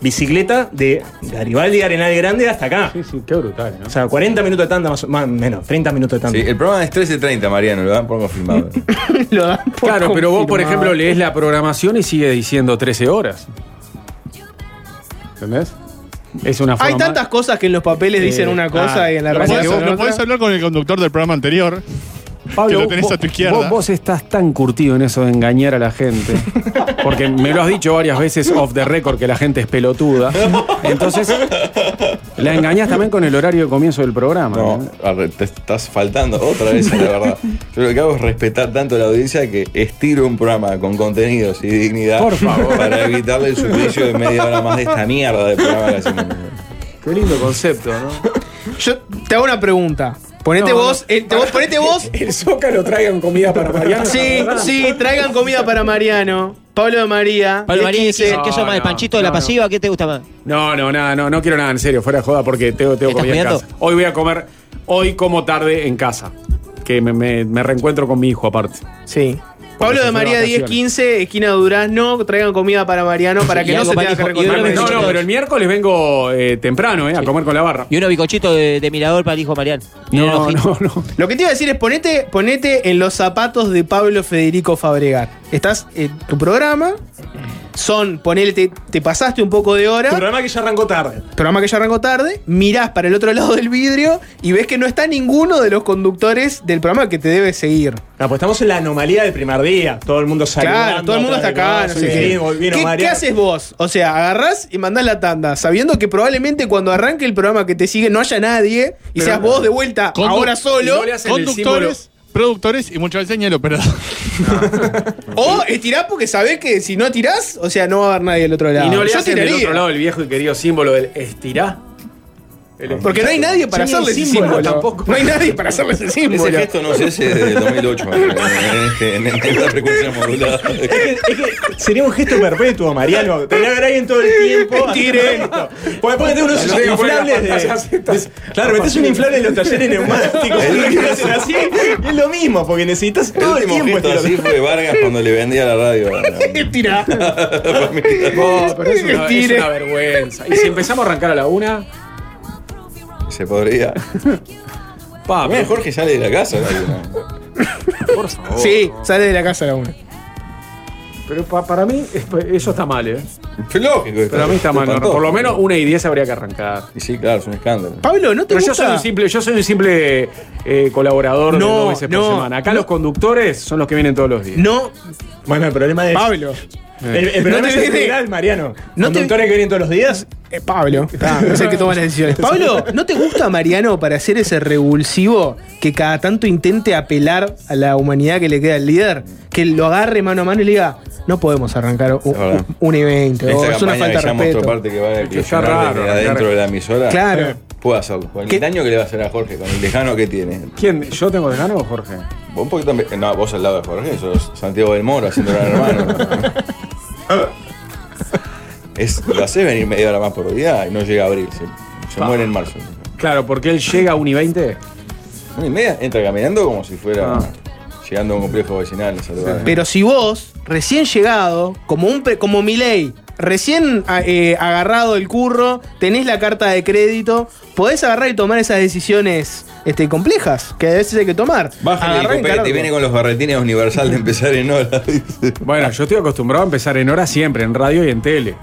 Speaker 2: Bicicleta de Garibaldi y Arenal Grande hasta acá.
Speaker 4: Sí, sí, qué brutal, ¿no?
Speaker 2: O sea, 40 minutos de tanda más o más- menos, 30 minutos de tanda.
Speaker 1: Sí, el programa es 13.30, Mariano, lo dan por confirmado.
Speaker 3: Lo dan por
Speaker 4: Claro, pero vos, por
Speaker 3: confirmado.
Speaker 4: ejemplo, lees la programación y sigue diciendo 13 horas. ¿Entendés? Es una forma.
Speaker 3: Hay tantas cosas que en los papeles
Speaker 4: Eh,
Speaker 3: dicen una cosa
Speaker 4: claro.
Speaker 3: y en la
Speaker 4: Lo que pasa
Speaker 3: realidad
Speaker 4: es que
Speaker 11: Podés-
Speaker 3: dicen
Speaker 11: Lo
Speaker 3: otra.
Speaker 11: podés hablar con el conductor del programa anterior.
Speaker 4: Pablo,
Speaker 11: que lo tenés a tu izquierda.
Speaker 4: Vos, vos estás tan curtido en eso de engañar a la gente. Porque me lo has dicho varias veces off the record que la gente es pelotuda. Entonces, la engañás también con el horario de comienzo del programa.
Speaker 1: No, arre, te estás faltando otra vez, la verdad. Yo lo que hago es respetar tanto a la audiencia que estiro un programa con contenidos y dignidad
Speaker 4: Por favor.
Speaker 1: para evitarle el suplicio de media hora más de esta mierda de programa que hacemos.
Speaker 4: Qué lindo concepto, ¿no?
Speaker 3: Yo te hago una pregunta. Ponete
Speaker 4: No,
Speaker 3: vos, el- te- vos- ponete vos.
Speaker 4: El Zócalo traigan comida para Mariano.
Speaker 3: Sí, sí, traigan comida para Mariano. Pablo de María.
Speaker 8: Pablo
Speaker 3: de
Speaker 8: María, ¿qué,
Speaker 3: 15.
Speaker 8: qué sos
Speaker 4: No,
Speaker 8: más, el
Speaker 4: no,
Speaker 8: panchito de
Speaker 4: no,
Speaker 8: la
Speaker 4: no.
Speaker 8: pasiva? ¿Qué te gusta más?
Speaker 4: No, no, nada, no, no quiero nada, en serio, fuera de joda, porque tengo, tengo
Speaker 8: ¿Estás
Speaker 4: comida en
Speaker 8: cuidando?
Speaker 4: casa. Hoy voy a comer, hoy como tarde en casa. Que me, me- me reencuentro con mi hijo aparte.
Speaker 3: Sí. Pablo de
Speaker 4: se fue de
Speaker 3: María
Speaker 4: vacaciones.
Speaker 3: 1015, esquina Durazno, traigan comida para Mariano para
Speaker 8: Sí,
Speaker 3: que
Speaker 8: y
Speaker 3: no
Speaker 8: algo
Speaker 3: se
Speaker 8: para
Speaker 3: tenga que
Speaker 8: hijo- y
Speaker 3: recortar.
Speaker 8: algo
Speaker 3: el
Speaker 4: No,
Speaker 3: camino.
Speaker 4: no, pero el miércoles vengo eh, temprano, eh, a comer con la barra.
Speaker 8: Y unos bicochitos de, de mirador para el hijo Mariano. Miren el
Speaker 4: No, no,
Speaker 8: ojito.
Speaker 4: no.
Speaker 3: Lo que te iba a decir es ponete, ponete en los zapatos de Pablo Federico Fabregat. Estás en tu programa, son, ponele, te, te pasaste un poco de hora.
Speaker 2: Tu programa que ya arrancó tarde.
Speaker 3: programa que ya arrancó tarde, mirás para el otro lado del vidrio y ves que no está ninguno de los conductores del programa que te debe seguir.
Speaker 2: No, pues estamos en la anomalía del primer día. Todo el mundo saludando.
Speaker 3: claro, todo el mundo está acá, no sé qué. ¿Qué, qué haces vos? O sea, agarrás y mandás la tanda, sabiendo que probablemente cuando arranque el programa que te sigue no haya nadie y
Speaker 4: Pero
Speaker 3: seas
Speaker 4: no.
Speaker 3: vos de vuelta
Speaker 4: Condu-
Speaker 3: ahora
Speaker 4: y
Speaker 3: solo.
Speaker 4: no le hacen el
Speaker 11: Conductores, productores y muchas veces ni el operador.
Speaker 3: O estirás porque sabés que si no tirás, o sea, no va a haber nadie del otro lado.
Speaker 4: Y no le
Speaker 3: Yo
Speaker 4: hacen del
Speaker 3: tiraría.
Speaker 4: otro lado el viejo y querido símbolo del estirá.
Speaker 3: Porque no hay nadie para
Speaker 4: Sí, el
Speaker 3: hacerle ese
Speaker 4: símbolo
Speaker 3: símbolo.
Speaker 4: tampoco.
Speaker 3: No hay nadie para hacerle ese símbolo.
Speaker 1: Ese gesto no se hace desde 2008 en, este- en esta frecuencia modulada.
Speaker 2: Sería un gesto perpetuo, Mariano. Tenía que haber alguien todo el tiempo.
Speaker 3: Tiren.
Speaker 2: Porque después tenés unos
Speaker 4: No te juegas
Speaker 2: inflables
Speaker 4: las pantallas
Speaker 2: de.
Speaker 4: estas.
Speaker 2: Claro, metés un inflable en los talleres neumáticos. y lo hacen así. Y es lo mismo, porque necesitas
Speaker 1: El
Speaker 2: todo el
Speaker 1: último
Speaker 2: tiempo
Speaker 1: gesto
Speaker 2: este
Speaker 1: así fue Vargas cuando le vendía la radio.
Speaker 3: Tira.
Speaker 4: No, pero es una, es
Speaker 3: Tire.
Speaker 4: una vergüenza. Y si empezamos a arrancar a la una,
Speaker 1: Se podría.
Speaker 4: pa,
Speaker 1: A mí Jorge sale de la casa. ¿no?
Speaker 3: Sí, sale de la casa a la una.
Speaker 4: pero pa- para mí es- eso está mal, ¿eh?
Speaker 1: Fue lógico.
Speaker 4: Pero a mí está mal. ¿no?
Speaker 1: espantoso.
Speaker 4: Por lo menos una y diez habría que arrancar.
Speaker 1: Y sí, claro, es un escándalo.
Speaker 3: Pablo, ¿no te
Speaker 4: Pero yo soy
Speaker 3: gusta?
Speaker 4: un simple, yo soy un simple eh, colaborador
Speaker 3: No,
Speaker 4: de dos veces
Speaker 3: no,
Speaker 4: por semana. Acá
Speaker 3: no.
Speaker 4: los conductores son los que vienen todos los días.
Speaker 3: No,
Speaker 2: Bueno, el problema es.
Speaker 3: Pablo.
Speaker 2: El, el problema
Speaker 3: No te
Speaker 2: es el
Speaker 3: viene-
Speaker 2: plural, Mariano.
Speaker 3: No te-
Speaker 2: Conductores que vienen todos los días.
Speaker 3: Eh, Pablo. Ah, es el que toma las decisiones. Pablo, ¿no te gusta Mariano para hacer ese revulsivo que cada tanto intente apelar a la humanidad que le queda al líder? Que lo agarre mano a mano y le diga, no podemos arrancar un,
Speaker 1: Es verdad.
Speaker 3: un- un evento. o
Speaker 1: Esta
Speaker 3: es una
Speaker 1: campaña que
Speaker 3: falta de
Speaker 1: ya mostró
Speaker 3: respeto.
Speaker 1: parte que va a
Speaker 4: que está
Speaker 1: eclosionar
Speaker 4: raro,
Speaker 1: desde
Speaker 4: raro.
Speaker 1: adentro de la emisora.
Speaker 3: Claro.
Speaker 1: Puede hacerlo. Con
Speaker 3: ¿Qué-
Speaker 1: el daño que le va a hacer a Jorge, con el lejano que tiene.
Speaker 4: ¿Quién? ¿Yo tengo desgano o Jorge?
Speaker 1: Vos un poquito. me- No, vos al lado de Jorge, sos Santiago del Moro haciendo gran hermano. es, lo haces venir media hora más por día y no llega a abril. Se, se
Speaker 4: Pa.
Speaker 1: muere en marzo.
Speaker 4: Claro, porque él llega a un y 20.
Speaker 1: Una y media entra caminando como si fuera
Speaker 4: Ah.
Speaker 1: llegando a un complejo vecinal. a saludar.
Speaker 3: Pero si vos, recién llegado, como un pre- como Milei, recién a- eh, agarrado el curro, tenés la carta de crédito, podés agarrar y tomar esas decisiones este, complejas que a veces hay que tomar.
Speaker 1: Bájale el
Speaker 3: Agarrá y
Speaker 1: copete,
Speaker 3: encararlo.
Speaker 1: viene con los barretines universal de empezar en hora. dice.
Speaker 4: Bueno, yo estoy acostumbrado a empezar en hora siempre, en radio y en tele.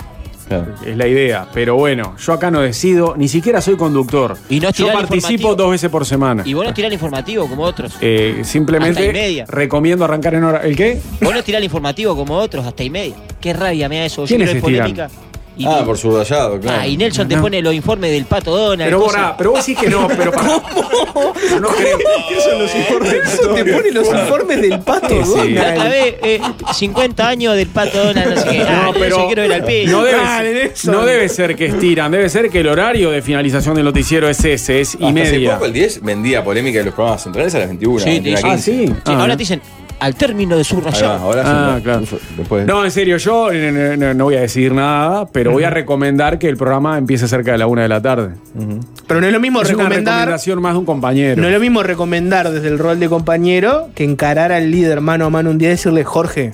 Speaker 1: Claro.
Speaker 4: Es la idea. Pero bueno, yo acá no decido, ni siquiera soy conductor.
Speaker 8: Y no
Speaker 4: yo
Speaker 8: tirar
Speaker 4: participo
Speaker 8: informativo.
Speaker 4: dos veces por semana.
Speaker 8: Y vos no tirás el informativo como otros.
Speaker 4: Eh,
Speaker 8: Hasta
Speaker 4: simplemente
Speaker 8: y media.
Speaker 4: recomiendo arrancar en hora. ¿El qué?
Speaker 8: Vos no tirás el informativo como otros hasta y media. Qué rabia me da eso. Yo
Speaker 4: ¿Quiénes
Speaker 8: quiero ir
Speaker 4: estiran?
Speaker 8: política. Y
Speaker 1: Ah,
Speaker 8: y-
Speaker 1: por su rayado, claro.
Speaker 8: Ah, y Nelson te pone los informes del pato Donald.
Speaker 4: Pero vos,
Speaker 8: cosas.
Speaker 4: ah, pero vos sí que no, pero para. Pero No creo.
Speaker 3: Eso te pone los informes del pato,
Speaker 4: Sí.
Speaker 8: La otra
Speaker 3: Donald.
Speaker 8: vez, eh, 50 años del pato Donald, no sé qué. Ah,
Speaker 4: No, pero
Speaker 8: yo quiero ir al Ah. piso.
Speaker 4: no, debe
Speaker 3: Dale,
Speaker 4: ser,
Speaker 3: Nelson.
Speaker 4: no debe ser que estiran, debe ser que el horario de finalización del noticiero es ese,
Speaker 8: Ah,
Speaker 4: es y
Speaker 1: Hasta hace
Speaker 4: media.
Speaker 1: poco el 10 vendía polémica de los programas centrales a las 21.
Speaker 8: Sí,
Speaker 1: a
Speaker 8: te
Speaker 1: las
Speaker 8: dice.
Speaker 4: Ah,
Speaker 1: 15.
Speaker 4: sí.
Speaker 8: Sí,
Speaker 4: Ah,
Speaker 8: ahora te dicen, al término de su
Speaker 1: Ahí va,
Speaker 8: rayado.
Speaker 1: ahora sí.
Speaker 4: Ah,
Speaker 1: ¿no?
Speaker 4: claro.
Speaker 1: Después.
Speaker 4: No, en serio, yo eh, no, no- no voy a decir nada, pero voy a recomendar que el programa empiece cerca de la una de la tarde.
Speaker 3: Pero no es lo mismo
Speaker 4: Es una
Speaker 3: recomendar.
Speaker 4: recomendación más de un compañero.
Speaker 3: No es lo mismo recomendar desde el rol de compañero que encarar al líder mano a mano un día y decirle, Jorge,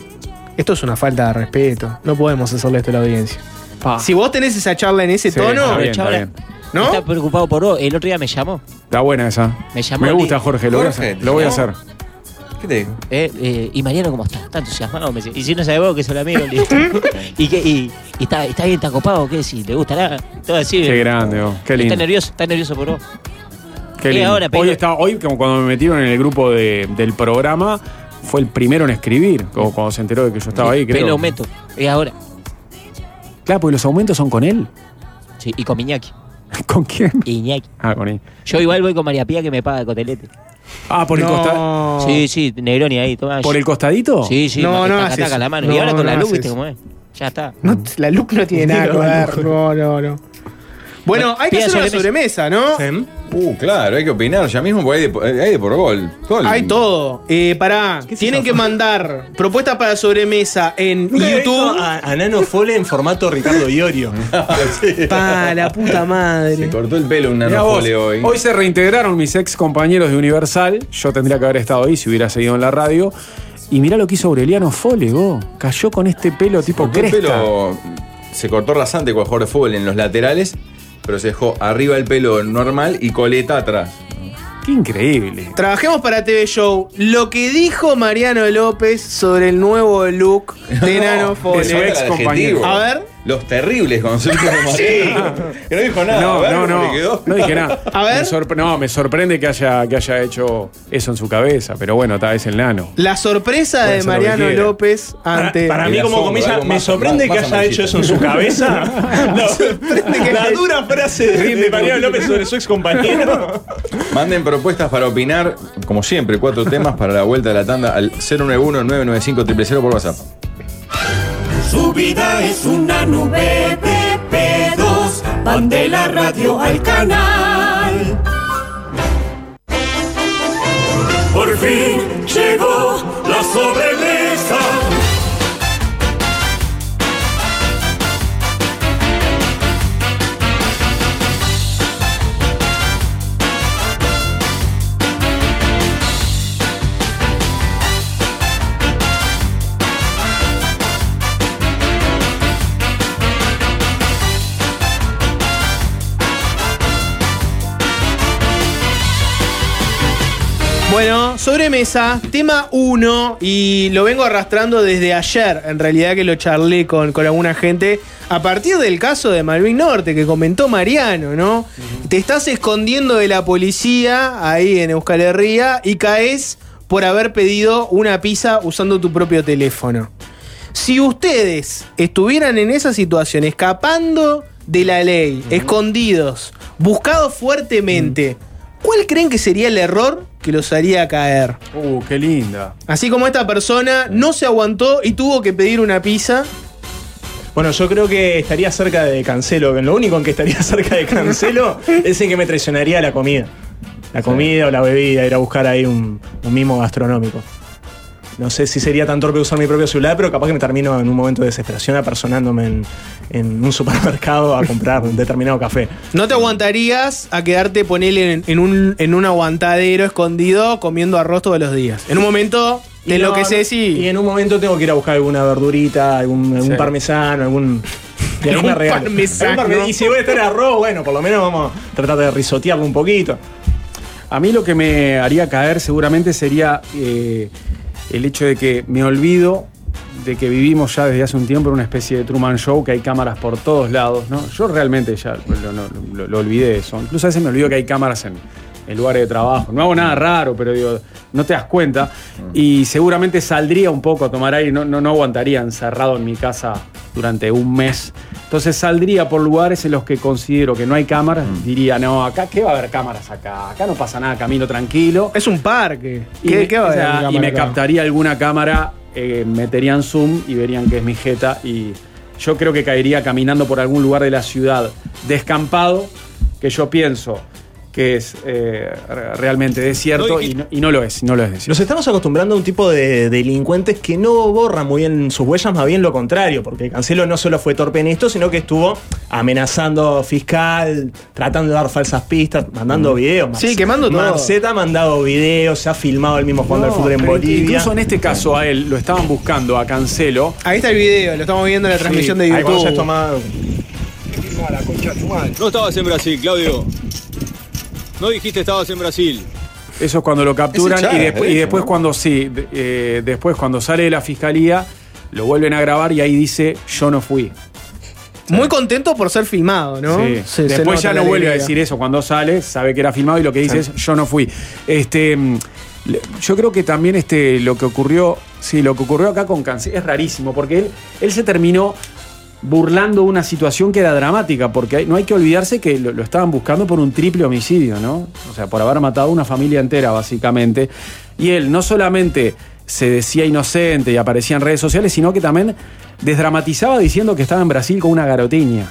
Speaker 3: esto es una falta de respeto. No podemos hacerle esto a la audiencia.
Speaker 1: Ah.
Speaker 4: Pa.
Speaker 3: Si vos tenés esa charla en ese
Speaker 4: Sí,
Speaker 3: tono,
Speaker 4: está bien, está,
Speaker 8: Ahora-
Speaker 4: bien.
Speaker 3: ¿no?
Speaker 8: Está preocupado por vos. El otro día me llamó.
Speaker 4: Está buena esa.
Speaker 8: Me llamó
Speaker 4: gusta,
Speaker 8: el-
Speaker 4: Jorge, lo voy a
Speaker 1: Jorge,
Speaker 4: hacer. Lo voy a
Speaker 1: ¿no?
Speaker 4: hacer.
Speaker 1: ¿Qué te digo?
Speaker 8: eh, eh, y Mariano, ¿cómo está? Está entusiasmado. Me dice. Y si no sabes vos que sos el amigo, le digo. y, que, y, y está, está bien, está copado. ¿Qué decís? ¿Le gustará? Todo así. eh.
Speaker 4: Qué grande, vos. qué lindo.
Speaker 8: Está nervioso, está nervioso por vos.
Speaker 4: Qué
Speaker 8: Y
Speaker 4: lindo.
Speaker 8: Eh, ahora,
Speaker 4: hoy
Speaker 8: pero-
Speaker 4: estaba, hoy como cuando me metieron en el grupo de- del programa, fue el primero en escribir, como cuando se enteró de que yo estaba ahí,
Speaker 8: Pero
Speaker 4: creo.
Speaker 8: lo aumento. Es ahora.
Speaker 4: Claro, porque los aumentos son con él.
Speaker 8: Sí, y con Iñaki.
Speaker 4: ¿Con quién?
Speaker 8: Iñaki.
Speaker 4: Ah, con él.
Speaker 8: Yo igual voy con María Pía que me paga el cotelete.
Speaker 4: Ah, por el costado.
Speaker 8: Sí, sí, Negroni ahí. Toma,
Speaker 4: ¿Por el costadito?
Speaker 8: Sí, sí,
Speaker 3: No,
Speaker 8: no,
Speaker 3: no
Speaker 8: taca,
Speaker 3: haces
Speaker 8: taca
Speaker 3: eso.
Speaker 8: la mano.
Speaker 3: No,
Speaker 8: y ahora
Speaker 3: no
Speaker 8: con la luz,
Speaker 3: haces
Speaker 8: viste
Speaker 3: eso.
Speaker 8: cómo es. Ya está.
Speaker 3: No, la LUC no tiene nada que ver. No, no, no. Bueno, hay que
Speaker 8: Pida
Speaker 3: hacer una sobremesa, ¿no?
Speaker 1: Uh, claro, hay que opinar ya mismo porque hay de, por- hay de por gol. Todo el-
Speaker 3: Hay todo. Eh, pará,
Speaker 2: ¿Qué es
Speaker 3: tienen
Speaker 2: eso?
Speaker 3: que mandar propuestas para sobremesa en
Speaker 2: YouTube.
Speaker 3: YouTube.
Speaker 2: A, a Nano Fole en formato Ricardo Iorio.
Speaker 3: Mm. Pa, la puta
Speaker 1: Se
Speaker 3: madre.
Speaker 1: cortó el pelo un
Speaker 4: Mirá vos,
Speaker 1: nanofole hoy.
Speaker 4: hoy se reintegraron mis ex compañeros de Universal. Yo tendría que haber estado ahí si hubiera seguido en la radio. Y mirá lo que hizo Aureliano Fole, vos. Cayó con este pelo tipo
Speaker 1: Cortó el
Speaker 4: cresta.
Speaker 1: pelo- se cortó rasante con jugador de fútbol en los laterales, pero se dejó arriba el pelo normal y coleta atrás.
Speaker 4: Qué increíble.
Speaker 3: Trabajemos para TV Show. Lo que dijo Mariano López sobre el nuevo look de Nano
Speaker 4: de su
Speaker 3: Fole.
Speaker 4: ex compañero.
Speaker 1: Adjetivo.
Speaker 3: A ver.
Speaker 1: Los terribles conceptos de Martín. Que no dijo nada. a
Speaker 4: No,
Speaker 1: ver
Speaker 4: no,
Speaker 1: cómo
Speaker 4: no.
Speaker 1: le quedó.
Speaker 4: No dije nada.
Speaker 3: A ver.
Speaker 4: Me sorpre- no, me sorprende que haya, que haya hecho eso en su cabeza, pero bueno, tal vez el nano.
Speaker 3: La sorpresa
Speaker 4: Puede
Speaker 3: de
Speaker 4: ser lo que
Speaker 3: Mariano
Speaker 4: quiera.
Speaker 3: López ante.
Speaker 2: Para mí,
Speaker 1: El
Speaker 2: como
Speaker 1: asombro,
Speaker 2: comilla,
Speaker 1: algo
Speaker 2: me
Speaker 1: más-
Speaker 2: sorprende
Speaker 1: más-
Speaker 2: que
Speaker 1: más
Speaker 2: haya hecho eso en su cabeza. la, la dura frase de, de Mariano López sobre su ex compañero.
Speaker 1: Manden propuestas para opinar, como siempre, cuatro temas para la vuelta de la tanda al 091-995-000 por WhatsApp.
Speaker 6: Ah, Su vida es una nube de pedos van de la radio al canal. Por fin llegó la sobremesa.
Speaker 3: Bueno, sobremesa, tema 1, y lo vengo arrastrando desde ayer, en realidad que lo charlé con, con alguna gente, a partir del caso de Malvin Norte, que comentó Mariano, ¿no? Te estás escondiendo de la policía ahí en Euskal Herria y caes por haber pedido una pizza usando tu propio teléfono. Si ustedes estuvieran en esa situación, escapando de la ley, escondidos, buscados fuertemente, ¿cuál creen que sería el error que los haría caer?
Speaker 4: Uh, qué linda.
Speaker 3: Así como esta persona no se aguantó y tuvo que pedir una pizza.
Speaker 2: Bueno, yo creo que estaría cerca de Cancelo. Lo único en que estaría cerca de Cancelo es en que me traicionaría la comida. La comida o la bebida, ir a buscar ahí un, un mimo gastronómico. No sé si sería tan torpe usar mi propio celular, pero capaz que me termino en un momento de desesperación apersonándome en, en un supermercado a comprar un determinado café.
Speaker 3: No te aguantarías a quedarte, ponele en, en un, en un aguantadero escondido comiendo arroz todos los días. En un momento te
Speaker 2: no,
Speaker 3: enloqueces y.
Speaker 2: Y en un momento tengo que ir a buscar alguna verdurita, algún, algún
Speaker 3: Sí.
Speaker 2: parmesano, algún. Y algún
Speaker 3: Algún
Speaker 2: regalo.
Speaker 3: parmesano.
Speaker 2: Algún parme- Y si voy a estar arroz, bueno, por lo menos vamos a tratar de risotearlo un poquito.
Speaker 4: A mí lo que me haría caer seguramente sería eh, el hecho de que me olvido de que vivimos ya desde hace un tiempo en una especie de Truman Show, que hay cámaras por todos lados, ¿no? Yo realmente ya lo, lo- lo- lo olvidé eso. Incluso a veces me olvido que hay cámaras en, en lugares de trabajo. No hago nada raro, pero digo, no te das cuenta. Y seguramente saldría un poco a tomar aire, no, no, no aguantaría encerrado en mi casa durante un mes. Entonces saldría por lugares en los que considero que no hay cámaras. Diría, no, acá, ¿qué va a haber cámaras acá? Acá no pasa nada, camino tranquilo.
Speaker 3: Es un parque.
Speaker 4: Y
Speaker 3: ¿Qué-
Speaker 4: me,
Speaker 3: qué va a
Speaker 4: o
Speaker 3: haber
Speaker 4: sea,
Speaker 3: una
Speaker 4: y me
Speaker 3: cámara acá?
Speaker 4: captaría alguna cámara, eh, meterían zoom y verían que es mi jeta. Y yo creo que caería caminando por algún lugar de la ciudad, descampado, que yo pienso que es eh, re- realmente desierto
Speaker 2: No, y-
Speaker 4: y, no, y no lo es, no lo es desierto.
Speaker 2: Nos estamos acostumbrando a un tipo de delincuentes que no borran muy bien sus huellas, más bien lo contrario, porque Cancelo no solo fue torpe en esto, sino que estuvo amenazando fiscal, tratando de dar falsas pistas, mandando videos.
Speaker 3: Mm. Sí,
Speaker 2: Marce-
Speaker 3: quemando todo.
Speaker 2: Marceta ha mandado videos, se ha filmado el mismo jugando al
Speaker 4: No,
Speaker 2: fútbol en
Speaker 4: pero
Speaker 2: Bolivia.
Speaker 4: Incluso en este caso a él lo estaban buscando a Cancelo.
Speaker 3: Ahí está el video, lo estamos viendo en la transmisión de
Speaker 2: Ahí cuando ya
Speaker 3: YouTube.
Speaker 2: es tomado.
Speaker 12: No estabas en Brasil, Claudio. No dijiste estabas en Brasil.
Speaker 4: Eso es cuando lo capturan
Speaker 12: Ese ya,
Speaker 4: y, despu-
Speaker 12: de
Speaker 4: y
Speaker 12: hecho,
Speaker 4: después
Speaker 12: ¿no?
Speaker 4: cuando sí, de- eh, después cuando sale de la fiscalía lo vuelven a grabar y ahí dice yo no fui.
Speaker 3: Muy contento por ser filmado, ¿no?
Speaker 4: Sí.
Speaker 3: Se- se
Speaker 4: después
Speaker 3: nota
Speaker 4: ya
Speaker 3: la
Speaker 4: no vuelve a
Speaker 3: alegría.
Speaker 4: decir eso cuando sale, sabe que era filmado y lo que dice es yo no fui. Este mm, le- yo creo que también este lo que ocurrió, sí, lo que ocurrió acá con Cancel es rarísimo porque él él se terminó burlando una situación que era dramática, porque hay- no hay que olvidarse que lo, lo estaban buscando por un triple homicidio, ¿no? O sea, por haber matado a una familia entera, básicamente. Y él no solamente se decía inocente y aparecía en redes sociales, sino que también desdramatizaba diciendo que estaba en Brasil con una garotiña.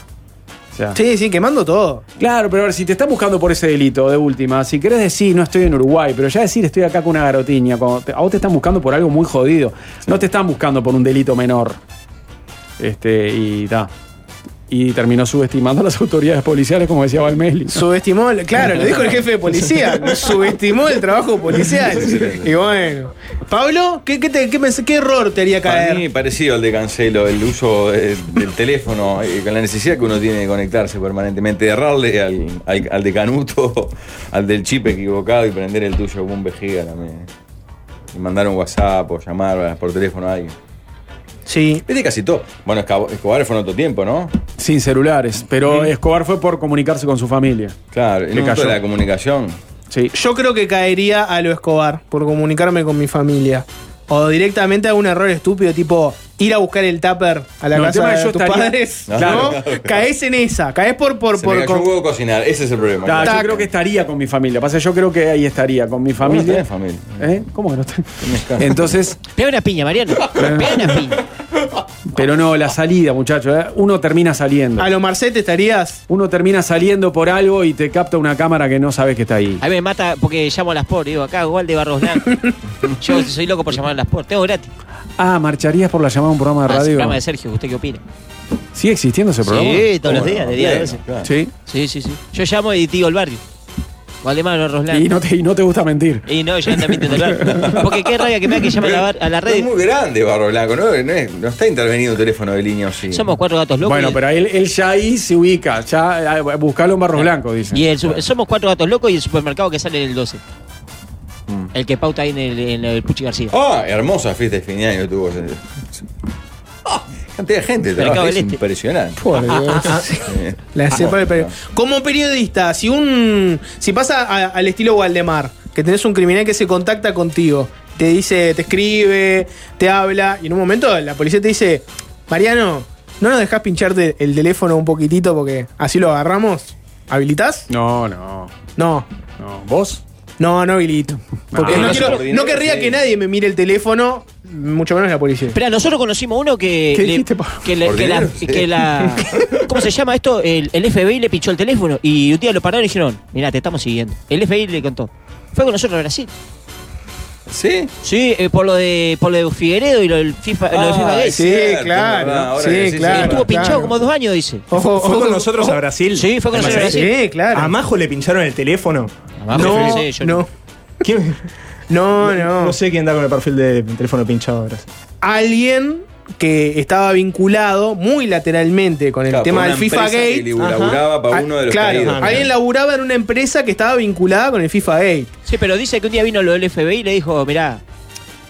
Speaker 4: O sea,
Speaker 3: Sí, sí, quemando todo.
Speaker 4: Claro, pero a ver, si te están buscando por ese delito, de última, si querés decir no estoy en Uruguay, pero ya decir estoy acá con una garotiña, cuando te- a vos te están buscando por algo muy jodido. No te están buscando por un delito menor. Este, y ta. Y terminó subestimando a las autoridades policiales, como decía Valmeli. ¿no?
Speaker 3: Subestimó, claro, lo dijo el jefe de policía. Subestimó el trabajo policial. Y bueno. Pablo, ¿qué, qué, te- qué pens- qué error te haría
Speaker 1: Para
Speaker 3: caer?
Speaker 1: mí parecido al de Cancelo, el uso eh, del teléfono, eh, con la necesidad que uno tiene de conectarse permanentemente, de errarle al, al, al de Canuto, al del chip equivocado y prender el tuyo como un vejiga también. eh. Y mandar un WhatsApp o llamar por teléfono a alguien.
Speaker 3: Sí.
Speaker 1: Viste casi todo. Bueno, Escobar Escobar fue en otro tiempo, ¿no?
Speaker 4: Sin celulares. Pero Escobar fue por comunicarse con su familia.
Speaker 1: Claro, en un
Speaker 4: Le
Speaker 1: momento
Speaker 4: cayó.
Speaker 1: de la comunicación.
Speaker 4: Sí.
Speaker 3: Yo creo que caería a lo Escobar por comunicarme con mi familia. O directamente a un error estúpido tipo, ir a buscar el tupper a la
Speaker 1: No, el
Speaker 3: casa
Speaker 1: tema es
Speaker 3: de
Speaker 1: que yo
Speaker 3: tus
Speaker 1: estaría-
Speaker 3: padres, ¿no?
Speaker 1: Claro, claro.
Speaker 3: Caes en esa, caes por... por,
Speaker 1: Se
Speaker 3: por
Speaker 1: me cayó
Speaker 3: con-
Speaker 1: un huevo cocinar, ese es el problema.
Speaker 4: Ta,
Speaker 1: claro.
Speaker 4: yo creo que estaría con mi familia. Pasa, yo creo que ahí estaría con mi
Speaker 1: Vos no
Speaker 4: familia.
Speaker 1: tenés familia.
Speaker 4: ¿Eh? ¿Cómo que no está? Entonces,
Speaker 8: Pega una piña, Mariano. Pega una piña.
Speaker 4: pero no, la salida, muchachos. ¿eh? Uno termina saliendo.
Speaker 3: ¿A lo Marcete estarías?
Speaker 4: Uno termina saliendo por algo y te capta una cámara que no sabes que está ahí.
Speaker 8: A mí me mata porque llamo a las por, digo, acá igual de Barros Blanco. Yo soy loco por llamar a las por, tengo gratis.
Speaker 4: Ah, marcharías por la llamada a un programa
Speaker 8: Ah,
Speaker 4: de
Speaker 8: es el
Speaker 4: radio.
Speaker 8: programa de Sergio, ¿usted qué opina?
Speaker 4: ¿Sigue existiendo ese programa?
Speaker 8: Sí, todos los
Speaker 4: Bueno,
Speaker 8: días, de día a
Speaker 4: bien,
Speaker 8: doce.
Speaker 4: claro. Sí.
Speaker 8: Sí, sí, sí. Yo llamo y digo el barrio. Valdemar Barros Blanco.
Speaker 4: Y no, te, y no te gusta mentir.
Speaker 8: Y no, yo también te hablar. Porque qué rabia que me da que llame a la, bar- a la
Speaker 1: No es
Speaker 8: red.
Speaker 1: muy grande Barro Blanco, no, no es- no está intervenido un teléfono de línea o sí.
Speaker 8: Somos cuatro gatos locos.
Speaker 4: Bueno,
Speaker 8: y-
Speaker 4: pero él, él ya ahí se ubica. Ya, eh, buscalo en Barros Blancos, dice.
Speaker 8: Y el su- somos cuatro gatos locos y el supermercado que sale en el 12.
Speaker 4: Mm.
Speaker 8: El que pauta ahí en el, en el Puchi García.
Speaker 1: Ah, hermosa fiesta de fin de año tuvo. ese- Ah, cantidad de gente,
Speaker 8: Mercado
Speaker 1: trabaja,
Speaker 8: del
Speaker 1: es
Speaker 8: Este.
Speaker 1: impresionante.
Speaker 3: Por Dios.
Speaker 1: Sí.
Speaker 3: La
Speaker 1: Ah,
Speaker 3: cepa del periodista. Como periodista, si un. Si pasa a- al estilo Waldemar, que tenés un criminal que se contacta contigo, te dice, te escribe, te habla, y en un momento la policía te dice, Mariano, ¿no nos dejás pincharte el teléfono un poquitito porque así lo agarramos? ¿Habilitás?
Speaker 4: No, no,
Speaker 3: No.
Speaker 4: no. ¿Vos?
Speaker 3: No, no habilito. Porque
Speaker 4: Ah,
Speaker 3: no,
Speaker 4: no
Speaker 3: quiero-
Speaker 1: subordinado,
Speaker 3: no querría
Speaker 1: sí.
Speaker 3: que nadie me mire el teléfono, mucho menos la policía.
Speaker 8: Espera, nosotros conocimos uno que.
Speaker 3: ¿Qué
Speaker 8: le-
Speaker 3: dijiste, pa?
Speaker 8: que, le-
Speaker 1: Por
Speaker 8: que la,
Speaker 1: dinero, sí.
Speaker 8: que la- ¿Cómo se llama esto? El, el FBI le pinchó el teléfono y un día lo pararon y dijeron: Mirá, te estamos siguiendo. El FBI le contó. Fue con nosotros a Brasil.
Speaker 1: ¿Sí?
Speaker 8: Sí, eh, por lo de por lo de Figueredo y lo del FIFA, lo de
Speaker 1: Ah,
Speaker 8: FIFA
Speaker 1: sí,
Speaker 8: Gate.
Speaker 3: Sí,
Speaker 1: Cierto,
Speaker 3: claro.
Speaker 1: verdad, ahora que
Speaker 3: sí,
Speaker 1: decís
Speaker 3: claro.
Speaker 1: eso.
Speaker 8: Estuvo pinchado
Speaker 3: claro.
Speaker 8: como dos años, dice.
Speaker 3: Ojo,
Speaker 2: ¿Fue
Speaker 3: ojo.
Speaker 2: con nosotros a Brasil?
Speaker 8: Sí, fue con
Speaker 2: ¿En
Speaker 8: nosotros a
Speaker 2: Brasil?
Speaker 3: Sí, claro.
Speaker 2: ¿A Majo le pincharon el teléfono?
Speaker 8: Abajo,
Speaker 3: No,
Speaker 8: sí, yo-
Speaker 3: no.
Speaker 2: ¿Quién?
Speaker 3: No, no.
Speaker 2: No sé quién da con el perfil de teléfono pinchado ahora.
Speaker 3: Alguien que estaba vinculado muy lateralmente con el
Speaker 1: Claro,
Speaker 3: tema
Speaker 1: por
Speaker 3: del
Speaker 1: una
Speaker 3: FIFA
Speaker 1: empresa
Speaker 3: Gate.
Speaker 1: que laburaba para
Speaker 3: Ah,
Speaker 1: uno de los
Speaker 3: claro,
Speaker 1: caídos.
Speaker 3: alguien laburaba en una empresa que estaba vinculada con el FIFA Gate.
Speaker 8: Sí, pero dice que un día vino lo del FBI y le dijo, mirá,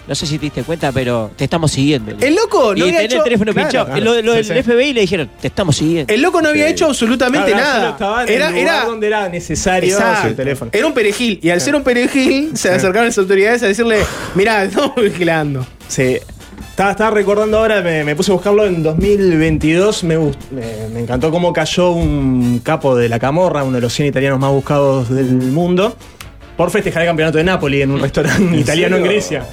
Speaker 8: no sé si te diste cuenta, pero te estamos siguiendo.
Speaker 3: El loco
Speaker 8: y
Speaker 3: no había
Speaker 8: tenía
Speaker 3: hecho
Speaker 8: el teléfono
Speaker 3: claro,
Speaker 8: pinchado.
Speaker 3: claro.
Speaker 8: lo lo del
Speaker 2: Sí, sí.
Speaker 8: FBI le dijeron, te estamos siguiendo.
Speaker 3: El loco no había
Speaker 1: Sí.
Speaker 3: hecho absolutamente
Speaker 2: Claro, solo
Speaker 3: nada.
Speaker 2: Estaba en
Speaker 3: Era,
Speaker 2: el lugar
Speaker 3: era,
Speaker 2: donde era necesario
Speaker 3: Exacto. Eh,
Speaker 2: el teléfono.
Speaker 3: Era un perejil. Y al ser un perejil, se le acercaron las autoridades a decirle: Mirá, estamos vigilando.
Speaker 2: Sí. Estaba, estaba recordando ahora, me, me puse a buscarlo en 2022. Me, gust- me, me encantó cómo cayó un capo de la camorra, uno de los 100 italianos más buscados del mundo, por festejar el campeonato de Napoli en un restaurante italiano en
Speaker 1: serio?
Speaker 2: Grecia.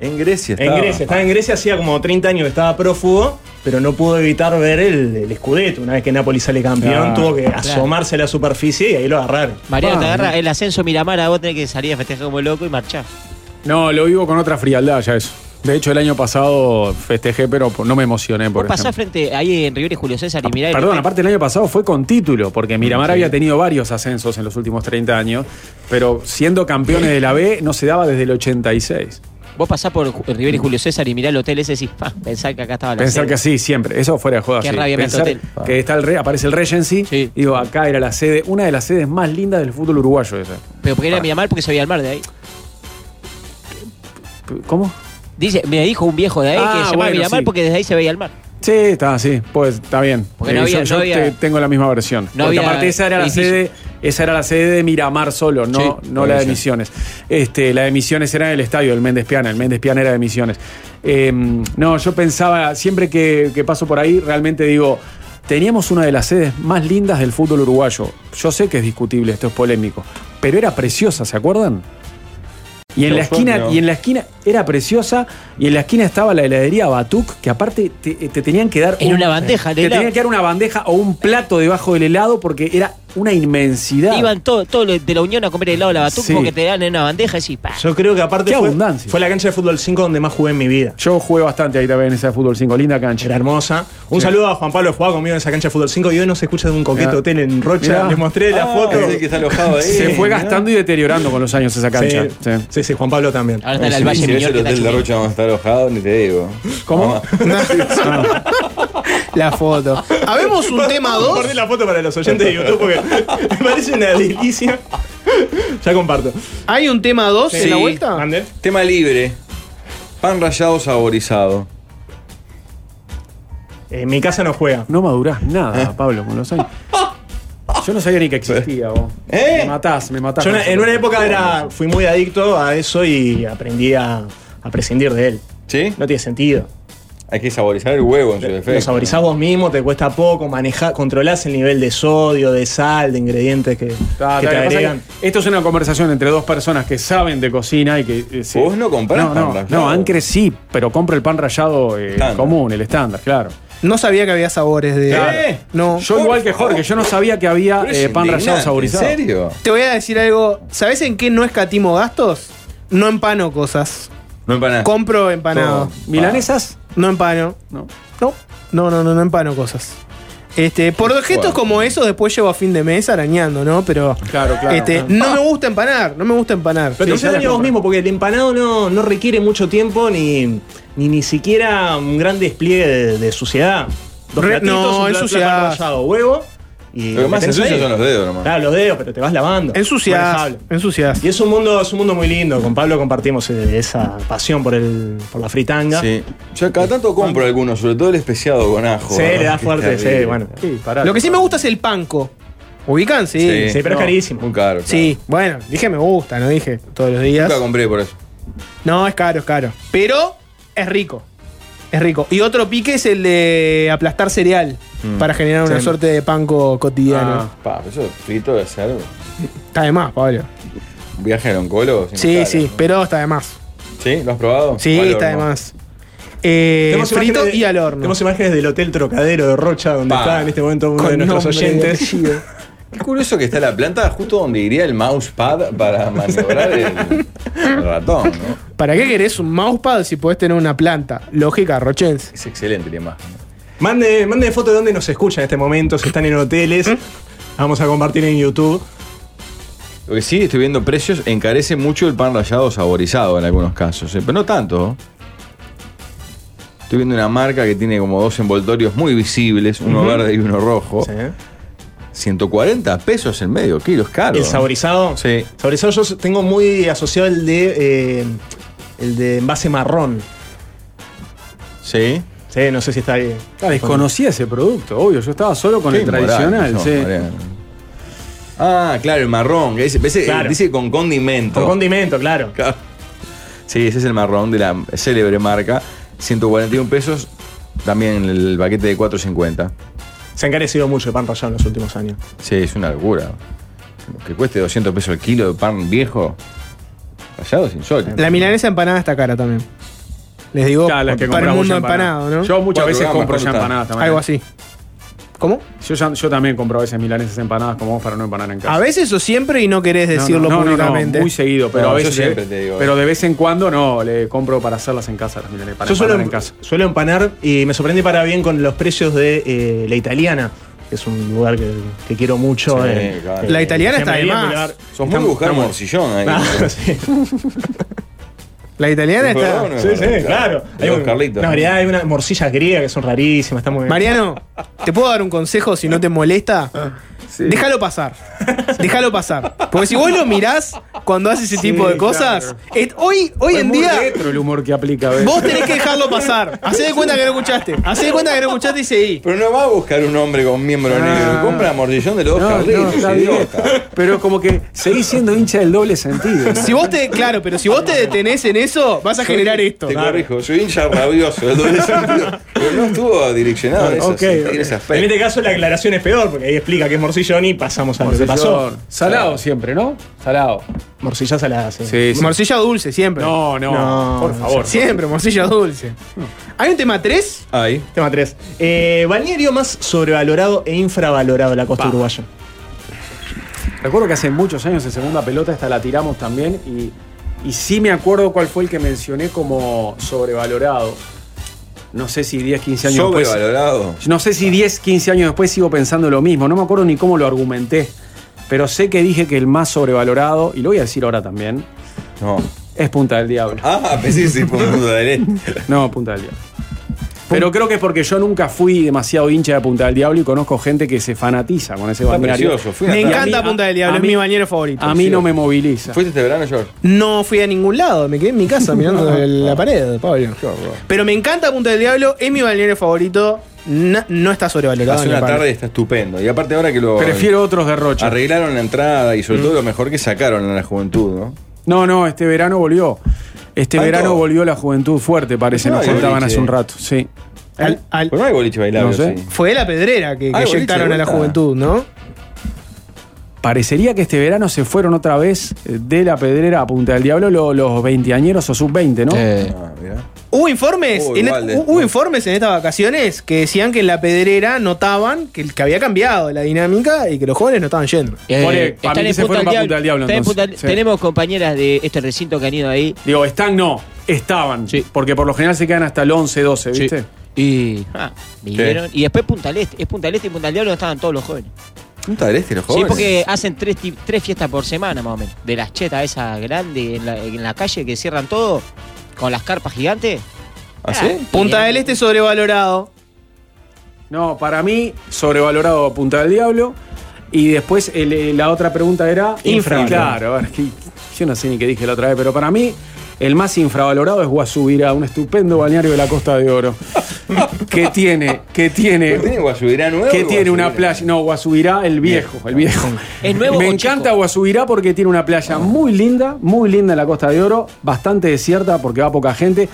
Speaker 1: En Grecia
Speaker 2: En Grecia, estaba en Grecia, hacía como 30 años que estaba prófugo, pero no pudo evitar ver el, el Scudetto. Una vez que Napoli sale campeón,
Speaker 4: Ah. Claro.
Speaker 2: tuvo que asomarse a la superficie y ahí lo agarraron.
Speaker 8: Mariano te
Speaker 4: Ah,
Speaker 8: agarra el ascenso Miramar a vos tenés que salir a festejar como loco y marchar.
Speaker 4: No, lo vivo con otra frialdad ya eso. De hecho, el año pasado festejé, pero no me emocioné por
Speaker 8: Vos pasás
Speaker 4: ejemplo. Ah,
Speaker 8: frente ahí en River y Julio César y mirá. el-
Speaker 4: Perdón, aparte el año pasado fue con título, porque Miramar había tenido varios ascensos en los últimos 30 años, pero siendo campeones de la B no se daba desde el 86.
Speaker 8: Vos pasás por Ju- River y Julio César y mirá el hotel ese y decís, "Pa, pensar que acá estaba la
Speaker 4: Pensar
Speaker 8: sede".
Speaker 4: que así siempre, eso fuera de joda.
Speaker 8: Qué
Speaker 4: sí.
Speaker 8: rabia me da
Speaker 4: Pensar
Speaker 8: hotel.
Speaker 4: que está el re, aparece el Regency,
Speaker 8: Sí.
Speaker 4: digo, acá era la sede, una de las sedes más lindas del fútbol uruguayo esa.
Speaker 8: Pero porque
Speaker 4: Ah.
Speaker 8: era Miramar porque se veía el mar de ahí.
Speaker 4: ¿Cómo?
Speaker 8: Dice, me dijo un viejo de ahí
Speaker 4: Ah,
Speaker 8: que se llamaba
Speaker 4: bueno,
Speaker 8: Miramar
Speaker 4: sí.
Speaker 8: porque desde ahí se veía el mar.
Speaker 4: Sí, está así, pues está bien.
Speaker 8: Porque no
Speaker 4: Eh,
Speaker 8: había-
Speaker 4: yo yo
Speaker 8: no había-
Speaker 4: te- tengo la misma versión.
Speaker 8: no
Speaker 4: Porque
Speaker 8: había
Speaker 4: aparte esa era la
Speaker 8: edificio.
Speaker 4: sede, esa era la sede de Miramar solo, no,
Speaker 8: Sí,
Speaker 4: no la de
Speaker 1: sí.
Speaker 4: Misiones. Este, la de Misiones era en el estadio, el Méndez Piana, el Méndez Piana era de Misiones. Eh, no, yo pensaba, siempre que, que paso por ahí, realmente digo. Teníamos una de las sedes más lindas del fútbol uruguayo. Yo sé que es discutible, esto es polémico, pero era preciosa, ¿se acuerdan? Y en,
Speaker 1: Yo
Speaker 4: la esquina,
Speaker 1: sueño.
Speaker 4: y en la esquina era preciosa, y en la esquina estaba la heladería Batuc, que aparte te, eh, te tenían que dar.
Speaker 8: En una bandeja de
Speaker 4: Te
Speaker 8: helado.
Speaker 4: tenían que dar una bandeja o un plato debajo del helado porque era una inmensidad.
Speaker 8: Iban todos todo los de la Unión a comer helado de la Batuc
Speaker 4: Sí.
Speaker 8: porque te dan en una bandeja y decís, pa.
Speaker 2: Yo creo que aparte
Speaker 4: Qué
Speaker 2: fue,
Speaker 4: abundancia.
Speaker 2: fue la cancha de fútbol 5 donde más jugué en mi vida.
Speaker 4: Yo jugué bastante ahí también en esa de fútbol 5, linda
Speaker 2: Era
Speaker 4: cancha.
Speaker 2: hermosa. Un
Speaker 4: Sí.
Speaker 2: saludo a Juan Pablo que jugaba conmigo en esa cancha de fútbol 5 y hoy no se escucha de un coqueto
Speaker 4: Mirá.
Speaker 2: hotel en Rocha.
Speaker 4: Mirá.
Speaker 2: Les mostré la
Speaker 1: Ah,
Speaker 2: foto.
Speaker 1: es el que está alojado ahí.
Speaker 4: Se fue
Speaker 2: ¿no?
Speaker 4: gastando y deteriorando con los años esa cancha.
Speaker 2: Sí,
Speaker 4: Sí.
Speaker 2: sí, sí, Juan Pablo también.
Speaker 8: Ahora está el
Speaker 1: Sí,
Speaker 8: Alvalle
Speaker 1: si ves
Speaker 8: Miñor
Speaker 1: el
Speaker 8: que está
Speaker 1: hotel de
Speaker 8: chupiendo.
Speaker 1: Rocha donde está alojado, ni te digo.
Speaker 4: ¿Cómo?
Speaker 3: La foto. Habemos un tema dos
Speaker 2: Guardé la foto para los oyentes de YouTube porque me parece una delicia. Ya comparto.
Speaker 3: ¿Hay un tema dos en la
Speaker 1: Sí.
Speaker 3: vuelta?
Speaker 2: Ander.
Speaker 1: Tema libre. Pan rallado saborizado.
Speaker 2: En Eh, mi casa no juega.
Speaker 4: No madurás nada, Pablo, con los años. Yo no sabía ni que existía vos.
Speaker 1: ¿Eh?
Speaker 4: Me matás, me matás.
Speaker 2: Yo en- en una
Speaker 4: época
Speaker 2: época era, fui muy adicto a eso y aprendí a, a prescindir de él.
Speaker 1: ¿Sí?
Speaker 2: No tiene sentido.
Speaker 7: Hay que saborizar el huevo en su defecto.
Speaker 2: Lo saborizás vos mismo, te cuesta poco, manejar, controlás el nivel de sodio, de sal, de ingredientes que,
Speaker 4: Ah,
Speaker 2: que
Speaker 4: lo
Speaker 2: te
Speaker 4: que pasa
Speaker 2: agregan.
Speaker 4: es que esto es una conversación entre dos personas que saben de cocina y que. eh, sí.
Speaker 7: Vos no comprás
Speaker 4: no,
Speaker 7: pan
Speaker 4: no,
Speaker 7: rallado.
Speaker 4: No, Ancre sí, pero compro el pan rallado eh, común, el estándar, claro.
Speaker 3: No sabía que había sabores
Speaker 1: ¿Eh?
Speaker 3: de.
Speaker 4: Claro.
Speaker 3: No.
Speaker 4: Yo, igual que Jorge, yo no sabía que había
Speaker 3: Pero es
Speaker 4: eh, pan rallado
Speaker 3: indignante,
Speaker 4: saborizado.
Speaker 3: ¿en serio? Te voy a decir algo. ¿Sabes en qué no escatimo gastos? No empano cosas.
Speaker 7: No empanás.
Speaker 3: Compro empanado.
Speaker 7: Ah. Todo. ¿Milanesas?
Speaker 3: No empano.
Speaker 4: No.
Speaker 3: No. No, no, no, no empano cosas. Este, por objetos como esos después llevo a fin de mes arañando, ¿no? Pero.
Speaker 4: Claro,
Speaker 2: claro.
Speaker 3: Este,
Speaker 2: Ah.
Speaker 3: No me gusta empanar, no me gusta empanar.
Speaker 2: Pero te
Speaker 3: Sí, ya
Speaker 2: haces
Speaker 3: la
Speaker 2: daño vos
Speaker 3: compro.
Speaker 2: mismo, porque el empanado no, no requiere mucho tiempo ni, ni ni siquiera un gran despliegue de, de suciedad. Dos
Speaker 3: Re-
Speaker 2: platitos,
Speaker 3: no,
Speaker 2: un
Speaker 3: es
Speaker 2: pla- plato
Speaker 3: suciedad.
Speaker 2: rallado, huevo. Y
Speaker 7: Lo que más
Speaker 2: tenés
Speaker 7: ensucia
Speaker 2: ahí.
Speaker 7: son los dedos nomás.
Speaker 2: Claro, los dedos, pero te vas lavando.
Speaker 3: Ensuciás,
Speaker 2: Manejable.
Speaker 3: ensuciás.
Speaker 2: Y es un mundo, es un mundo muy lindo. Con Pablo compartimos eh, esa pasión por el, por la fritanga.
Speaker 7: Sí. Ah, Yo cada tanto compro algunos, sobre todo el especiado con ajo.
Speaker 2: Sí,
Speaker 7: ¿verdad?
Speaker 2: le da
Speaker 7: Que
Speaker 2: fuerte,
Speaker 7: es terrible.
Speaker 2: sí, bueno.
Speaker 3: Lo que sí me gusta es el panco. ¿Ubican? Sí. No. Eh,
Speaker 7: Muy caro. claro.
Speaker 3: Sí, bueno, dije me gusta, no dije todos los días.
Speaker 7: Nunca compré por eso.
Speaker 3: No, es caro, es caro. Pero es rico. Es rico. Y otro pique es el de aplastar cereal
Speaker 7: Mm.
Speaker 3: para generar una
Speaker 7: Sí.
Speaker 3: suerte de panco cotidiano.
Speaker 7: Ah, pa, pero eso frito de cerdo.
Speaker 3: Está de más, Pablo.
Speaker 7: Un viaje al oncólogo. sin
Speaker 3: Sí,
Speaker 7: cara.
Speaker 3: sí, pero está de más.
Speaker 7: ¿Sí? ¿Lo has probado?
Speaker 3: Sí,
Speaker 7: Valor,
Speaker 3: está de
Speaker 7: ¿no?
Speaker 3: más. Eh,
Speaker 2: Tenemos
Speaker 3: frito
Speaker 2: imágenes de-
Speaker 3: y al horno.
Speaker 2: Tenemos imágenes del Hotel Trocadero de Rocha, donde
Speaker 7: Pa.
Speaker 2: está en este momento uno de
Speaker 7: Con
Speaker 2: nuestros
Speaker 7: nombre y
Speaker 2: oyentes.
Speaker 7: Qué curioso que está la planta justo donde iría el mousepad para maniobrar el el ratón, ¿no?
Speaker 3: ¿Para qué querés un mousepad si podés tener una planta? Lógica, rochense.
Speaker 7: Es excelente, tiene más.
Speaker 2: Mande, mande foto de dónde nos escuchan en este momento, si están en hoteles. Vamos a compartir en YouTube.
Speaker 7: Lo que sí estoy viendo precios, encarece mucho el pan rallado saborizado en algunos casos, ¿eh? pero no tanto. Estoy viendo una marca que tiene como dos envoltorios muy visibles, uno
Speaker 2: Ujú.
Speaker 7: verde y uno rojo.
Speaker 2: Sí.
Speaker 7: 140 pesos en medio kilo, es caro.
Speaker 2: ¿El saborizado?
Speaker 7: Sí.
Speaker 2: Saborizado yo tengo muy asociado el de eh, el de envase marrón.
Speaker 7: Sí.
Speaker 2: Sí, no sé si está ahí.
Speaker 4: Ah, desconocía ese producto, obvio. Yo estaba solo con
Speaker 7: Qué
Speaker 4: el
Speaker 7: inmoral
Speaker 4: tradicional.
Speaker 7: que sos,
Speaker 4: sí.
Speaker 7: Mariano. Ah, claro, el marrón. que dice- ese-
Speaker 4: Claro.
Speaker 7: Dice con condimento.
Speaker 2: Con condimento, claro.
Speaker 7: Sí, ese es el marrón de la célebre marca. 141 pesos. También el paquete de 450.
Speaker 2: Se ha encarecido mucho el pan rallado en los últimos años.
Speaker 7: Sí, es una locura. Que cueste 200 pesos el kilo de pan viejo. Rayado sin sol.
Speaker 3: La milanesa empanada está cara también. Les digo, para el mundo empanado, ¿no?
Speaker 4: Yo muchas veces compro ya empanadas también.
Speaker 3: Algo así. ¿Cómo?
Speaker 4: Yo, ya- yo también compro a veces milanesas empanadas como vos para no empanar en casa.
Speaker 3: A veces o siempre y no querés
Speaker 4: No, no,
Speaker 3: decirlo
Speaker 4: no, no, no,
Speaker 3: públicamente.
Speaker 4: muy seguido, pero
Speaker 7: No,
Speaker 4: a
Speaker 7: yo
Speaker 4: veces.
Speaker 7: siempre te digo
Speaker 4: pero
Speaker 7: eso.
Speaker 4: de vez en cuando no, le compro para hacerlas en casa las milanesas. Para
Speaker 2: Yo suelo, em-
Speaker 4: empanar en casa.
Speaker 2: suelo empanar y me sorprende para bien con los precios de eh, la italiana, que es un lugar que, que quiero mucho.
Speaker 7: Sí,
Speaker 2: eh,
Speaker 7: claro.
Speaker 2: eh,
Speaker 7: La
Speaker 3: italiana está de
Speaker 2: Siempre
Speaker 3: más.
Speaker 2: Boulevard.
Speaker 7: Sos muy buscar
Speaker 2: estamos-
Speaker 7: morcillón ahí.
Speaker 2: Ah, sí.
Speaker 3: La italiana
Speaker 7: ¿Es verdad o no
Speaker 3: está.
Speaker 7: es
Speaker 2: Sí, sí,
Speaker 7: verdad?
Speaker 2: claro. Hay
Speaker 7: Los
Speaker 2: un-
Speaker 7: Carlitos.
Speaker 2: una variedad, hay unas morcillas griegas que son rarísimas, está muy
Speaker 4: eh.
Speaker 2: bien.
Speaker 3: Mariano, ¿te puedo dar un consejo si no te molesta?
Speaker 4: Ah,
Speaker 3: Déjalo pasar. Déjalo pasar. Porque si vos lo mirás cuando haces ese
Speaker 4: Sí,
Speaker 3: tipo de cosas,
Speaker 4: claro.
Speaker 3: et- hoy, hoy
Speaker 4: Es
Speaker 3: en
Speaker 4: muy
Speaker 3: día
Speaker 4: retro el humor que aplica a veces.
Speaker 3: vos tenés que dejarlo pasar. Hacé de cuenta que no escuchaste. Hacé de cuenta que no escuchaste y seguí.
Speaker 7: Pero no va a buscar un hombre con miembro negro. Compra morcillón de los dos
Speaker 4: No, no,
Speaker 7: carriles,
Speaker 4: está bien.
Speaker 7: idiota.
Speaker 4: Pero como que seguís siendo hincha del doble sentido. ¿no?
Speaker 3: Si vos te, claro, pero si vos te detenés en eso, vas a generar esto.
Speaker 7: Te corrijo, soy hincha rabioso del doble sentido. Pero no estuvo direccionado en, ese-
Speaker 2: Ok,
Speaker 7: en ese
Speaker 2: En
Speaker 7: aspecto.
Speaker 2: este caso la aclaración es peor, porque ahí explica que es morcillón y pasamos a lo que pasó.
Speaker 4: Morcillón. Salado siempre, ¿no? Salado.
Speaker 2: Morcillas a la... Sí.
Speaker 3: Morcilla dulce, siempre.
Speaker 4: No, no,
Speaker 2: No,
Speaker 4: por favor.
Speaker 3: Siempre, morcilla dulce. ¿Hay un tema 3?
Speaker 7: Ahí.
Speaker 2: Tema 3. Eh, balneario más sobrevalorado e infravalorado de la costa
Speaker 4: Pa.
Speaker 2: uruguaya.
Speaker 4: Recuerdo que hace muchos años en segunda pelota esta la tiramos también y, y sí me acuerdo cuál fue el que mencioné como sobrevalorado. No sé si 10, 15 años después.
Speaker 7: Sobrevalorado.
Speaker 4: No sé si 10, 15 años después sigo pensando lo mismo. No me acuerdo ni cómo lo argumenté. Pero sé que dije que el más sobrevalorado, y lo voy a decir ahora también,
Speaker 7: No.
Speaker 4: es Punta del Diablo.
Speaker 7: Ah, pensé si fue un mundo de este.
Speaker 4: No, Punta del Diablo. Pero creo que es porque yo nunca fui demasiado hincha de Punta del Diablo y conozco gente que se fanatiza con ese
Speaker 7: Está
Speaker 4: balneario.
Speaker 7: precioso, fui a
Speaker 3: Me
Speaker 7: Claro.
Speaker 3: encanta
Speaker 4: A mí-
Speaker 3: Punta del
Speaker 4: a
Speaker 3: Diablo, es
Speaker 4: mí-
Speaker 3: mi bañero favorito.
Speaker 4: A mí no me moviliza.
Speaker 7: ¿Fuiste este verano, George?
Speaker 3: No fui a ningún lado, me quedé en mi casa mirando el- la pared, Pablo. Pero me encanta Punta del Diablo, es mi balneario favorito. No, no está sobrevalorado.
Speaker 7: Hace
Speaker 3: ni
Speaker 7: una
Speaker 3: para-
Speaker 7: tarde está estupendo. Y aparte ahora que lo
Speaker 4: Prefiero otros derroches.
Speaker 7: arreglaron la entrada y sobre todo lo mejor que sacaron a la juventud, ¿no?
Speaker 4: No, no, este verano volvió. Este
Speaker 7: ¿Tanto?
Speaker 4: verano volvió la juventud fuerte, parece,
Speaker 7: No
Speaker 4: nos
Speaker 7: hay
Speaker 4: contaban
Speaker 7: boliche.
Speaker 4: hace un rato, sí.
Speaker 3: Al- al-
Speaker 7: Pero no hay boliche bailable.
Speaker 4: No sé.
Speaker 7: sí.
Speaker 3: Fue la pedrera que, que
Speaker 7: Ay, boliche,
Speaker 3: eyectaron a la
Speaker 7: vuelta.
Speaker 3: juventud, ¿no?
Speaker 4: Parecería que este verano se fueron otra vez eh, de la pedrera a Punta del Diablo lo- los veinteañeros o sub-20, ¿no?
Speaker 7: Ah, mirá.
Speaker 3: Hubo informes,
Speaker 7: Oh,
Speaker 3: en,
Speaker 7: igual de-
Speaker 3: hu- hubo informes en estas vacaciones que decían que en la pedrera notaban que, que había cambiado la dinámica y que los jóvenes no estaban yendo.
Speaker 4: Pone,
Speaker 8: Eh,
Speaker 4: para
Speaker 8: están
Speaker 4: mí que
Speaker 8: en
Speaker 4: se
Speaker 8: Punta
Speaker 4: fueron para Punta del Diablo,
Speaker 8: están en
Speaker 4: entonces.
Speaker 8: Punta del-
Speaker 4: Sí.
Speaker 8: Tenemos compañeras de este recinto que han ido ahí.
Speaker 4: Digo, están no, estaban. Porque por lo general se quedan hasta el 11, 12, ¿viste?
Speaker 8: Y, ah, vinieron. Y después Punta del Este. Es Punta del Este y Punta del Diablo donde estaban todos los jóvenes.
Speaker 7: Punta del Este, los jóvenes.
Speaker 8: Sí, porque hacen tres, ti- tres fiestas por semana más o menos. De las chetas esas grandes en la, en la calle que cierran todo con las carpas gigantes.
Speaker 7: ¿Ah, sí?
Speaker 3: Punta del Este sobrevalorado.
Speaker 4: No, para mí, sobrevalorado Punta del Diablo. Y después el, eh, la otra pregunta era.
Speaker 3: Infravalorado.
Speaker 4: Claro, a ver, que- yo no sé ni qué dije la otra vez, pero para mí, el más infravalorado es Guasubirá, un estupendo balneario de la Costa de Oro. que tiene, que tiene.
Speaker 7: ¿Pero tiene eh. Guasubirá nuevo?
Speaker 4: Que
Speaker 7: o
Speaker 4: tiene una
Speaker 7: Guasubirá?
Speaker 4: playa. No, Guasubirá, el viejo, el viejo.
Speaker 8: ¿Es nuevo
Speaker 4: Me
Speaker 8: o
Speaker 4: encanta Guasubirá porque tiene una playa muy linda, muy linda en la Costa de Oro, bastante desierta porque va poca gente.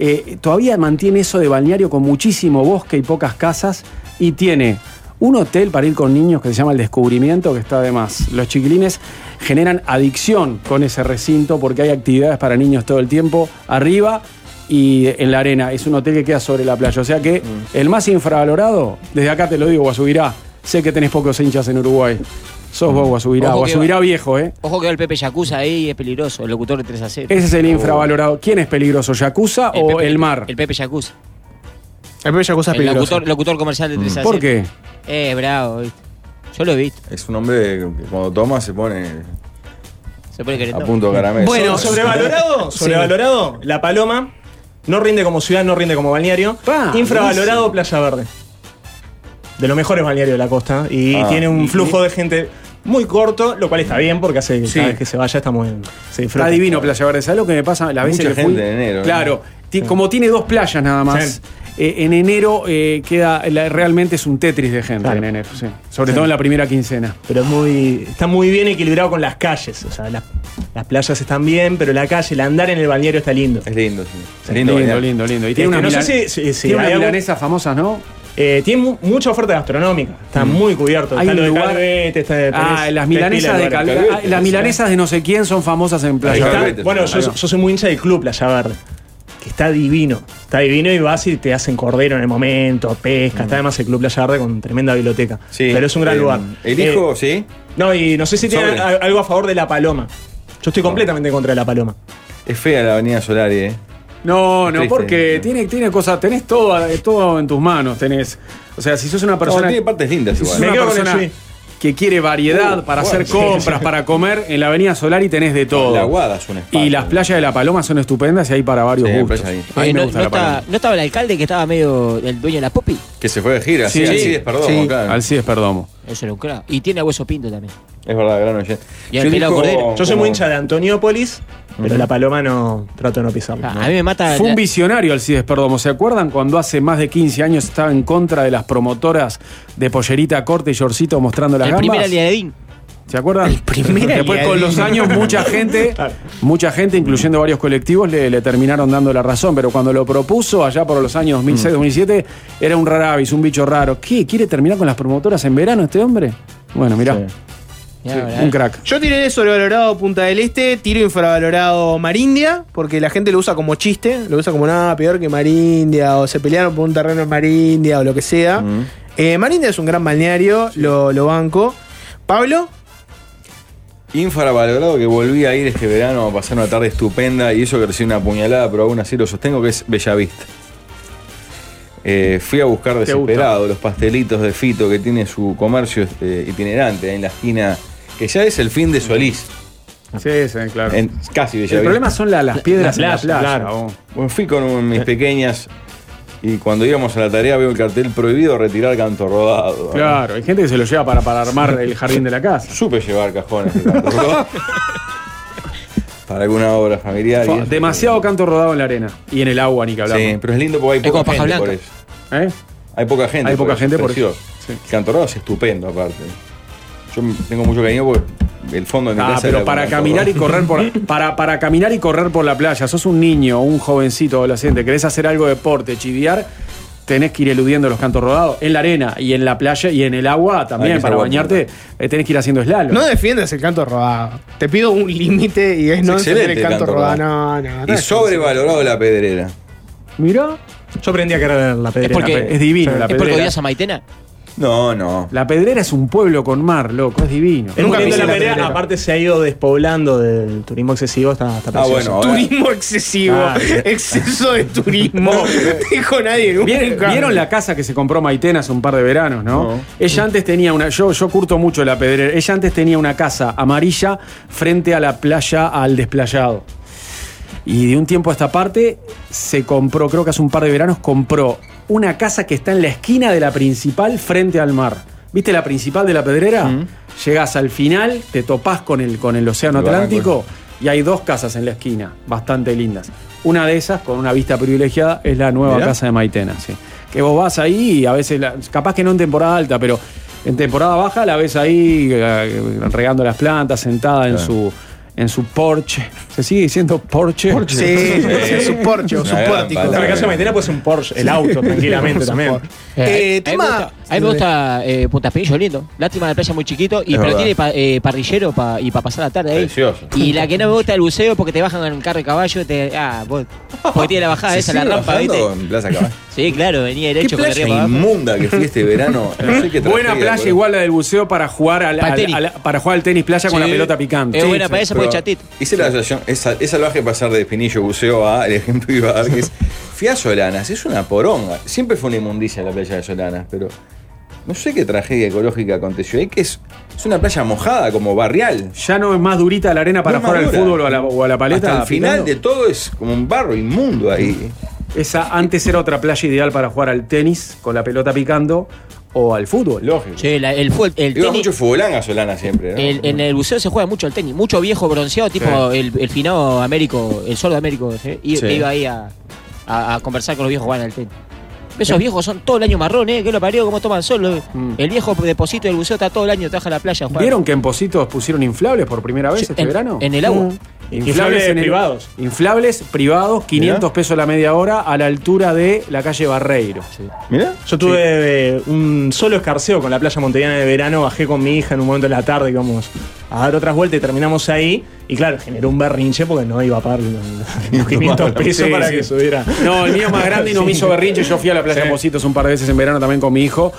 Speaker 4: Eh, todavía mantiene eso de balneario con muchísimo bosque y pocas casas. Y tiene un hotel para ir con niños que se llama El Descubrimiento, que está de más. Los chiquilines generan adicción con ese recinto porque hay actividades para niños todo el tiempo arriba y en la arena. Es un hotel que queda sobre la playa. O sea que el más infravalorado, desde acá te lo digo, Guasubirá. Sé que tenés pocos hinchas en Uruguay. Sos vos, Guasubirá.
Speaker 8: Ojo que
Speaker 4: Guasubirá viejo, ¿eh?
Speaker 8: Ojo que va el Pepe Yakuza ahí, es peligroso, el locutor de 3 a 0.
Speaker 4: Ese es el infravalorado. ¿Quién es peligroso, Yakuza
Speaker 8: El
Speaker 4: o
Speaker 8: Pepe-
Speaker 4: el mar?
Speaker 8: El Pepe Yakuza.
Speaker 3: El Pepe Yakuza es
Speaker 8: El
Speaker 3: peligroso.
Speaker 8: locutor, locutor comercial de 3 a 0.
Speaker 4: Mm. ¿Por qué?
Speaker 8: Eh, bravo, ¿viste? Yo lo he visto.
Speaker 7: Es un hombre que cuando toma se pone
Speaker 8: Se
Speaker 7: a
Speaker 8: pone
Speaker 4: Ah,
Speaker 8: querendón.
Speaker 7: punto de caramelo.
Speaker 3: Bueno,
Speaker 2: Sobrevalorado,
Speaker 3: Sí.
Speaker 2: sobrevalorado, la paloma. No rinde como ciudad, no rinde como balneario.
Speaker 4: Pa,
Speaker 2: Infravalorado, Playa Verde. De los mejores balnearios de la costa. Y
Speaker 7: Ah,
Speaker 2: tiene un
Speaker 7: y-
Speaker 2: flujo de gente muy corto, lo cual está bien porque hace que
Speaker 4: Sí.
Speaker 2: cada vez que se vaya estamos en. Se disfruta.
Speaker 4: Está divino Playa Verde. ¿Sabes lo que me pasa las veces
Speaker 7: Mucha
Speaker 4: que
Speaker 7: gente
Speaker 4: fui?
Speaker 7: en enero, ¿no?
Speaker 4: Claro. Ti- Como tiene dos playas nada más.
Speaker 2: Sí.
Speaker 4: eh, en enero eh, queda. la- realmente es un Tetris de gente
Speaker 2: Claro.
Speaker 4: en enero, sí. Sobre todo en la primera quincena.
Speaker 2: Pero es muy, está muy bien equilibrado con las calles. O sea, las, las playas están bien, pero la calle, el andar en el balneario está lindo.
Speaker 7: Es lindo, sí. Es
Speaker 4: Lindo,
Speaker 7: lindo,
Speaker 4: lindo,
Speaker 7: bañar.
Speaker 4: lindo, Y
Speaker 2: Este,
Speaker 4: tiene una,
Speaker 2: no sé si-
Speaker 4: milan-
Speaker 2: si- si
Speaker 4: tiene una
Speaker 2: hay algo-
Speaker 4: milanesa famosa, ¿no?
Speaker 2: Eh, tiene mu- mucha oferta gastronómica. Está muy cubierto.
Speaker 4: Hay
Speaker 2: está
Speaker 4: un
Speaker 2: lo de
Speaker 4: lugar-
Speaker 2: Calvete, está de
Speaker 4: Ah,
Speaker 2: tenés-
Speaker 4: las
Speaker 2: tenés
Speaker 4: milanesas
Speaker 2: pila
Speaker 4: de Cal-
Speaker 2: lugares.
Speaker 4: ah, Las milanesas de no sé quién son famosas en
Speaker 2: Ahí
Speaker 4: Playa
Speaker 2: está.
Speaker 4: Verde.
Speaker 7: Calvete,
Speaker 2: Bueno, yo,
Speaker 4: ahí va.
Speaker 2: yo soy muy hincha del club Playa Verde. Que está divino. Está divino y vas y te hacen cordero en el momento, pesca. Está además el club Playa Verde con tremenda biblioteca.
Speaker 7: Mm. Sí,
Speaker 2: Pero es un gran
Speaker 7: eh,
Speaker 2: lugar.
Speaker 7: El
Speaker 2: Eh,
Speaker 7: hijo, sí.
Speaker 2: no, y no sé si tiene
Speaker 7: Sobre.
Speaker 2: a- algo a favor de la paloma. Yo estoy completamente contra la paloma.
Speaker 7: Es fea la avenida Solari, ¿eh?
Speaker 4: No, no,
Speaker 7: Triste,
Speaker 4: porque
Speaker 7: ¿no?
Speaker 4: tiene, tiene cosas, tenés todo, eh, todo en tus manos, tenés. O sea, si sos una
Speaker 7: No,
Speaker 4: persona,
Speaker 7: tiene partes lindas
Speaker 4: si sos
Speaker 7: igual.
Speaker 2: Me
Speaker 4: una
Speaker 2: quedo con el
Speaker 4: persona
Speaker 2: sí.
Speaker 4: que quiere variedad para
Speaker 7: bueno,
Speaker 4: hacer
Speaker 7: Uh, sí,
Speaker 4: compras, para comer, en la Avenida Solari tenés de todo.
Speaker 7: La Aguada es un espacio.
Speaker 4: y las playas de La Paloma son estupendas y hay para varios
Speaker 7: Sí, hay
Speaker 4: gustos.
Speaker 7: playas
Speaker 4: A mí me
Speaker 8: Eh, no,
Speaker 4: gusta
Speaker 8: no
Speaker 4: La Paloma.
Speaker 8: está- ¿no estaba el alcalde que estaba medio el dueño de la popi?
Speaker 7: Que se fue de gira, sí,
Speaker 4: Sí,
Speaker 7: así es, perdón.
Speaker 4: sí,
Speaker 7: claro.
Speaker 4: Alcides Perdomo.
Speaker 8: Eso era un crack. Y tiene a Hueso Pinto también.
Speaker 7: Es verdad, gran oyente.
Speaker 8: Y al
Speaker 7: Yo
Speaker 8: Pelado
Speaker 7: elijo
Speaker 8: Cordero.
Speaker 2: Yo soy
Speaker 7: como-
Speaker 2: muy hincha de Antoniópolis, pero la paloma no trato de no pisarla.
Speaker 8: Ah, A mí me mata.
Speaker 4: Fue un
Speaker 8: la-
Speaker 4: visionario Alcides Perdomo. ¿Se acuerdan cuando hace más de 15 años estaba en contra de las promotoras de pollerita corta y shortcito mostrando las
Speaker 8: el
Speaker 4: gambas?
Speaker 8: primer aliadín.
Speaker 4: ¿Se acuerdan?
Speaker 3: primer
Speaker 4: Después
Speaker 3: aliadín.
Speaker 4: con los años mucha gente, mucha gente, incluyendo varios colectivos, le, le terminaron dando la razón. Pero cuando lo propuso allá por los años 2006-2007, era un rarabis, un bicho raro. ¿Qué? ¿Quiere terminar con las promotoras en verano este hombre? Bueno, mirá,
Speaker 8: Mirá, mirá.
Speaker 4: un crack.
Speaker 3: Yo tiré de sobrevalorado Punta del Este, tiro infravalorado Marindia, porque la gente lo usa como chiste, lo usa como nada peor que Marindia, o se pelearon por un terreno en Marindia, o lo que sea.
Speaker 7: Mm.
Speaker 3: Eh, Marindia es un gran balneario, lo, lo banco. Pablo,
Speaker 7: Infravalorado que volví a ir este verano a pasar una tarde estupenda y eso que recibí una puñalada, pero aún así lo sostengo que es Bellavista. Eh, fui a buscar desesperado los pastelitos de Fito que tiene su comercio este, itinerante ahí en la esquina, que ya es el fin de Solís,
Speaker 4: Sí, sí, claro.
Speaker 7: en casi Bellavista.
Speaker 4: El problema Eh. son la- las piedras
Speaker 2: la
Speaker 4: en la
Speaker 2: playa,
Speaker 4: playa.
Speaker 2: claro.
Speaker 4: vos.
Speaker 7: Bueno, fui con un- mis pequeñas y cuando íbamos a la tarea veo el cartel prohibido retirar canto rodado.
Speaker 4: Claro, hay gente que se lo lleva para, para armar el jardín de la casa.
Speaker 7: Supe llevar cajones de canto rodado para alguna obra familiar. y
Speaker 4: Fua,
Speaker 7: eso.
Speaker 4: Demasiado canto rodado en la arena y en el agua, ni que hablamos.
Speaker 7: Sí, pero es lindo porque hay
Speaker 8: Es como
Speaker 7: poca
Speaker 8: paja
Speaker 7: gente por
Speaker 8: blanca.
Speaker 7: eso.
Speaker 4: ¿Eh?
Speaker 7: Hay poca gente.
Speaker 4: Hay poca gente por
Speaker 7: precioso.
Speaker 4: eso. Sí.
Speaker 7: El Cantorado es estupendo, aparte. Yo m- tengo mucho cariño porque
Speaker 1: el fondo de mi
Speaker 4: Ah,
Speaker 1: casa.
Speaker 4: pero
Speaker 1: era
Speaker 4: para
Speaker 1: con-
Speaker 4: caminar y correr por para, para caminar y correr por la playa, sos un niño, un jovencito adolescente, querés hacer algo de deporte, chiviar, tenés que ir eludiendo los cantos rodados en la arena y en la playa y en el agua también
Speaker 3: Ay, que
Speaker 4: para
Speaker 3: agua
Speaker 4: bañarte, eh, tenés que ir haciendo slalom.
Speaker 3: No defiendas el canto rodado. Te pido un límite y es no defender el canto, rodado. No, no,
Speaker 1: Y
Speaker 3: no es-
Speaker 1: sobrevalorado la pedrera.
Speaker 4: Mira.
Speaker 2: Yo aprendí a querer la pedrera.
Speaker 4: porque- es divino la
Speaker 8: ¿Es porque
Speaker 4: pedrera.
Speaker 8: odias a Maitena?
Speaker 1: No, no.
Speaker 4: La Pedrera es un pueblo con mar, loco, es divino.
Speaker 2: Es muy lindo la
Speaker 4: pedrera,
Speaker 2: Perea, aparte se ha ido despoblando del turismo excesivo, está, está
Speaker 4: Ah, bueno, ahora-
Speaker 3: Turismo excesivo.
Speaker 4: Ah, bien.
Speaker 3: Exceso de turismo. Dijo nadie.
Speaker 4: ¿Vieron,
Speaker 3: nunca.
Speaker 4: vieron la casa que se compró Maitena hace un par de veranos, no? Ella antes tenía una. Yo, yo curto mucho la pedrera. Ella antes tenía una casa amarilla frente a la playa al desplayado. Y de un tiempo a esta parte se compró, creo que hace un par de veranos, compró una casa que está en la esquina de la principal frente al mar. ¿Viste la principal de la pedrera? Llegás al final, te topás con el, con el
Speaker 1: Mm.
Speaker 4: Océano
Speaker 1: El barranco.
Speaker 4: Atlántico y hay dos casas en la esquina, bastante lindas. Una de esas, con una vista privilegiada, es la nueva
Speaker 1: Mirá.
Speaker 4: casa de Maitena. sí. Que vos vas ahí y a veces, la- capaz que no en temporada alta, pero en temporada baja la ves ahí eh, regando las plantas, sentada en
Speaker 1: Claro.
Speaker 4: su en su porche. ¿Se sigue diciendo porche?
Speaker 2: Porche. Sí, sí, su porche o Una su gran pórtico. palabra. En el caso de Maitena, pues, un Porsche, el auto, tranquilamente, también.
Speaker 8: Eh,
Speaker 2: Eh,
Speaker 8: a mí me
Speaker 2: tema-
Speaker 8: gusta, a mí me gusta eh, Punta Espinillo, lindo. Lástima la playa muy chiquito, y,
Speaker 1: Es
Speaker 8: pero
Speaker 1: verdad.
Speaker 8: tiene pa- eh, parrillero pa- y para pasar la tarde ahí.
Speaker 1: Precioso.
Speaker 8: Y la que no me gusta es el buceo porque te bajan en el carro de caballo. y Te, ah, vos, porque tiene la bajada
Speaker 1: ¿Se
Speaker 8: Ah, esa, la
Speaker 1: sigue
Speaker 8: rampa,
Speaker 1: bajando
Speaker 8: ¿viste?
Speaker 1: en Plaza Caballo?
Speaker 8: Sí, claro, venía derecho
Speaker 1: ¿Qué
Speaker 8: con el
Speaker 1: playa
Speaker 8: río para abajo.
Speaker 1: inmunda que fui este verano? No sé qué
Speaker 4: Buena
Speaker 1: tragedia,
Speaker 4: playa
Speaker 1: boludo.
Speaker 4: igual la del buceo para jugar al,
Speaker 1: Para
Speaker 4: al-
Speaker 1: tenis.
Speaker 4: al- para jugar al tenis playa con la
Speaker 1: Sí.
Speaker 4: pelota picante. Sí, sí.
Speaker 1: Pero Hice la asociación, es, sal- es salvaje pasar de Espinillo buceo a el ejemplo que iba a dar, que es Fía Solanas, es una poronga. Siempre fue una inmundicia la playa de Solanas, pero no sé qué tragedia ecológica aconteció. Es que es, es una playa mojada, como barrial.
Speaker 4: Ya no es más durita la arena para
Speaker 1: No es
Speaker 4: jugar al
Speaker 1: madura.
Speaker 4: fútbol o a la, o a la paleta.
Speaker 1: Hasta el final
Speaker 4: picando.
Speaker 1: de todo es como un barro inmundo ahí.
Speaker 4: Esa antes era otra playa ideal para jugar al tenis con la pelota picando o al fútbol.
Speaker 1: Lógico.
Speaker 8: Sí, la- el, fue- el
Speaker 1: Iba
Speaker 8: tenis-
Speaker 1: mucho futbolán a Solana siempre, ¿no?
Speaker 8: el- en el buceo se juega mucho al tenis, mucho viejo bronceado, tipo
Speaker 1: Sí.
Speaker 8: el, el finado Américo, el sordo Américo, ¿sí? Y-
Speaker 1: Sí.
Speaker 8: que iba ahí a, a- a conversar con los viejos jugando al tenis. Esos viejos son todo el año marrón, ¿eh? Que lo parió, cómo toman sol. lo- El viejo depósito del buceo está todo el año, trabaja a la playa. a jugar.
Speaker 4: Mm. ¿Vieron que en Positos pusieron inflables por primera vez
Speaker 8: Sí,
Speaker 4: este
Speaker 8: en-
Speaker 4: verano?
Speaker 8: en el agua.
Speaker 2: Inflables
Speaker 4: el-
Speaker 2: privados.
Speaker 4: Inflables privados, 500 pesos la media hora a la altura de la calle Barreiro.
Speaker 1: Mirá.
Speaker 2: Yo tuve eh, un solo escarceo con la playa monteriana de verano, bajé con mi hija en un momento de la tarde, íbamos a dar otras vueltas y terminamos ahí. Y claro, generó un berrinche porque no iba a pagar los, los 500 pesos
Speaker 4: Sí,
Speaker 2: para
Speaker 4: sí.
Speaker 2: que subiera.
Speaker 4: No, el mío es más grande y no me
Speaker 2: Sí.
Speaker 4: hizo berrinche. Yo fui a la playa de Positos un par de veces en verano también con mi hijo.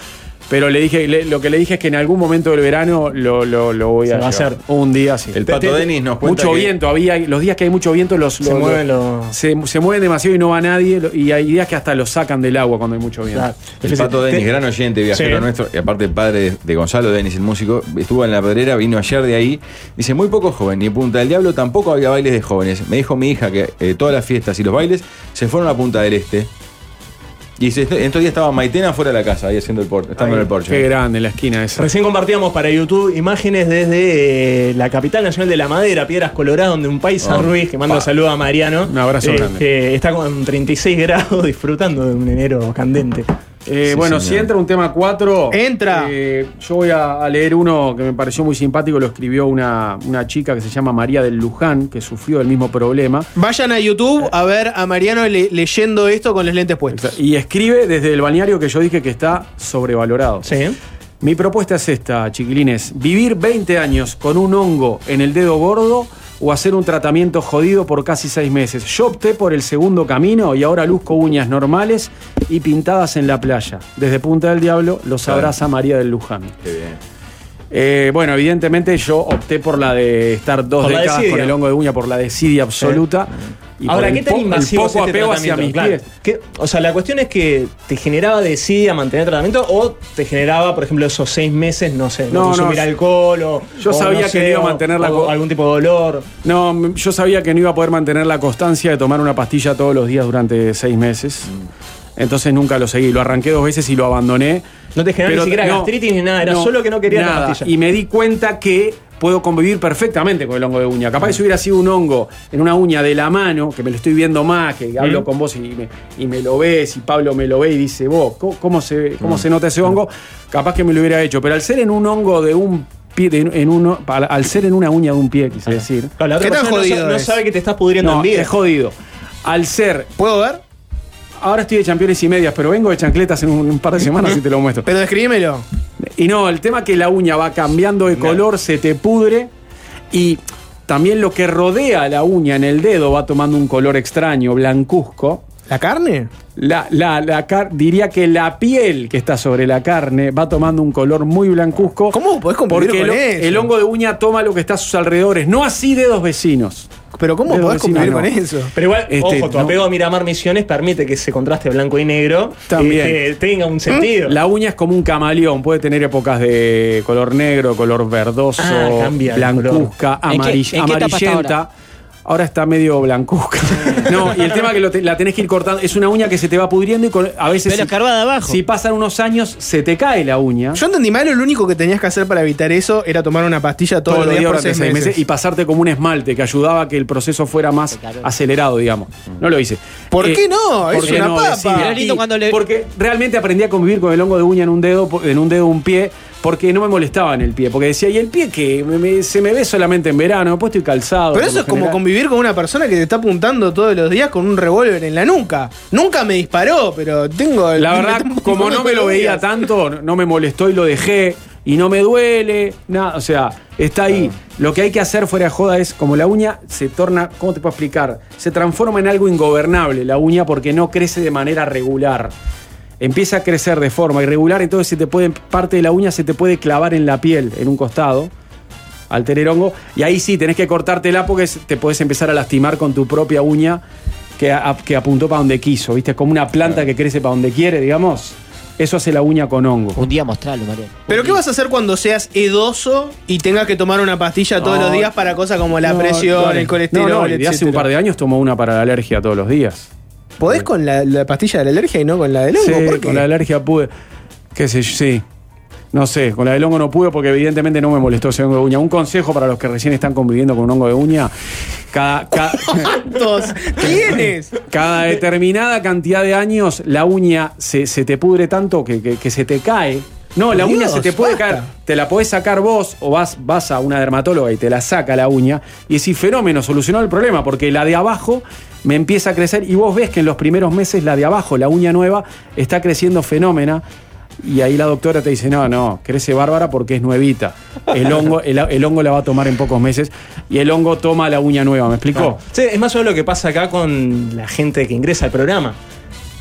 Speaker 4: Pero le dije, le- lo que le dije es que en algún momento del verano lo, lo- lo voy
Speaker 2: Se
Speaker 4: a
Speaker 2: va a
Speaker 4: llevar.
Speaker 2: hacer.
Speaker 4: Un día sí.
Speaker 1: El Pato
Speaker 4: Te- te-
Speaker 1: Denis nos cuenta
Speaker 4: Mucho
Speaker 1: que-
Speaker 4: viento, había, los días que hay mucho viento los,
Speaker 2: Se
Speaker 4: los-
Speaker 2: mueven
Speaker 4: los-
Speaker 2: los.
Speaker 4: se, se mueven demasiado y no va nadie. lo- Y hay días que hasta los sacan del agua cuando hay mucho viento.
Speaker 2: Claro.
Speaker 1: El Pato
Speaker 2: Te-
Speaker 1: Denis, gran oyente, viajero
Speaker 2: Sí.
Speaker 1: nuestro, y aparte el padre de- de Gonzalo Denis, el músico, estuvo en la pedrera, vino ayer de ahí. Dice, muy poco joven, ni Punta del Diablo tampoco había bailes de jóvenes. Me dijo mi hija que eh, todas las fiestas y los bailes se fueron a Punta del Este. Y dice, "Este, en estos días estaba Maitena fuera de la casa, ahí haciendo el por- estando en el porche.
Speaker 4: Qué grande la esquina esa.
Speaker 2: Recién compartíamos para YouTube imágenes desde eh, la capital nacional de la madera, Piedras Coloradas, donde un paisa
Speaker 1: Oh,
Speaker 2: Ruiz, que manda
Speaker 1: pa.
Speaker 2: un saludo a Mariano.
Speaker 4: Un abrazo
Speaker 2: eh,
Speaker 4: grande.
Speaker 2: que está con 36 grados disfrutando de un enero candente.
Speaker 4: Eh,
Speaker 1: Sí,
Speaker 4: bueno,
Speaker 1: señor.
Speaker 4: si entra un tema 4.
Speaker 3: Entra.
Speaker 4: yo voy a, a leer uno que me pareció muy simpático. Lo escribió una, una chica que se llama María del Luján, que sufrió el mismo problema.
Speaker 3: Vayan a YouTube a ver a Mariano le- leyendo esto con los lentes puestos.
Speaker 4: Y escribe desde el balneario que yo dije que está sobrevalorado.
Speaker 2: Sí.
Speaker 4: Mi propuesta es esta, chiquilines. Vivir 20 años con un hongo en el dedo gordo o hacer un tratamiento jodido por casi 6 meses. Yo opté por el segundo camino y ahora luzco uñas normales y pintadas en la playa. Desde Punta del Diablo los
Speaker 1: Claro.
Speaker 4: abraza María del Luján.
Speaker 1: Qué bien.
Speaker 4: Eh, bueno, evidentemente yo opté por la de estar dos
Speaker 2: Por la
Speaker 4: décadas
Speaker 2: desidia.
Speaker 4: con el hongo de uña, por la desidia absoluta. y
Speaker 2: Ahora,
Speaker 4: por
Speaker 2: ¿qué
Speaker 4: el
Speaker 2: tan
Speaker 4: po- el
Speaker 2: invasivo es
Speaker 4: poco
Speaker 2: este
Speaker 4: apego hacia
Speaker 2: tratamiento?
Speaker 4: mis
Speaker 2: Claro. ¿Qué-
Speaker 4: pies.
Speaker 2: o sea, la cuestión es que te generaba desidia mantener tratamiento o te generaba, por ejemplo, esos seis meses, no sé, no,
Speaker 4: No, no,
Speaker 2: consumir
Speaker 4: yo-
Speaker 2: alcohol o.
Speaker 4: yo
Speaker 2: o
Speaker 4: sabía que no iba a mantener la
Speaker 2: o
Speaker 4: co-
Speaker 2: algún tipo de dolor.
Speaker 4: No, m- yo sabía que no iba a poder mantener la constancia de tomar una pastilla todos los días durante seis meses.
Speaker 2: Mm.
Speaker 4: Entonces nunca lo seguí. Lo arranqué dos veces y lo abandoné.
Speaker 2: No te generaba ni siquiera gastritis ni nada, era solo que no querías la
Speaker 4: nada.
Speaker 2: pastilla.
Speaker 4: Y me di cuenta que puedo convivir perfectamente con el hongo de uña. Capaz que si hubiera sido un hongo en una uña de la mano, que me lo estoy viendo más, que
Speaker 2: Mm.
Speaker 4: hablo con vos y me, y me lo ves, y Pablo me lo ve y
Speaker 2: Mm.
Speaker 4: dice, vos, ¿cómo, cómo se, cómo se nota ese hongo? Capaz que me lo hubiera hecho. Pero al ser en un hongo de un pie, de- en uno, al, al ser en una uña de un pie, quise decir.
Speaker 2: la otra
Speaker 4: ¿Qué tan
Speaker 2: persona no
Speaker 4: jodido
Speaker 2: sabe- no
Speaker 4: es?
Speaker 2: sabe que te estás pudriendo
Speaker 4: No,
Speaker 2: en vida.
Speaker 4: es jodido. Al ser.
Speaker 3: ¿Puedo ver?
Speaker 4: Ahora estoy de championes y medias, pero vengo de chancletas en un, un par de semanas y te lo muestro.
Speaker 3: Pero describímelo.
Speaker 4: Y no, el tema es que la uña va cambiando de color, se te pudre y también lo que rodea la uña en el dedo va tomando un color extraño, blancuzco.
Speaker 3: ¿La carne?
Speaker 4: La, la, la car- diría que la piel que está sobre la carne va tomando un color muy blancuzco.
Speaker 3: ¿Cómo podés convivir
Speaker 4: Porque
Speaker 3: con
Speaker 4: el,
Speaker 3: eso?
Speaker 4: el hongo de uña toma lo que está a sus alrededores, no así dedos vecinos.
Speaker 3: Pero ¿cómo
Speaker 4: Dedos
Speaker 3: podés convivir
Speaker 4: vecinos,
Speaker 3: con
Speaker 4: no.
Speaker 3: eso?
Speaker 2: Pero igual,
Speaker 4: Este,
Speaker 2: ojo, tu
Speaker 4: no.
Speaker 2: apego a Miramar Misiones permite que ese contraste blanco y negro
Speaker 4: También.
Speaker 2: este, tenga un sentido.
Speaker 4: La uña es como un camaleón, puede tener épocas de color negro, color verdoso,
Speaker 2: Ah, cambia el
Speaker 4: blancuzca,
Speaker 8: color. ¿En qué-
Speaker 4: amarill-
Speaker 8: en qué etapa está
Speaker 4: amarillenta. Ahora? está medio blancuzca. No, y el tema es que lo te- la tenés que ir cortando, es una uña que se te va pudriendo y con- a veces
Speaker 8: Pero
Speaker 4: si,
Speaker 8: escarbada abajo.
Speaker 4: si pasan unos años se te cae la uña.
Speaker 3: ¿Ah? Yo entendí mal, lo único que tenías que hacer para evitar eso era tomar una pastilla todos, los días por
Speaker 4: durante
Speaker 3: seis
Speaker 4: seis
Speaker 3: meses.
Speaker 4: meses y pasarte como un esmalte que ayudaba a que el proceso fuera más acelerado, digamos. No lo hice. Eh,
Speaker 3: ¿Por qué no? Es
Speaker 4: porque
Speaker 3: una papa.
Speaker 4: decidí.
Speaker 8: Era lindo
Speaker 4: Y
Speaker 8: cuando le-
Speaker 4: Porque realmente aprendí a convivir con el hongo de uña en un dedo, po- en un dedo un pie, porque no me molestaba en el pie. Porque decía, ¿y el pie que se me ve solamente en verano, después estoy calzado.
Speaker 3: Pero
Speaker 4: por
Speaker 3: eso
Speaker 4: lo
Speaker 3: es como
Speaker 4: general.
Speaker 3: convivir con una persona que te está apuntando todos los días con un revólver en la nuca. Nunca me disparó, pero tengo... el-
Speaker 4: La verdad,
Speaker 3: me-
Speaker 4: como no me lo veía tanto, no me molestó y lo dejé. Y no me duele, nada, o sea, está ahí. Lo que hay que hacer fuera de joda es, como la uña se torna, ¿cómo te puedo explicar? Se transforma en algo ingobernable la uña porque no crece de manera regular. Empieza a crecer de forma irregular, entonces se te puede, parte de la uña se te puede clavar en la piel, en un costado, al tener hongo. Y ahí sí, tenés que cortártela porque se- te podés empezar a lastimar con tu propia uña que, a- que apuntó para donde quiso, ¿viste? Es como una planta que crece para donde quiere, digamos. Eso hace la uña con hongo.
Speaker 8: Un día mostralo, Mariano.
Speaker 3: ¿Pero qué vas a hacer cuando seas edoso y tengas que tomar una pastilla todos
Speaker 4: No.
Speaker 3: los días para cosas como la
Speaker 4: No,
Speaker 3: presión,
Speaker 4: dale.
Speaker 3: el colesterol,
Speaker 4: No, no, y de hace un
Speaker 3: etcétera?
Speaker 4: par de años tomó una para la alergia todos los días.
Speaker 3: ¿Podés con la, la pastilla de la alergia y no con la del hongo?
Speaker 4: Sí,
Speaker 3: ¿Por qué?
Speaker 4: con la alergia pude. ¿Qué sé yo? Sí. No sé, con la del hongo no pude porque evidentemente no me molestó ese hongo de uña. Un consejo para los que recién están conviviendo con un hongo de uña. Cada, ca-
Speaker 3: ¿Cuántos tienes?
Speaker 4: cada determinada cantidad de años la uña se, se te pudre tanto que, que- que se te cae. No, la
Speaker 3: Dios,
Speaker 4: uña se te puede
Speaker 3: basta.
Speaker 4: caer. Te la podés sacar vos o vas, vas a una dermatóloga y te la saca la uña. Y ese fenómeno solucionó el problema porque la de abajo me empieza a crecer y vos ves que en los primeros meses la de abajo, la uña nueva, está creciendo fenómena. Y ahí la doctora te dice, no, no, crece bárbara porque es nuevita. El hongo, el, el hongo la va a tomar en pocos meses y el hongo toma la uña nueva, ¿me explicó?
Speaker 2: Sí, es más o menos lo que pasa acá con la gente que ingresa al programa.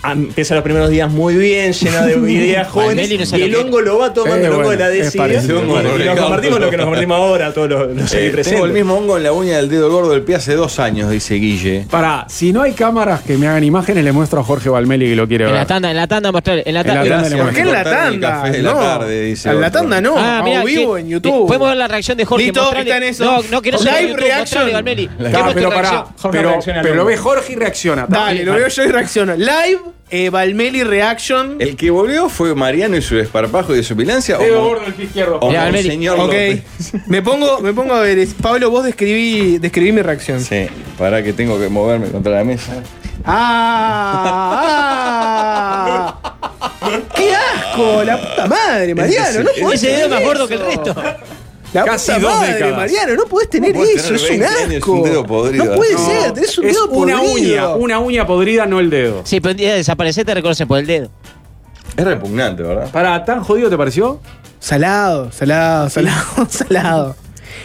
Speaker 2: Ah, Empieza los primeros días muy bien, llena de ideas jóvenes.
Speaker 8: Nelly no
Speaker 2: y
Speaker 8: sabe
Speaker 2: el
Speaker 8: lo que-
Speaker 2: hongo lo va tomando,
Speaker 4: Eh,
Speaker 2: el hongo
Speaker 4: bueno,
Speaker 2: de la
Speaker 4: es
Speaker 2: desidia.
Speaker 4: parecido
Speaker 1: a un
Speaker 2: Y nos
Speaker 1: hongo.
Speaker 2: convertimos en lo que nos convertimos ahora, todos los, los
Speaker 1: Eh, tengo el
Speaker 2: omnipresentes.
Speaker 1: mismo hongo en la uña del dedo gordo del pie hace dos años, dice Guille.
Speaker 4: Para, si no hay cámaras que me hagan imágenes, le muestro a Jorge Valmeli que lo quiere
Speaker 8: En la
Speaker 4: ver.
Speaker 8: tanda, en la tanda mostrar. En la
Speaker 4: En la
Speaker 8: Eh, tanda.
Speaker 4: tanda le
Speaker 3: ¿Por qué en la
Speaker 1: Cortar el
Speaker 3: tanda?
Speaker 1: café de la
Speaker 3: no.
Speaker 1: tarde, dice
Speaker 3: en la
Speaker 1: otro.
Speaker 3: tanda no.
Speaker 8: Ah,
Speaker 3: a
Speaker 8: mirá,
Speaker 3: vivo
Speaker 8: que-
Speaker 3: en YouTube.
Speaker 8: Podemos ver la reacción de Jorge.
Speaker 3: Listo,
Speaker 8: mostrale-
Speaker 3: está en eso.
Speaker 8: No, no, que no se vea
Speaker 3: Live
Speaker 8: en YouTube, mostrale,
Speaker 3: reaction.
Speaker 8: Valmeli.
Speaker 4: Ah,
Speaker 8: Queremos tu
Speaker 4: pero pará,
Speaker 8: reacción.
Speaker 2: Jorge
Speaker 4: pero,
Speaker 2: reacciona al
Speaker 4: pero lo
Speaker 2: hongo.
Speaker 4: ve Jorge y reacciona.
Speaker 3: Dale, lo veo yo y reacciono. Live, eh, Valmeli Reaction.
Speaker 1: El que volvió fue Mariano y su desparpajo y su pilancia.
Speaker 4: Dedo gordo, el pie izquierdo.
Speaker 1: o
Speaker 8: Mirá, Valmeli.
Speaker 1: Monseñor
Speaker 3: Ok.
Speaker 1: López.
Speaker 3: me, pongo, me pongo a ver. es- Pablo, vos describí, describí mi reacción.
Speaker 1: Sí, para que tengo que moverme contra la mesa.
Speaker 3: ¡Ah! ah. ¡Qué asco! ¡La puta madre, Mariano! No podés
Speaker 8: Ese dedo
Speaker 3: tener
Speaker 8: más gordo que el
Speaker 3: eso.
Speaker 8: resto.
Speaker 3: La
Speaker 4: Casi
Speaker 3: puta
Speaker 4: dos
Speaker 3: madre,
Speaker 4: décadas.
Speaker 3: Mariano, no podés tener
Speaker 1: No podés
Speaker 3: eso,
Speaker 1: tener
Speaker 3: es un
Speaker 1: 20 años,
Speaker 3: asco.
Speaker 1: un dedo podrido.
Speaker 3: No puede
Speaker 1: No,
Speaker 3: ser, tenés un
Speaker 4: es
Speaker 3: dedo
Speaker 4: una uña,
Speaker 3: podrido.
Speaker 4: una uña podrida, no el dedo.
Speaker 8: Si pero un día desaparecer, te reconocen por el dedo.
Speaker 1: Es repugnante, ¿verdad?
Speaker 4: Para, ¿tan jodido te pareció?
Speaker 3: Salado, salado, salado, salado.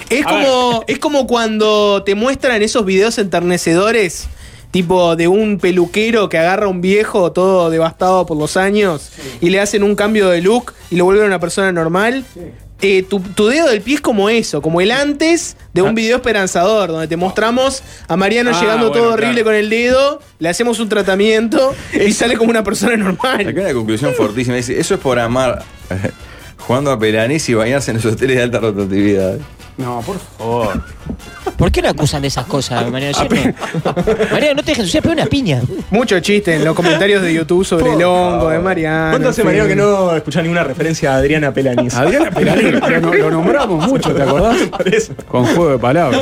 Speaker 3: Es
Speaker 4: A
Speaker 3: como, es como cuando te muestran esos videos enternecedores, tipo de un peluquero que agarra a un viejo todo devastado por los años y le hacen un cambio de look y lo vuelven una persona normal. Eh, tu, tu dedo del pie es como eso, como el antes de un video esperanzador, donde te mostramos a Mariano
Speaker 4: Ah,
Speaker 3: llegando
Speaker 4: bueno,
Speaker 3: todo horrible
Speaker 4: claro.
Speaker 3: con el dedo, le hacemos un tratamiento y sale como una persona normal.
Speaker 1: Acá hay una conclusión fortísima. Dice, eso es por amar eh, jugando a Peranés y bañarse en los hoteles de alta rotatividad.
Speaker 4: No, por favor.
Speaker 8: ¿Por qué no acusan de esas cosas, Mariano? Yo no- Mariano, no te dejes ensuciar, pero una piña.
Speaker 3: Mucho chiste en los comentarios de YouTube sobre el hongo de Mariano.
Speaker 2: ¿Cuánto hace
Speaker 3: en fin.
Speaker 2: Mariano que no escuchaba ninguna referencia a Adriana Pelanis?
Speaker 4: eh? Adriana Peralín, lo, lo nombramos mucho, ¿te acordás?
Speaker 2: Por eso.
Speaker 4: Con juego de palabras.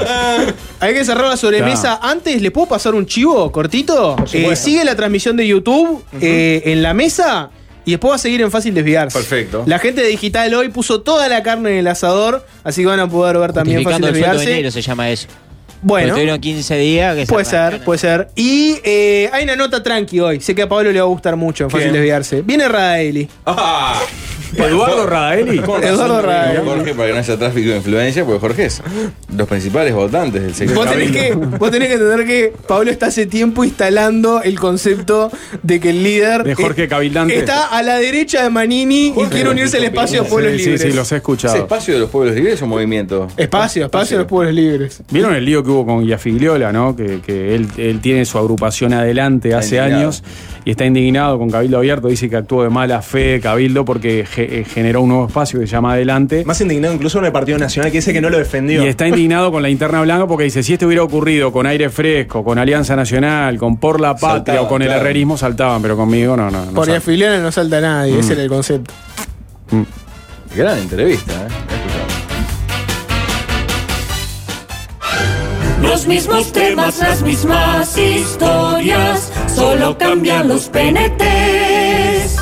Speaker 3: Hay que cerrar la sobremesa. Antes, ¿le puedo pasar un chivo cortito? Eh, sigue la transmisión de YouTube eh, en la mesa. Y después va a seguir en fácil desviarse.
Speaker 7: Perfecto.
Speaker 3: La gente de Digital hoy puso toda la carne en el asador, así que van a poder ver también fácil
Speaker 8: Justificando el sueldo de
Speaker 3: desviarse.
Speaker 8: enero se llama eso.
Speaker 3: Bueno.
Speaker 8: Porque tuvieron 15 días. Que se
Speaker 3: Puede ser, puede ser. Y eh, hay una nota tranqui hoy. Sé que a Pablo le va a gustar mucho, en fácil
Speaker 7: ¿Quién?
Speaker 3: desviarse. Viene Radaeli.
Speaker 4: Eduardo Radaeli.
Speaker 7: Con razón,
Speaker 3: Eduardo Radaeli.
Speaker 7: Jorge, para que no haya tráfico de influencia, porque Jorge es los principales votantes del sector.
Speaker 3: Vos tenés, que, vos tenés que entender que Pablo está hace tiempo instalando el concepto de que el líder
Speaker 4: De Jorge Cabildante.
Speaker 3: está a la derecha de Manini y quiere unirse al espacio de Pueblos
Speaker 4: Sí,
Speaker 3: Libres.
Speaker 4: Sí, sí, los he
Speaker 7: ¿Es
Speaker 4: escuchado.
Speaker 7: espacio de los pueblos libres o movimiento?
Speaker 3: Espacio, espacio de los Pueblos Libres.
Speaker 4: ¿Vieron el lío que hubo con Iafigliola, no? Que, que él, él tiene su agrupación adelante hace
Speaker 7: indignado.
Speaker 4: años y está indignado con Cabildo Abierto. Dice que actuó de mala fe Cabildo porque ge- eh, generó un nuevo espacio que se llama Adelante.
Speaker 2: Más indignado incluso en el Partido Nacional que dice que no lo defendió.
Speaker 4: Y está indignado con la interna blanca porque dice, si esto hubiera ocurrido con Aire Fresco, con Alianza Nacional, con Por la Patria
Speaker 7: Saltaban,
Speaker 4: o con el
Speaker 7: claro.
Speaker 4: herrerismo, saltaban, pero conmigo no, no. no
Speaker 3: Por
Speaker 4: saltan.
Speaker 3: afiliar no salta nadie,
Speaker 4: Mm.
Speaker 3: ese era el concepto.
Speaker 7: Gran entrevista, ¿eh?
Speaker 13: Los mismos temas, las mismas historias, solo cambian los penetes.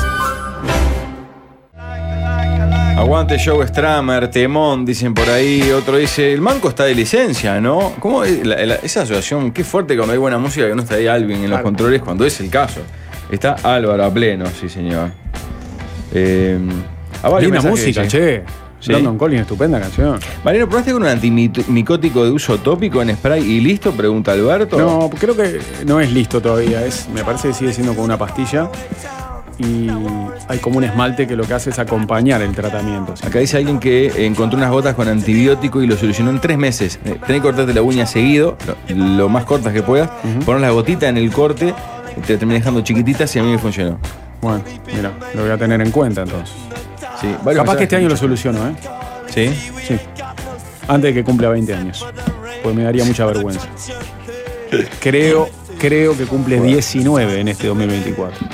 Speaker 7: Aguante show Stramer, Temón, dicen por ahí. Otro dice, el manco está de licencia, ¿no? ¿Cómo es la- la- esa asociación? Qué fuerte cuando hay buena música que no está ahí Alvin en los controles, cuando es el caso. Está Álvaro a pleno, sí, señor. Eh, a varios
Speaker 4: Linda
Speaker 7: mensajes,
Speaker 4: música,
Speaker 7: sí.
Speaker 4: che.
Speaker 7: Sí.
Speaker 4: London Collins, estupenda canción.
Speaker 7: Mariano, ¿probaste con un antimicótico de uso tópico en spray y listo? Pregunta Alberto.
Speaker 4: No, creo que no es listo todavía. Es, me parece que sigue siendo con una pastilla. Y hay como un esmalte que lo que hace es acompañar el tratamiento. ¿sí?
Speaker 7: Acá dice alguien que encontró unas gotas con antibiótico y lo solucionó en tres meses. Eh, Tenés que cortarte la uña seguido, lo, lo más cortas que puedas, poner la gotita en el corte, te la terminé dejando chiquititas y a mí me funcionó.
Speaker 4: Bueno, mira, lo voy a tener en cuenta entonces.
Speaker 7: Sí, varios
Speaker 4: Capaz que
Speaker 7: mensajes.
Speaker 4: este año lo soluciono, ¿eh?
Speaker 7: Sí.
Speaker 4: Sí. Antes de que cumpla 20 años. Pues me daría mucha vergüenza. Creo, creo que cumple 19 en este 2024.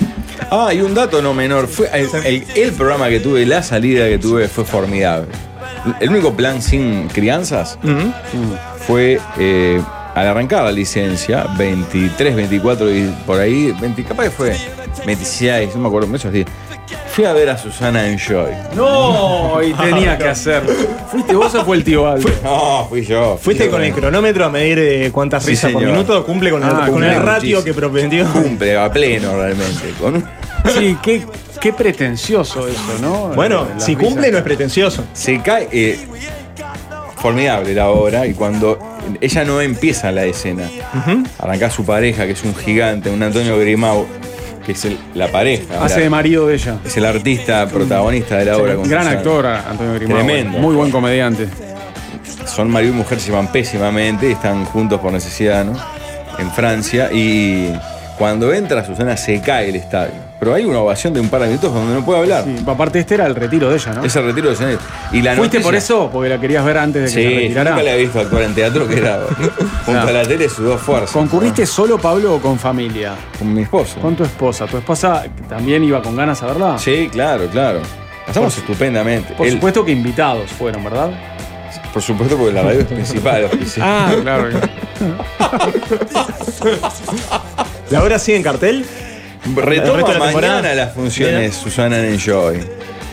Speaker 7: Ah, y un dato no menor. Fue el, el- el programa que tuve, la salida que tuve fue formidable. El único plan sin crianzas Mm. fue eh, al arrancar la licencia, 23, 24 y por ahí, 20, capaz que fue 26, no me acuerdo, esos días. Fui a ver a Susana Enjoy.
Speaker 4: No, y tenía que hacer. ¿Fuiste vos o fue el tío Aldo?
Speaker 2: Ah,
Speaker 7: No, fui yo. fui
Speaker 2: Fuiste
Speaker 7: yo,
Speaker 2: con el
Speaker 7: eh.
Speaker 2: cronómetro a medir eh, cuántas
Speaker 7: Sí,
Speaker 2: risas por
Speaker 7: señor.
Speaker 2: minuto, cumple con,
Speaker 4: Ah,
Speaker 2: el, con
Speaker 4: cumple
Speaker 2: el ratio
Speaker 7: muchísimo.
Speaker 2: que propendió.
Speaker 7: Cumple a pleno realmente. Con un-
Speaker 4: Sí, qué, qué pretencioso eso, ¿no?
Speaker 2: Bueno,
Speaker 4: La- la
Speaker 2: si
Speaker 4: risa.
Speaker 2: cumple no es pretencioso.
Speaker 7: Se cae. eh, formidable la obra. Y cuando ella no empieza la escena, arranca su pareja, que es un gigante, un Antonio Grimau, que es el- la pareja.
Speaker 4: Hace
Speaker 7: la-
Speaker 4: de marido de ella.
Speaker 7: es el artista protagonista de la obra. con
Speaker 4: Gran
Speaker 7: Susana.
Speaker 4: actor, Antonio Grimaldo.
Speaker 7: Tremendo.
Speaker 4: Muy buen comediante.
Speaker 7: Son marido y mujer, se van pésimamente, están juntos por necesidad, ¿no? En Francia. Y cuando entra Susana, se cae el estadio. Pero hay una ovación de un par de minutos donde no puede hablar.
Speaker 4: Sí, aparte, este era el retiro de ella, ¿no?
Speaker 7: Es el retiro de Susana. Y la
Speaker 4: ¿Fuiste
Speaker 7: noticia-
Speaker 4: por eso? Porque la querías ver antes de que se
Speaker 7: Sí, yo
Speaker 4: retirara.
Speaker 7: nunca la he visto actuar en teatro, que era junto a la tele sus dos fuerzas.
Speaker 4: ¿Concurriste solo, Pablo, o con familia?
Speaker 7: Con mi esposo.
Speaker 4: Con tu esposa. ¿Tu esposa también iba con ganas a verla?
Speaker 7: Sí, claro, claro. Pasamos estupendamente.
Speaker 4: Por
Speaker 7: Él-
Speaker 4: supuesto que invitados fueron, ¿verdad?
Speaker 7: por supuesto, porque la radio es principal. sí.
Speaker 4: Ah, claro.
Speaker 2: ¿La obra sigue en cartel?
Speaker 4: Ah,
Speaker 2: el resto
Speaker 7: Retoma
Speaker 2: de la temporada.
Speaker 7: mañana las funciones Susana en Enjoy.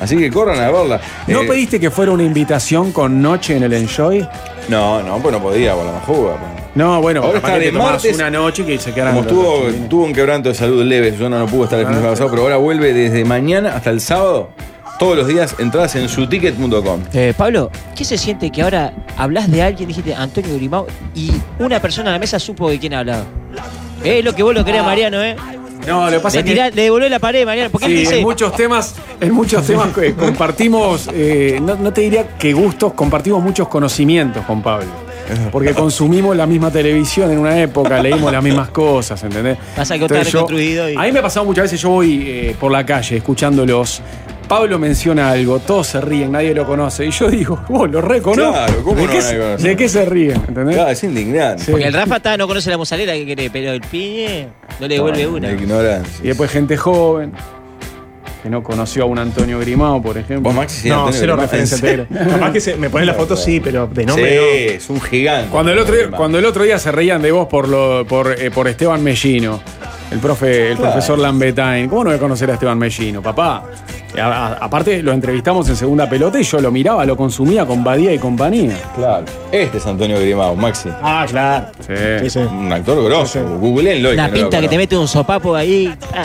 Speaker 7: Así que corran a verla.
Speaker 4: ¿No
Speaker 7: Eh,
Speaker 4: pediste que fuera una invitación con noche en el Enjoy?
Speaker 7: No, no, pues no podía, por la pues. majuga.
Speaker 4: No, bueno,
Speaker 7: Ahora
Speaker 4: capaz que
Speaker 7: está de
Speaker 4: te tomabas
Speaker 7: martes.
Speaker 4: una noche y que se quedaran
Speaker 7: Como
Speaker 4: los otros
Speaker 7: estuvo,
Speaker 4: chiquilines.
Speaker 7: tuvo un quebranto de salud leve, Susana no pudo estar el fin de
Speaker 4: Ah,
Speaker 7: semana pasado, pero ahora vuelve desde mañana hasta el sábado. Todos los días entradas en suticket.com.
Speaker 8: Eh, Pablo, ¿qué se siente que ahora hablas de alguien, dijiste Antonio Grimao, y una persona en la mesa supo de quién hablaba? Es lo que vos lo
Speaker 3: Ah,
Speaker 8: querés, Mariano, ¿eh?
Speaker 4: No, lo que pasa
Speaker 8: Le,
Speaker 4: es que...
Speaker 8: tirá- le devolvé la pared, Mariano, porque
Speaker 4: Sí,
Speaker 8: él dice...
Speaker 4: en muchos temas, en muchos temas que compartimos, eh, no, no te diría que gustos, compartimos muchos conocimientos con Pablo. Porque consumimos la misma televisión en una época, leímos las mismas cosas, ¿entendés?
Speaker 8: Pasa que
Speaker 4: Entonces
Speaker 8: está
Speaker 4: yo-
Speaker 8: reconstruido y-
Speaker 4: A mí me ha pasado muchas veces, yo voy eh, por la calle escuchándolos. Pablo menciona algo, todos se ríen, nadie lo conoce. Y yo digo, vos lo reconozco.
Speaker 7: Claro, ¿cómo
Speaker 4: ¿De,
Speaker 7: no
Speaker 4: qué,
Speaker 7: nadie
Speaker 4: se-
Speaker 7: conoce?
Speaker 4: de qué se ríen? ¿Entendés?
Speaker 7: Claro, es indignante.
Speaker 4: Sí.
Speaker 8: Porque el Rafa está, no conoce la mozzarella que quiere, pero el piñe no le devuelve
Speaker 7: No,
Speaker 8: una.
Speaker 7: la ignorancia.
Speaker 4: Y después gente joven, que no conoció a un Antonio Grimao, por ejemplo.
Speaker 7: Vos, Maxi, sí,
Speaker 2: No,
Speaker 7: Antonio
Speaker 2: cero
Speaker 7: Grimau.
Speaker 2: referencia.
Speaker 4: entero.
Speaker 2: Capaz que se- me pones la foto, sí, pero de
Speaker 7: Sí,
Speaker 2: nombre no.
Speaker 7: es un gigante.
Speaker 4: Cuando el, otro día,
Speaker 7: Grimau.
Speaker 4: cuando el otro día se reían de vos por, lo, por, eh, por Esteban Mellino, El, profe, el
Speaker 7: Claro.
Speaker 4: profesor Lambetain. ¿Cómo no voy a conocer a Esteban Mellino, papá? A- a- aparte, lo entrevistamos en segunda pelota y yo lo miraba, lo consumía con Badía y compañía.
Speaker 7: Claro. Este es Antonio Grimao, Maxi.
Speaker 2: Ah, claro.
Speaker 7: Un actor grosso. Googleenlo. y
Speaker 8: Una
Speaker 7: que no lo
Speaker 8: pinta que te
Speaker 7: conozca.
Speaker 8: mete un sopapo ahí. Ah.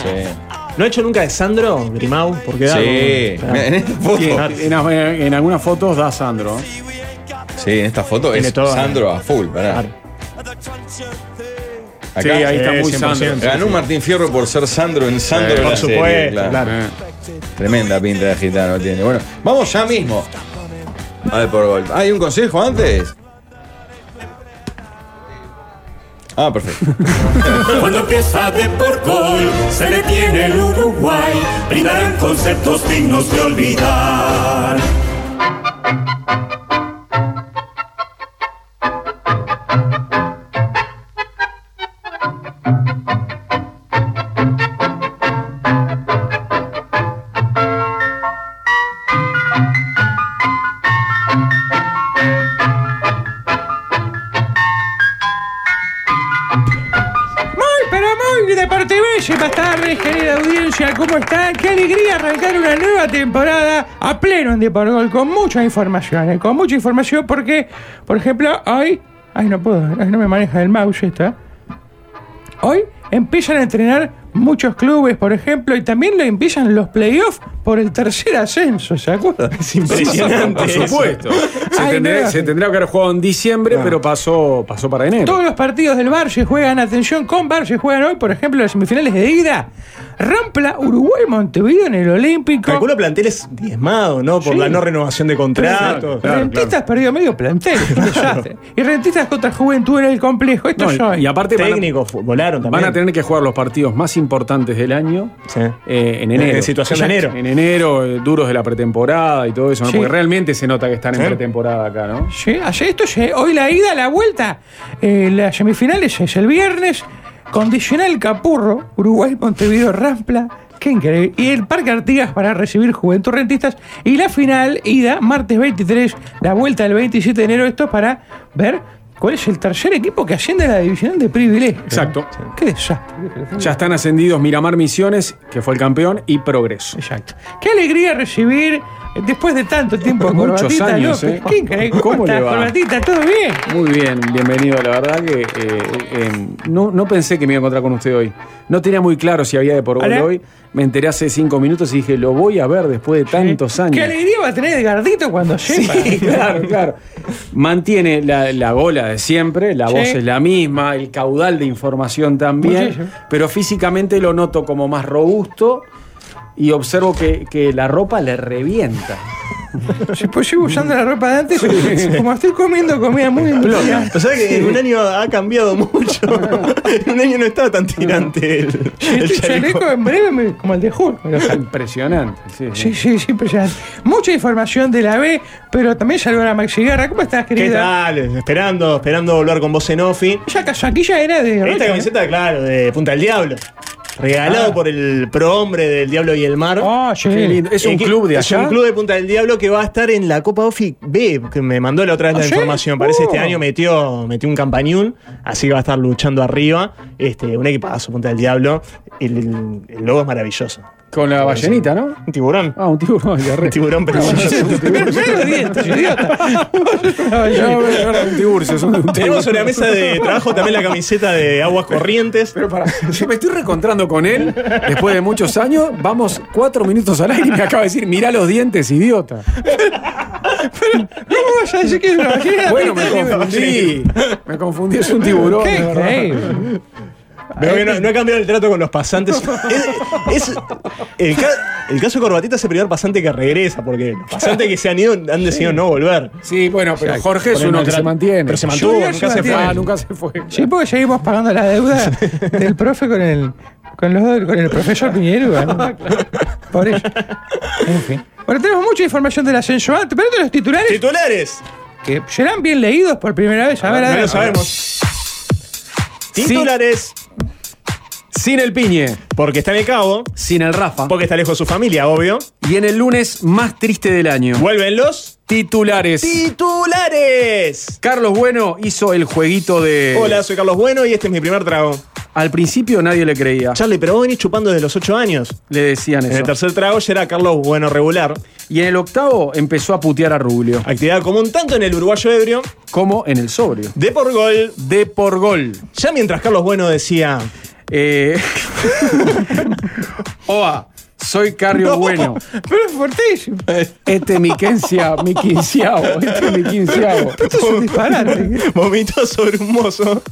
Speaker 2: ¿No ha hecho nunca de Sandro Grimau? Porque da
Speaker 7: Sí.
Speaker 2: como-
Speaker 7: En esta foto.
Speaker 4: Sí, En, en- en algunas fotos da Sandro.
Speaker 7: Sí, en esta foto
Speaker 4: Tiene
Speaker 7: es
Speaker 4: todo,
Speaker 7: Sandro a full, pará. Acá,
Speaker 4: Sí, ahí está
Speaker 7: eh,
Speaker 4: muy Sandro.
Speaker 7: Ganó Martín Fierro por ser Sandro en Sandro.
Speaker 4: Sí,
Speaker 7: en la
Speaker 4: por
Speaker 7: serie,
Speaker 4: supuesto, claro.
Speaker 7: Tremenda pinta de gitano tiene. Bueno, vamos ya mismo. A ver, por gol. Ah, ¿Hay un consejo antes? Ah, perfecto.
Speaker 14: Cuando empieza de por gol, se detiene el Uruguay. Brindarán conceptos dignos de olvidar.
Speaker 3: Muy, pero muy de parte bella, más tarde, querida audiencia, ¿cómo están? Qué alegría arrancar una nueva temporada a pleno en De Por Gol, con mucha información, eh, con mucha información porque, por ejemplo, hoy, ay no puedo, ay, no me maneja el mouse esta, hoy empiezan a entrenar muchos clubes, por ejemplo, y también le empiezan los playoffs por el tercer ascenso, ¿se acuerdan? Es
Speaker 4: Por supuesto. Se,
Speaker 3: Ay,
Speaker 4: tendrá,
Speaker 3: no.
Speaker 4: se tendría que haber jugado en diciembre, pero pasó, pasó para enero.
Speaker 3: Todos los partidos del Bar se juegan, atención, con Bar se juegan hoy, por ejemplo, las semifinales de ida. Rampla, Uruguay, Montevideo en el Olímpico.
Speaker 2: Calculo planteles diezmados, ¿no? Por
Speaker 3: Sí.
Speaker 2: la no renovación de contratos.
Speaker 3: Rentistas perdió medio plantel, es un desastre. Y Rentistas contra Juventud en el complejo, esto
Speaker 4: No,
Speaker 3: es hoy.
Speaker 4: y aparte van a-
Speaker 2: Técnicos volaron también.
Speaker 4: Van a tener que jugar los partidos más importantes del año eh, en enero.
Speaker 2: En situación de
Speaker 4: Exacto. En enero, eh, duros de la pretemporada y todo eso, ¿no?
Speaker 3: Sí.
Speaker 4: Porque realmente se nota que están
Speaker 3: Sí.
Speaker 4: en pretemporada acá, ¿no?
Speaker 3: Sí, ayer esto es, eh, hoy la ida, la vuelta. Eh, las semifinales es el viernes. Condicional Capurro, Uruguay, Montevideo, Rampla. Qué increíble. Y el Parque Artigas para recibir Juventud Rentistas. Y la final, ida, martes 23, la vuelta el 27 de enero. Esto es para ver cuál es el tercer equipo que asciende a la división de privilegio.
Speaker 4: Exacto.
Speaker 3: Qué desastre.
Speaker 4: Ya están ascendidos Miramar Misiones, que fue el campeón, y Progreso.
Speaker 3: Exacto. Qué alegría recibir, eh, después de tanto tiempo, a
Speaker 4: Muchos
Speaker 3: Corbatita
Speaker 4: años,
Speaker 3: López.
Speaker 4: eh.
Speaker 3: Qué increíble.
Speaker 4: ¿Cómo le
Speaker 3: estás,
Speaker 4: va?
Speaker 3: Corbatita? ¿Todo bien?
Speaker 4: Muy bien, bienvenido. La verdad que eh, eh, no, no pensé que me iba a encontrar con usted hoy. No tenía muy claro si había de por gol
Speaker 3: Ahora-
Speaker 4: hoy. Me enteré hace cinco minutos y dije, lo voy a ver después de tantos años.
Speaker 3: Qué alegría va a tener Edgardito cuando sepa.
Speaker 4: Sí, claro, claro. Mantiene la, la gola de siempre, la
Speaker 3: Sí.
Speaker 4: voz es la misma, el caudal de información también,
Speaker 3: Muchísimo.
Speaker 4: pero físicamente lo noto como más robusto y observo que, que la ropa le revienta.
Speaker 3: Si pues sigo usando la ropa de antes, como estoy comiendo comida muy nutrida.
Speaker 2: O sea que en un año ha cambiado mucho. en un año no estaba tan tirante el,
Speaker 3: Si
Speaker 2: el
Speaker 3: este
Speaker 2: chaleco.
Speaker 3: chaleco en breve, me- como el de Hulk. me lo saco.
Speaker 4: Impresionante. Sí,
Speaker 3: Sí,
Speaker 4: sí.
Speaker 3: sí, sí, impresionante. Mucha información de la B, pero también salió la Maxi Guerra. ¿Cómo estás,
Speaker 2: ¿Qué
Speaker 3: querida?
Speaker 2: tal? Esperando, esperando volver con vos en Ofi.
Speaker 3: Esa casaquilla era de.
Speaker 2: Esta
Speaker 3: Rocha,
Speaker 2: camiseta, claro, de Punta del Diablo. Regalado por el prohombre del Diablo y el Mar.
Speaker 3: ¿no? Ah, sí.
Speaker 4: Qué lindo. ¿Es un
Speaker 2: Eh, que-
Speaker 4: club de
Speaker 2: Es
Speaker 4: allá?
Speaker 2: un club de Punta del Diablo que va a estar en la Copa Ofi B, que me mandó la otra vez
Speaker 3: ¿Ah,
Speaker 2: la
Speaker 3: sí?
Speaker 2: información. Parece este
Speaker 4: Uh.
Speaker 3: Oh.
Speaker 2: año metió, metió un campañón, así que va a estar luchando arriba. Este, un equipazo, Punta del Diablo. El, el- el logo es maravilloso.
Speaker 4: Con la ballenita, ¿no?
Speaker 2: Un tiburón.
Speaker 4: Ah, un tiburón, ya re-
Speaker 2: Un tiburón precioso.
Speaker 3: Pero mirá los dientes, idiota.
Speaker 4: Ya, bueno, ahora un tiburcio, son de un
Speaker 2: Tenemos
Speaker 4: tiburcio.
Speaker 2: sobre la mesa de trabajo también la camiseta de Aguas Corrientes.
Speaker 4: Pero para, yo me estoy reencontrando con él después de muchos años. Vamos cuatro minutos al aire y me acaba de decir, mirá los dientes, idiota.
Speaker 3: ¿Cómo vas a decir que es una vagina?
Speaker 4: Bueno, me confundí. Me confundí, es un tiburón.
Speaker 3: Qué
Speaker 4: de verdad.
Speaker 3: increíble.
Speaker 2: Veo
Speaker 4: eh,
Speaker 2: que no, no ha cambiado el trato con los pasantes. Es, es- el, ca- el caso de Corbatita es el primer pasante que regresa, porque los pasantes que se han ido han decidido no volver.
Speaker 4: Sí, bueno, pero Jorge es
Speaker 2: Por el
Speaker 4: uno que
Speaker 2: maltrato.
Speaker 4: se mantiene.
Speaker 2: Pero se mantuvo,
Speaker 4: Junior
Speaker 2: nunca se
Speaker 4: mantiene.
Speaker 2: fue.
Speaker 4: Ah, nunca se fue.
Speaker 3: Sí, porque seguimos pagando la deuda del profe con el con, los, dos- con el profesor Piñeruga. ¿no? Por eso. En fin. Bueno, tenemos mucha información del ascenso antes, pero de los titulares
Speaker 2: Titulares.
Speaker 3: que serán bien leídos por primera vez. A ver,
Speaker 2: No
Speaker 3: adelante.
Speaker 2: lo sabemos. Titulares.
Speaker 4: Sin el piñe,
Speaker 2: Porque está en el cabo.
Speaker 4: sin el Rafa.
Speaker 2: Porque está lejos de su familia, obvio.
Speaker 4: Y en el lunes más triste del año.
Speaker 2: Vuelven los
Speaker 4: Titulares.
Speaker 2: titulares.
Speaker 4: Carlos Bueno hizo el jueguito de.
Speaker 2: Hola, soy Carlos Bueno y este es mi primer trago.
Speaker 4: Al principio nadie le creía.
Speaker 2: Charlie, pero vos venís chupando desde los 8 años.
Speaker 4: Le decían eso.
Speaker 2: En el tercer trago ya era Carlos Bueno regular.
Speaker 4: Y en el octavo empezó a putear a Rubio.
Speaker 2: Actividad común tanto en el uruguayo ebrio
Speaker 4: como en el sobrio.
Speaker 2: De por gol.
Speaker 4: De por gol.
Speaker 2: Ya mientras Carlos Bueno decía.
Speaker 4: Eh... Oa, soy Carrio
Speaker 8: No,
Speaker 4: Bueno.
Speaker 8: Pero es fortísimo.
Speaker 4: Este es mi quencia, mi quinceavo. Este es mi quinceavo.
Speaker 8: Esto es un disparate.
Speaker 4: ¿eh?
Speaker 2: Vomitó sobre un mozo.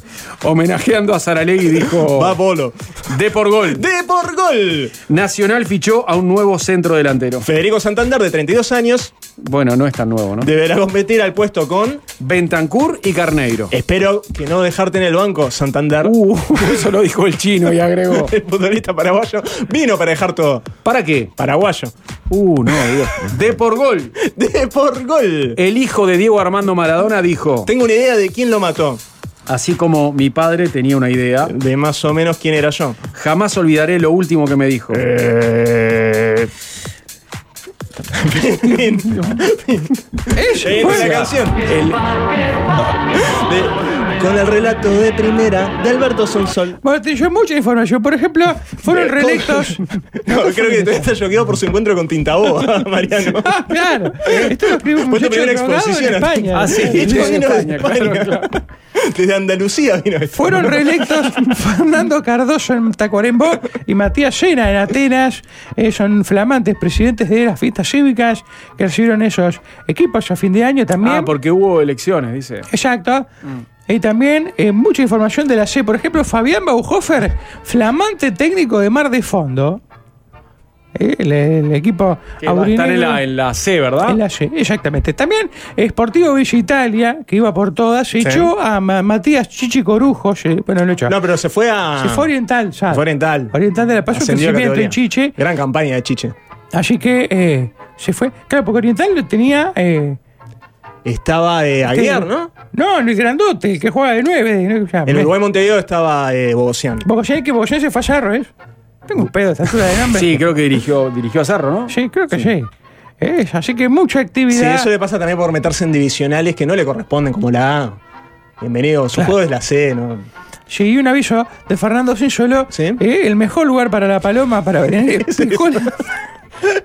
Speaker 4: Homenajeando a Saralegui dijo.
Speaker 2: Va Polo.
Speaker 4: De por gol.
Speaker 2: ¡De por gol!
Speaker 4: Nacional fichó a un nuevo centro delantero.
Speaker 2: Federico Santander, de 32 años,
Speaker 4: Bueno, no es tan nuevo, ¿no?
Speaker 2: deberá competir al puesto con.
Speaker 4: Bentancur y Carneiro.
Speaker 2: Espero que no dejarte en el banco, Santander.
Speaker 4: Uh, eso lo dijo el chino y agregó.
Speaker 2: El futbolista paraguayo vino para dejar todo.
Speaker 4: ¿Para qué?
Speaker 2: Paraguayo.
Speaker 4: Uh, no, Dios. De por gol.
Speaker 2: ¡De por gol!
Speaker 4: El hijo de Diego Armando Maradona dijo,
Speaker 2: Tengo una idea de quién lo mató.
Speaker 4: así como mi padre tenía una idea,
Speaker 2: De más o menos quién era yo.
Speaker 4: jamás olvidaré lo último que me dijo.
Speaker 2: Eh, de la canción. De- con el relato de primera de Alberto Sonsol.
Speaker 8: Bueno, te dio mucha información. Por ejemplo, fueron reelectos.
Speaker 2: No, creo que todavía está choqueado por su encuentro con Tintaboa, Mariano.
Speaker 8: Ah, claro. Esto lo escribió un
Speaker 2: Fue tu
Speaker 8: muchacho
Speaker 2: primera
Speaker 8: drogado
Speaker 2: exposición
Speaker 8: en España.
Speaker 4: Ah, sí.
Speaker 2: De hecho,
Speaker 4: en
Speaker 2: vino de
Speaker 4: España, claro,
Speaker 2: España. Desde Andalucía vino esto.
Speaker 8: Fueron reelectos Fernando Cardoso en Tacuarembó y Matías Llena en Atenas. Eh, son flamantes presidentes de las fiestas cívicas que recibieron esos equipos a fin de año también.
Speaker 4: Ah, porque hubo elecciones, dice.
Speaker 8: Exacto.
Speaker 2: Mm.
Speaker 8: Y también eh, mucha información de la C. Por ejemplo, Fabián Bauhofer, flamante técnico de Mar de Fondo. Eh, El, el equipo
Speaker 4: Que va a estar en
Speaker 8: aurinegro.
Speaker 4: la, en la C, ¿verdad?
Speaker 8: En la C, exactamente. También Sportivo Villa Italia, que iba por todas, se echó a Ma- Matías Chichi Corujo. se- bueno, lo echó.
Speaker 2: No, pero se fue a.
Speaker 8: se fue Oriental, ya.
Speaker 2: Se fue Oriental.
Speaker 8: Oriental de la Paz, un
Speaker 2: Ascendió de
Speaker 8: crecimiento
Speaker 2: categoría.
Speaker 8: en Chiche.
Speaker 2: Gran campaña de Chiche.
Speaker 8: Así que eh, se fue. Claro, porque Oriental lo tenía. eh,
Speaker 2: Estaba eh, Aguiar,
Speaker 8: este-
Speaker 2: ¿no?
Speaker 8: No, el grandote, el que juega de nueve. ¿no? Ya,
Speaker 2: En
Speaker 8: me-
Speaker 2: Uruguay Montevideo estaba eh, Bogosian.
Speaker 8: Bogosian, que Bogosian se fue a Cerro, ¿eh? Tengo un pedo a esta altura de nombre.
Speaker 4: Sí, creo que dirigió, dirigió a Cerro, ¿no?
Speaker 8: Sí, creo que sí. Es, así que mucha
Speaker 2: Sí,
Speaker 8: actividad.
Speaker 2: eso le pasa también por meterse en divisionales que no le corresponden, como la A. Bienvenido, su juego es la C, ¿no?
Speaker 8: Sí, y un aviso de Fernando Sinsolo,
Speaker 2: Sí.
Speaker 8: eh, el mejor lugar para la paloma, para ver Pícola,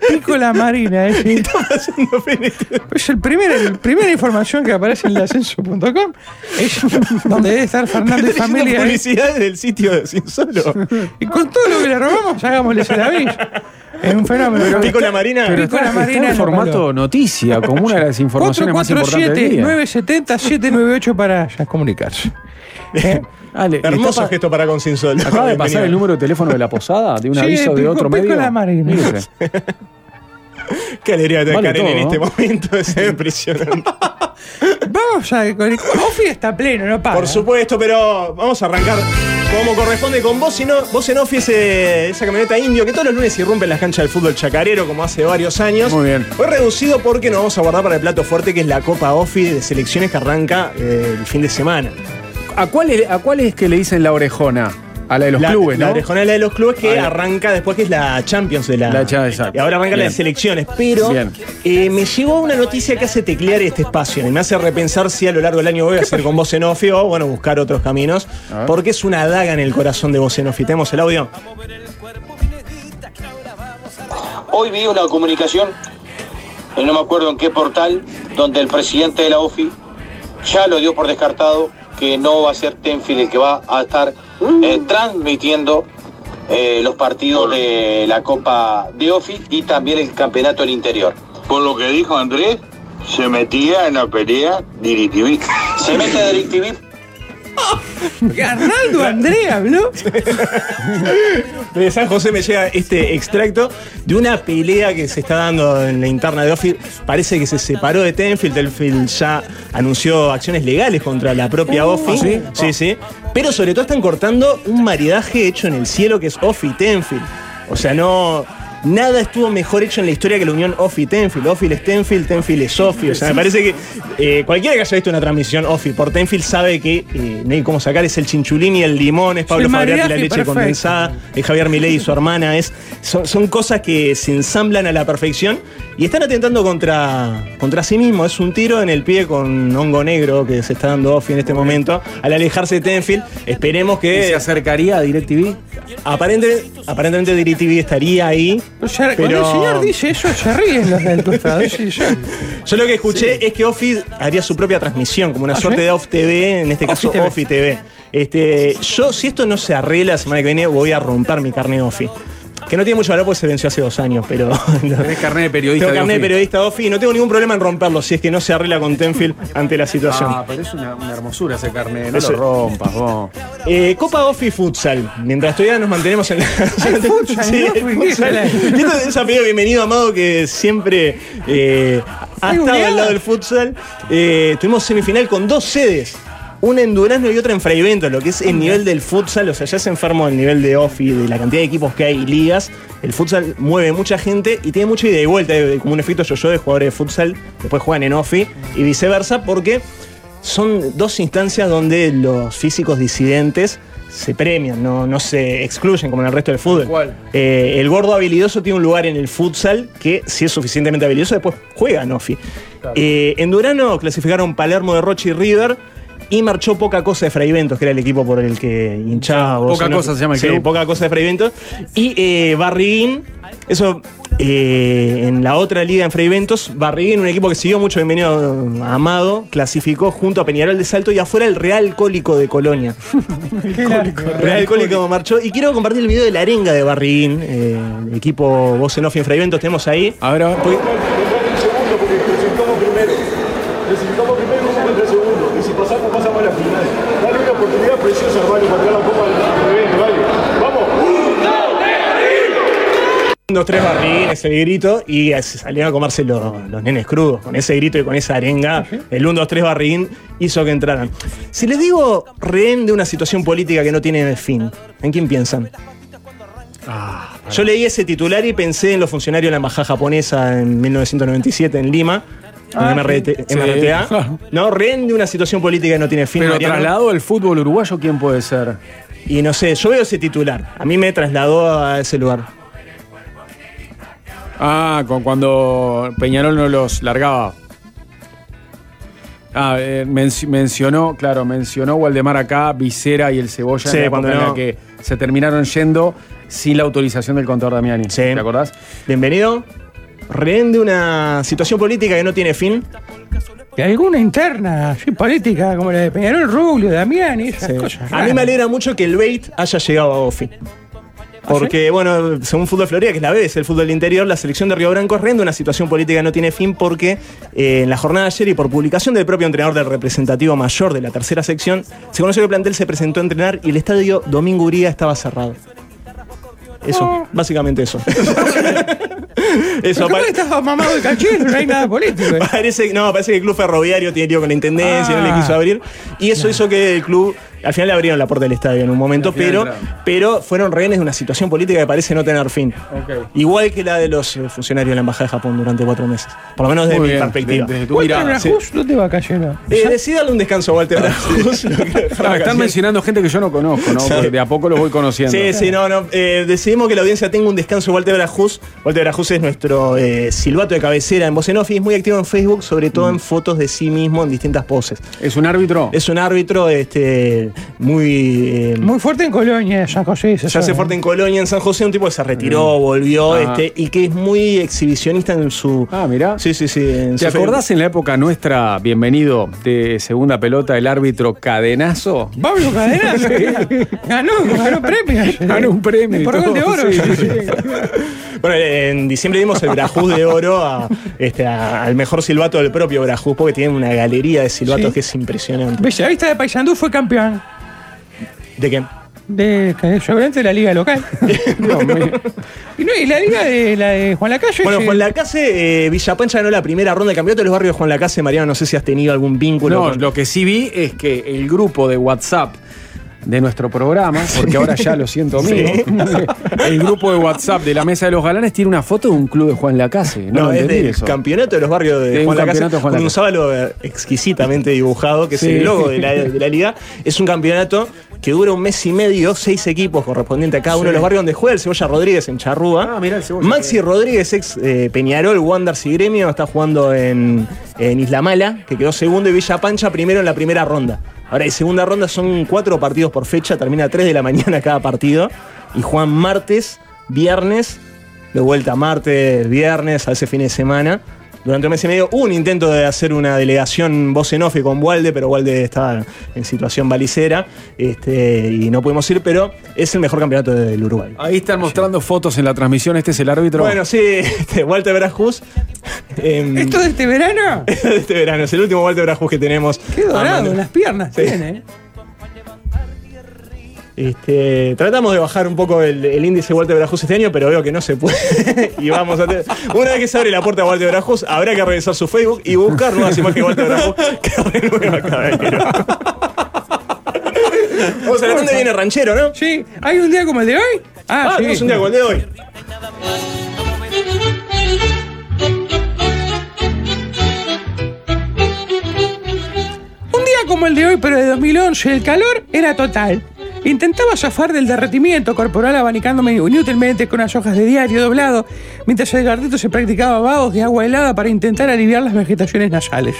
Speaker 8: Pícola marina, eh, sí.
Speaker 2: Haciendo finito.
Speaker 8: es el primer, el primera información que aparece en lacenso.com, es donde debe estar Fernando y
Speaker 2: Está leyendo
Speaker 8: familia. eh.
Speaker 2: publicidades del sitio de Sin Solo.
Speaker 8: Y con todo lo que le robamos, hagámosle el aviso. Es un fenómeno.
Speaker 2: Pícola Marina.
Speaker 4: Pero
Speaker 8: Pico
Speaker 4: está,
Speaker 8: la Marina
Speaker 4: está en
Speaker 8: en la
Speaker 4: formato
Speaker 8: paloma.
Speaker 4: noticia, como una de las informaciones más importantes del día.
Speaker 8: 447-970-798 para ya comunicarse. Eh,
Speaker 4: Ah, le- le
Speaker 2: Hermoso
Speaker 4: tapa-
Speaker 2: gesto para con Sin Solo.
Speaker 4: Acaba de pasar
Speaker 2: Bienvenido.
Speaker 4: el número de teléfono de la posada, de un
Speaker 8: Sí,
Speaker 4: aviso de
Speaker 8: picó-
Speaker 4: otro
Speaker 8: picó
Speaker 4: medio.
Speaker 8: la Marina.
Speaker 4: Mire.
Speaker 2: Qué alegría de
Speaker 4: Vale
Speaker 2: Karen en
Speaker 4: todo,
Speaker 2: este
Speaker 4: ¿no?
Speaker 2: momento, es impresionante.
Speaker 8: vamos a conectar. Ofi está pleno, no para.
Speaker 2: Por supuesto, pero vamos a arrancar como corresponde con vos, si no, vos en Offi, ese- esa camioneta indio que todos los lunes irrumpe en las canchas del fútbol chacarero, como hace varios años.
Speaker 4: Muy bien.
Speaker 2: Fue reducido porque nos vamos a guardar para el plato fuerte, que es la Copa Offi de selecciones que arranca eh, el fin de semana.
Speaker 4: ¿A cuál, es, ¿A cuál es que le dicen la orejona? A la de los
Speaker 2: la,
Speaker 4: clubes,
Speaker 2: La
Speaker 4: ¿no?
Speaker 2: orejona es la de los clubes que
Speaker 4: Ahí.
Speaker 2: arranca después, que es la Champions de la.
Speaker 4: La Champions, exacto.
Speaker 2: Y ahora arranca
Speaker 4: Bien.
Speaker 2: las selecciones. Pero
Speaker 4: Bien.
Speaker 2: eh, me llegó una noticia que hace teclear este espacio y me hace repensar si a lo largo del año voy a hacer con Voz en Off o, bueno, buscar otros caminos. Porque es una daga en el corazón de Voz en Off. Tenemos el audio.
Speaker 9: Hoy vi una comunicación, eh, no me acuerdo en qué portal, donde el presidente de la OFI ya lo dio por descartado que no va a ser Tenfield el que va a estar eh, transmitiendo eh, los partidos de eh, la Copa de OFI y también el Campeonato del Interior.
Speaker 15: Por lo que dijo
Speaker 9: Eh,
Speaker 15: Andrés, se metía en la pelea DirecTV.
Speaker 9: Se mete DirecTV
Speaker 8: Arnaldo Andrea habló.
Speaker 2: De San José me llega este extracto de una pelea que se está dando en la interna de Offi. Parece que se separó de Tenfield. Tenfield ya anunció acciones legales contra la propia
Speaker 8: Uh,
Speaker 2: Offi.
Speaker 4: ¿sí?
Speaker 2: sí, sí. Pero sobre todo están cortando un maridaje hecho en el cielo que es Offi Tenfield. O sea, no. Nada estuvo mejor hecho en la historia que la unión Offi-Tenfield. Offi es Tenfield, Tenfield es Offi. O sea, me parece que eh, cualquiera que haya visto una transmisión Offi por Tenfield sabe que eh, no hay cómo sacar. Es el chinchulín y el limón, es Pablo
Speaker 8: el
Speaker 2: Fabriati y la
Speaker 8: maridaje
Speaker 2: leche
Speaker 8: perfecto.
Speaker 2: condensada. Eh, Javier Milei y su hermana es son, son cosas que se ensamblan a la perfección Y están atentando contra, contra sí mismo. Es un tiro en el pie con hongo negro que se está dando Offi en este momento. Al alejarse de Tenfield, esperemos que. ¿Se acercaría a DirecTV? Aparente, aparentemente DirecTV estaría ahí.
Speaker 16: Ya- Cuando el señor dice eso, se ríen los del costado. sí, ya.
Speaker 2: Yo lo que escuché es que Offi haría su propia transmisión, como una
Speaker 16: Ah, ¿sí?
Speaker 2: suerte de Off TV, en este caso
Speaker 16: TV.
Speaker 2: Offi TV. Este, yo, si esto no se arregla la semana que viene, voy a romper mi carne Offi. Que no tiene mucho valor porque se venció hace dos años, pero.
Speaker 4: Tenés carnet de periodista.
Speaker 2: Tengo carnet de
Speaker 4: Ofi.
Speaker 2: periodista Offi y no tengo ningún problema en romperlo si es que no se arregla con Tenfield ante la situación.
Speaker 4: Ah, pero es una, una hermosura ese carnet, no
Speaker 2: Eso-
Speaker 4: lo rompas vos.
Speaker 2: Eh, Copa Offi Futsal. Mientras todavía nos mantenemos en la.
Speaker 16: futsal,
Speaker 2: Sí,
Speaker 16: ¿no?
Speaker 2: el futsal. Y esto es apellido bienvenido, Amado, que siempre eh, ha
Speaker 16: Hay
Speaker 2: estado
Speaker 16: goleadas.
Speaker 2: al lado del futsal. Eh, tuvimos semifinal con dos sedes. Una en Durazno y otra en Fray Bento, lo que es el nivel del futsal. O sea, ya se enfermo el nivel de Offi, de la cantidad de equipos que hay y ligas. El futsal mueve mucha gente y tiene mucha ida y vuelta, eh, como un efecto yo-yo de jugadores de futsal. Después juegan en Offi y viceversa, porque son dos instancias donde los físicos disidentes se premian, no, no se excluyen como en el resto del fútbol. Eh, el gordo habilidoso tiene un lugar en el futsal que, si es suficientemente habilidoso, después juega Nofi. Eh, en Durano clasificaron Palermo de Roche y River y marchó poca cosa de Fraiventos, que era el equipo por el que hinchaba.
Speaker 4: Poca
Speaker 2: Bolsonaro.
Speaker 4: Cosa se llama el
Speaker 2: Sí,
Speaker 4: club.
Speaker 2: poca cosa de Fraiventos. Y eh, Barriguín, eso eh, en la otra liga en Fraiventos, Barriguín, un equipo que siguió mucho bienvenido a Amado, clasificó junto a Peñarol de Salto y afuera el Real Cólico de Colonia. Real Alcohólico marchó. Y quiero compartir el video de la arenga de Barriguín, eh, el equipo Voz en Off y en Fraiventos tenemos ahí. A ver,
Speaker 17: segundo porque clasificamos primero. Clasificamos primero y vamos contra el segundo. Y si pasamos, pasamos a la final. Dale una oportunidad preciosa, hermano, para ganar la Copa del Mundo. Vale, vamos.
Speaker 2: Dos, tres barriguines, el grito, y se salieron a comerse los, los nenes crudos. Con ese grito y con esa arenga, el 1, 2, 3 barriguín hizo que entraran. Si les digo rehén de una situación política que no tiene fin, ¿en quién piensan?
Speaker 4: Ah,
Speaker 2: Yo leí ese titular y pensé en los funcionarios de la embajada japonesa en 1997 en Lima. en
Speaker 4: Ah,
Speaker 2: MRT,
Speaker 4: sí.
Speaker 2: MRTA.
Speaker 4: Claro.
Speaker 2: No, rehén de una situación política que no tiene fin.
Speaker 4: Pero
Speaker 2: Mariano.
Speaker 4: trasladado al fútbol uruguayo, ¿quién puede ser?
Speaker 2: Y no sé, yo veo ese titular. A mí me trasladó a ese lugar.
Speaker 4: Ah, con cuando Peñarol no los largaba. Ah, eh, menc- mencionó, claro, mencionó Waldemar acá, Visera y el Cebolla
Speaker 2: Sí,
Speaker 4: en la época
Speaker 2: cuando
Speaker 4: en la
Speaker 2: no.
Speaker 4: que se terminaron yendo sin la autorización del contador Damiani. ¿Te acordás?
Speaker 2: Bienvenido. Rehén de una situación política que no tiene fin.
Speaker 16: De alguna interna, sí, política, como la de Peñarol Rubio, Damián y esas
Speaker 2: Sí.
Speaker 16: cosas.
Speaker 2: A mí me alegra mucho que el Bait haya llegado a Ofi. Porque, bueno, según Fútbol Florida, que es la B, es el fútbol del interior, la selección de Río Branco es rehén de una situación política que no tiene fin porque eh, en la jornada de ayer y por publicación del propio entrenador del representativo mayor de la tercera sección, se conoció que el plantel se presentó a entrenar y el estadio Domingo Uría estaba cerrado. Eso, básicamente eso.
Speaker 16: Eso
Speaker 2: apare-
Speaker 16: estás mamado de cachillo? No hay nada político. ¿eh?
Speaker 2: Parece, no, parece que el club ferroviario tiene lío con la intendencia, no
Speaker 4: Ah.
Speaker 2: le quiso abrir. Y eso hizo que el club. Al final le abrieron la puerta del estadio en un momento,
Speaker 4: Al final
Speaker 2: pero,
Speaker 4: entraron.
Speaker 2: pero fueron rehenes de una situación política que parece no tener fin. Igual que la de los eh, funcionarios de la Embajada de Japón durante cuatro meses. Por lo menos desde
Speaker 4: Muy
Speaker 2: mi
Speaker 4: bien,
Speaker 2: perspectiva.
Speaker 4: desde tu
Speaker 2: Walter
Speaker 4: mirada.
Speaker 2: Arajus,
Speaker 16: Arajus, ¿Dónde va a caer?
Speaker 2: eh, decí darle un descanso a Walter Arajus.
Speaker 4: Claro, están mencionando gente que yo no conozco, ¿no? Porque de a poco los voy conociendo.
Speaker 2: Sí, sí, no, no. Eh, decidimos que la audiencia tenga un descanso. Walter Brajus. Walter Brajus es nuestro eh, silbato de cabecera en Voz en Off y es muy activo en Facebook, sobre
Speaker 4: Mm.
Speaker 2: todo en fotos de sí mismo en distintas poses.
Speaker 4: ¿Es un árbitro?
Speaker 2: Es un árbitro este, muy. eh,
Speaker 16: Muy fuerte en Colonia, San José. esa
Speaker 2: se hace
Speaker 16: zona.
Speaker 2: fuerte en Colonia, en San José, un tipo que se retiró, volvió,
Speaker 4: Ah.
Speaker 2: este, y que es muy exhibicionista en su.
Speaker 4: Ah, mirá.
Speaker 2: Sí, sí, sí. en
Speaker 4: ¿Te
Speaker 2: su Facebook.
Speaker 4: acordás en la época nuestra, bienvenido, de segunda pelota, el árbitro Cadenazo?
Speaker 16: Pablo Cadenazo. ganó, ganó premio.
Speaker 4: Ganó un premio. y
Speaker 16: Por gol de
Speaker 4: todo,
Speaker 16: oro.
Speaker 4: sí, sí, sí.
Speaker 2: Bueno, en diciembre dimos el Brajus de oro a- este, a- al mejor silbato del propio Brajus, porque tiene una galería de silbatos
Speaker 16: Sí.
Speaker 2: que es impresionante.
Speaker 16: Bellavista de Paysandú fue campeón
Speaker 2: ¿De qué?
Speaker 16: de seguramente de la liga local. y no, y la liga de la de Juan Lacalle.
Speaker 2: Bueno,
Speaker 16: sí.
Speaker 2: Juan Lacase, eh, Villapancha ganó la primera ronda de campeonato de los barrios de Juan Lacase. Mariano, no sé si has tenido algún vínculo.
Speaker 4: No,
Speaker 2: con-
Speaker 4: lo que sí vi es que el grupo de WhatsApp de nuestro programa, porque ahora ya lo siento mío,
Speaker 2: Sí.
Speaker 4: el grupo de WhatsApp de la Mesa de los Galanes tiene una foto de un club de Juan Lacase. No,
Speaker 2: No,
Speaker 4: lo
Speaker 2: es
Speaker 4: entendí
Speaker 2: del
Speaker 4: eso.
Speaker 2: campeonato de los barrios de,
Speaker 4: De un
Speaker 2: Juan Lacase.
Speaker 4: campeonato de Juan
Speaker 2: con un
Speaker 4: Lacase.
Speaker 2: sábalo eh, exquisitamente dibujado, que
Speaker 4: Sí.
Speaker 2: es el logo de la, de la liga. Es un campeonato que dura un mes y medio, seis equipos correspondientes a cada uno de los barrios donde juega el Cebolla Rodríguez en
Speaker 4: Ah,
Speaker 2: Charrúa. Maxi Rodríguez, ex eh, Peñarol, Wanderers y Gremio, está jugando en, en Isla Mala, que quedó segundo, y Villa Pancha primero en la primera ronda. Ahora, en segunda ronda son cuatro partidos por fecha, termina a 3 de la mañana cada partido, y juegan martes, viernes, de vuelta martes, viernes, a ese fin de semana. Durante un mes y medio hubo un intento de hacer una delegación voz en off y con Walde, pero Walde estaba en situación balicera este, y no pudimos ir, pero es el mejor campeonato del Uruguay.
Speaker 4: Ahí están mostrando fotos en la transmisión. Este es el árbitro.
Speaker 2: Bueno, sí, este, Walter Brajus.
Speaker 8: ¿Esto de este verano?
Speaker 2: de este verano, es el último Walter Brajus que tenemos.
Speaker 8: Qué
Speaker 4: Ah,
Speaker 2: a
Speaker 8: dorado,
Speaker 2: mano.
Speaker 8: las piernas
Speaker 2: Sí.
Speaker 16: ¿eh?
Speaker 8: tiene.
Speaker 2: Este, tratamos de bajar un poco el, el índice Walter Brajus este año, pero veo que no se puede. y vamos a tener- Una vez que se abre la puerta a Walter Brajus, habrá que revisar su Facebook y buscar nuevas imágenes de Walter Brajus que renueva cada enero. Vamos a ver dónde viene ranchero, ¿no?
Speaker 8: Sí, ¿hay un día como el de hoy?
Speaker 2: Ah,
Speaker 8: sí.
Speaker 2: tenemos un día como el de hoy.
Speaker 8: Un día como el de hoy, pero de 2011, el calor era total. Intentaba zafar del derretimiento corporal abanicándome inútilmente con unas hojas de diario doblado, mientras el gardito se practicaba vados de agua helada para intentar aliviar las vegetaciones nasales.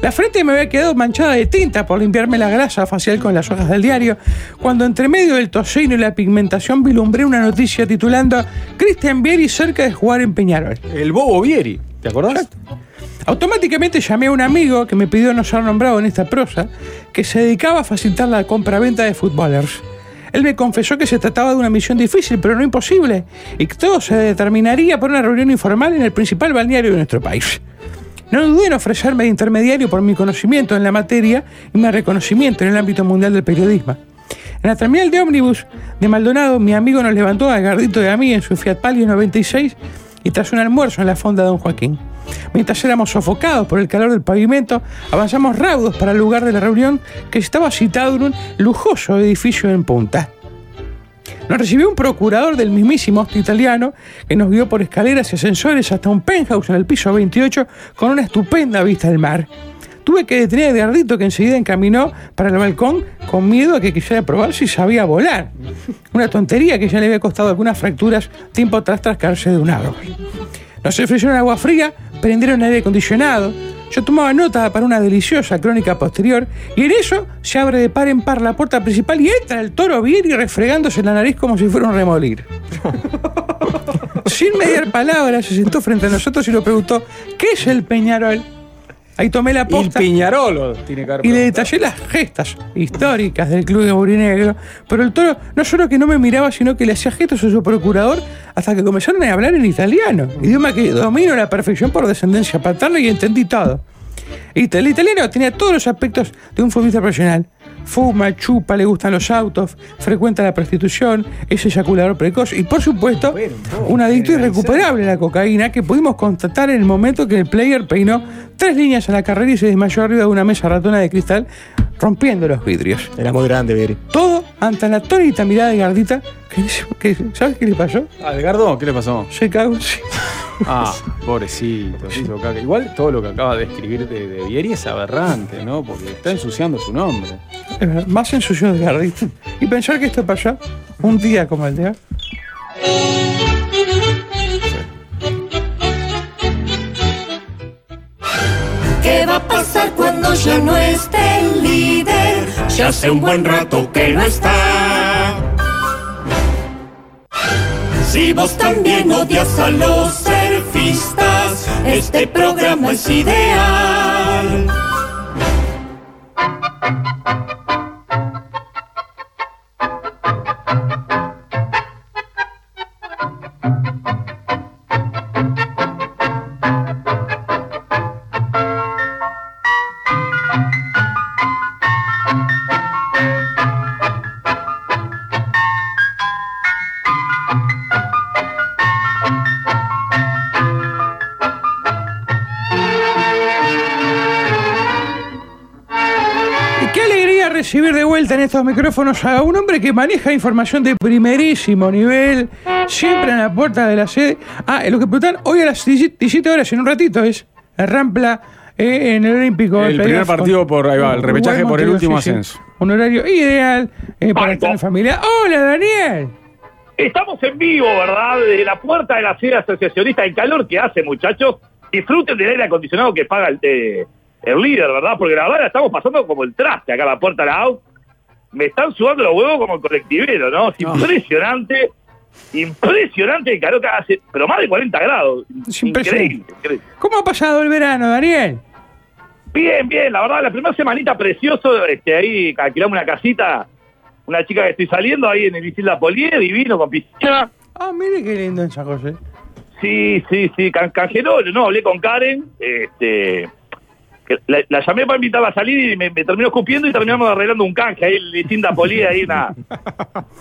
Speaker 8: La frente me había quedado manchada de tinta por limpiarme la grasa facial con las hojas del diario, cuando entre medio del tocino y la pigmentación vilumbré una noticia titulando Cristian Vieri cerca de jugar en Peñarol.
Speaker 4: El Bobo Vieri, ¿te acordás?
Speaker 8: Automáticamente llamé a un amigo que me pidió no ser nombrado en esta prosa, que se dedicaba a facilitar la compraventa de futbolers. Él me confesó que se trataba de una misión difícil, pero no imposible, y que todo se determinaría por una reunión informal en el principal balneario de nuestro país. No dudé en ofrecerme de intermediario por mi conocimiento en la materia y mi reconocimiento en el ámbito mundial del periodismo. En la terminal de ómnibus de Maldonado, mi amigo nos levantó a Gardito y a mí en su Fiat Palio 96 y tras un almuerzo en la fonda Don Joaquín. Mientras éramos sofocados por el calor del pavimento, avanzamos raudos para el lugar de la reunión que estaba citado en un lujoso edificio en punta. Nos recibió un procurador del mismísimo hosto italiano que nos guió por escaleras y ascensores hasta un penthouse en el piso 28 con una estupenda vista del mar. Tuve que detener a Gardito que enseguida encaminó para el balcón con miedo a que quisiera probar si sabía volar. Una tontería que ya le había costado algunas fracturas tiempo tras trascarse de un árbol. Nos ofrecieron agua fría, prendieron aire acondicionado. Yo tomaba nota para una deliciosa crónica posterior y en eso se abre de par en par la puerta principal y entra el toro Vieri refregándose la nariz como si fuera un remolir. Sin mediar palabra se sentó frente a nosotros y nos preguntó ¿qué es el Peñarol? Ahí tomé la posta.
Speaker 4: Piñarolo tiene que haber
Speaker 8: Y le detallé las gestas históricas del club de Burinegro. Pero el toro no solo que no me miraba, sino que le hacía gestos a su procurador hasta que comenzaron a hablar en italiano. Idioma que domino a la perfección por descendencia paterna y entendí todo. Y el italiano tenía todos los aspectos de un futbolista profesional. Fuma, chupa, le gustan los autos, frecuenta la prostitución, es eyaculador precoz y, por supuesto, un adicto irrecuperable a la cocaína que pudimos constatar en el momento que el player peinó tres líneas a la carrera y se desmayó arriba de una mesa ratona de cristal, rompiendo los vidrios.
Speaker 2: Era muy grande, Vieri.
Speaker 8: Todo ante la atónita mirada de Gardita, que, que- ¿sabes qué le pasó?
Speaker 4: ¿Algardo? ¿Qué le pasó?
Speaker 8: Se cagó encima.
Speaker 4: Ah, pobrecito. se hizo caca. Igual todo lo que acaba de escribir de, de Vieri es aberrante, ¿no? Porque está ensuciando su nombre.
Speaker 8: Es verdad, Más ensució de Gardita. Y pensar que esto pasó un día como el de hoy.
Speaker 18: ¿Qué va a pasar cuando ya no esté el líder? Ya hace un buen rato que no está. Si vos también odias a los surfistas, este programa es ideal.
Speaker 8: Y qué alegría recibir de vuelta en estos micrófonos a un hombre que maneja información de primerísimo nivel, siempre en la puerta de la sede. Ah, lo que preguntan hoy a las 17 horas, en un ratito, es la Rampla
Speaker 16: eh, en el Olímpico.
Speaker 4: El primer
Speaker 16: playoff
Speaker 4: partido
Speaker 16: con-
Speaker 4: por- ahí va, el
Speaker 16: Uruguay,
Speaker 4: repechaje por el
Speaker 16: Montevideo,
Speaker 4: último
Speaker 16: sí, sí.
Speaker 4: ascenso.
Speaker 16: Un horario ideal eh, para estar en familia. Hola, Daniel.
Speaker 9: Estamos en vivo, ¿verdad? Desde la puerta de la sede asociacionista. El calor que hace, muchachos. Disfruten del aire acondicionado que paga el, eh, el líder, ¿verdad? Porque la verdad la estamos pasando como el traste acá a la puerta de la AU. Me están sudando los huevos como el colectivero, ¿no? Es impresionante. Impresionante el calor que hace. Pero más de 40 grados. Increíble, increíble.
Speaker 16: ¿Cómo ha pasado el verano, Daniel?
Speaker 9: Bien, bien, la verdad, la primera semanita precioso, este, ahí alquilamos una casita, una chica que estoy saliendo ahí en el Isilda Polié, divino, con piscina.
Speaker 16: Ah, mire qué lindo en San José.
Speaker 9: Sí, sí, sí, can canceló, no, hablé con Karen, este, que la, la llamé para invitarla a salir y me, me terminó escupiendo y terminamos arreglando un canje ahí en el Isilda Polié, ahí una...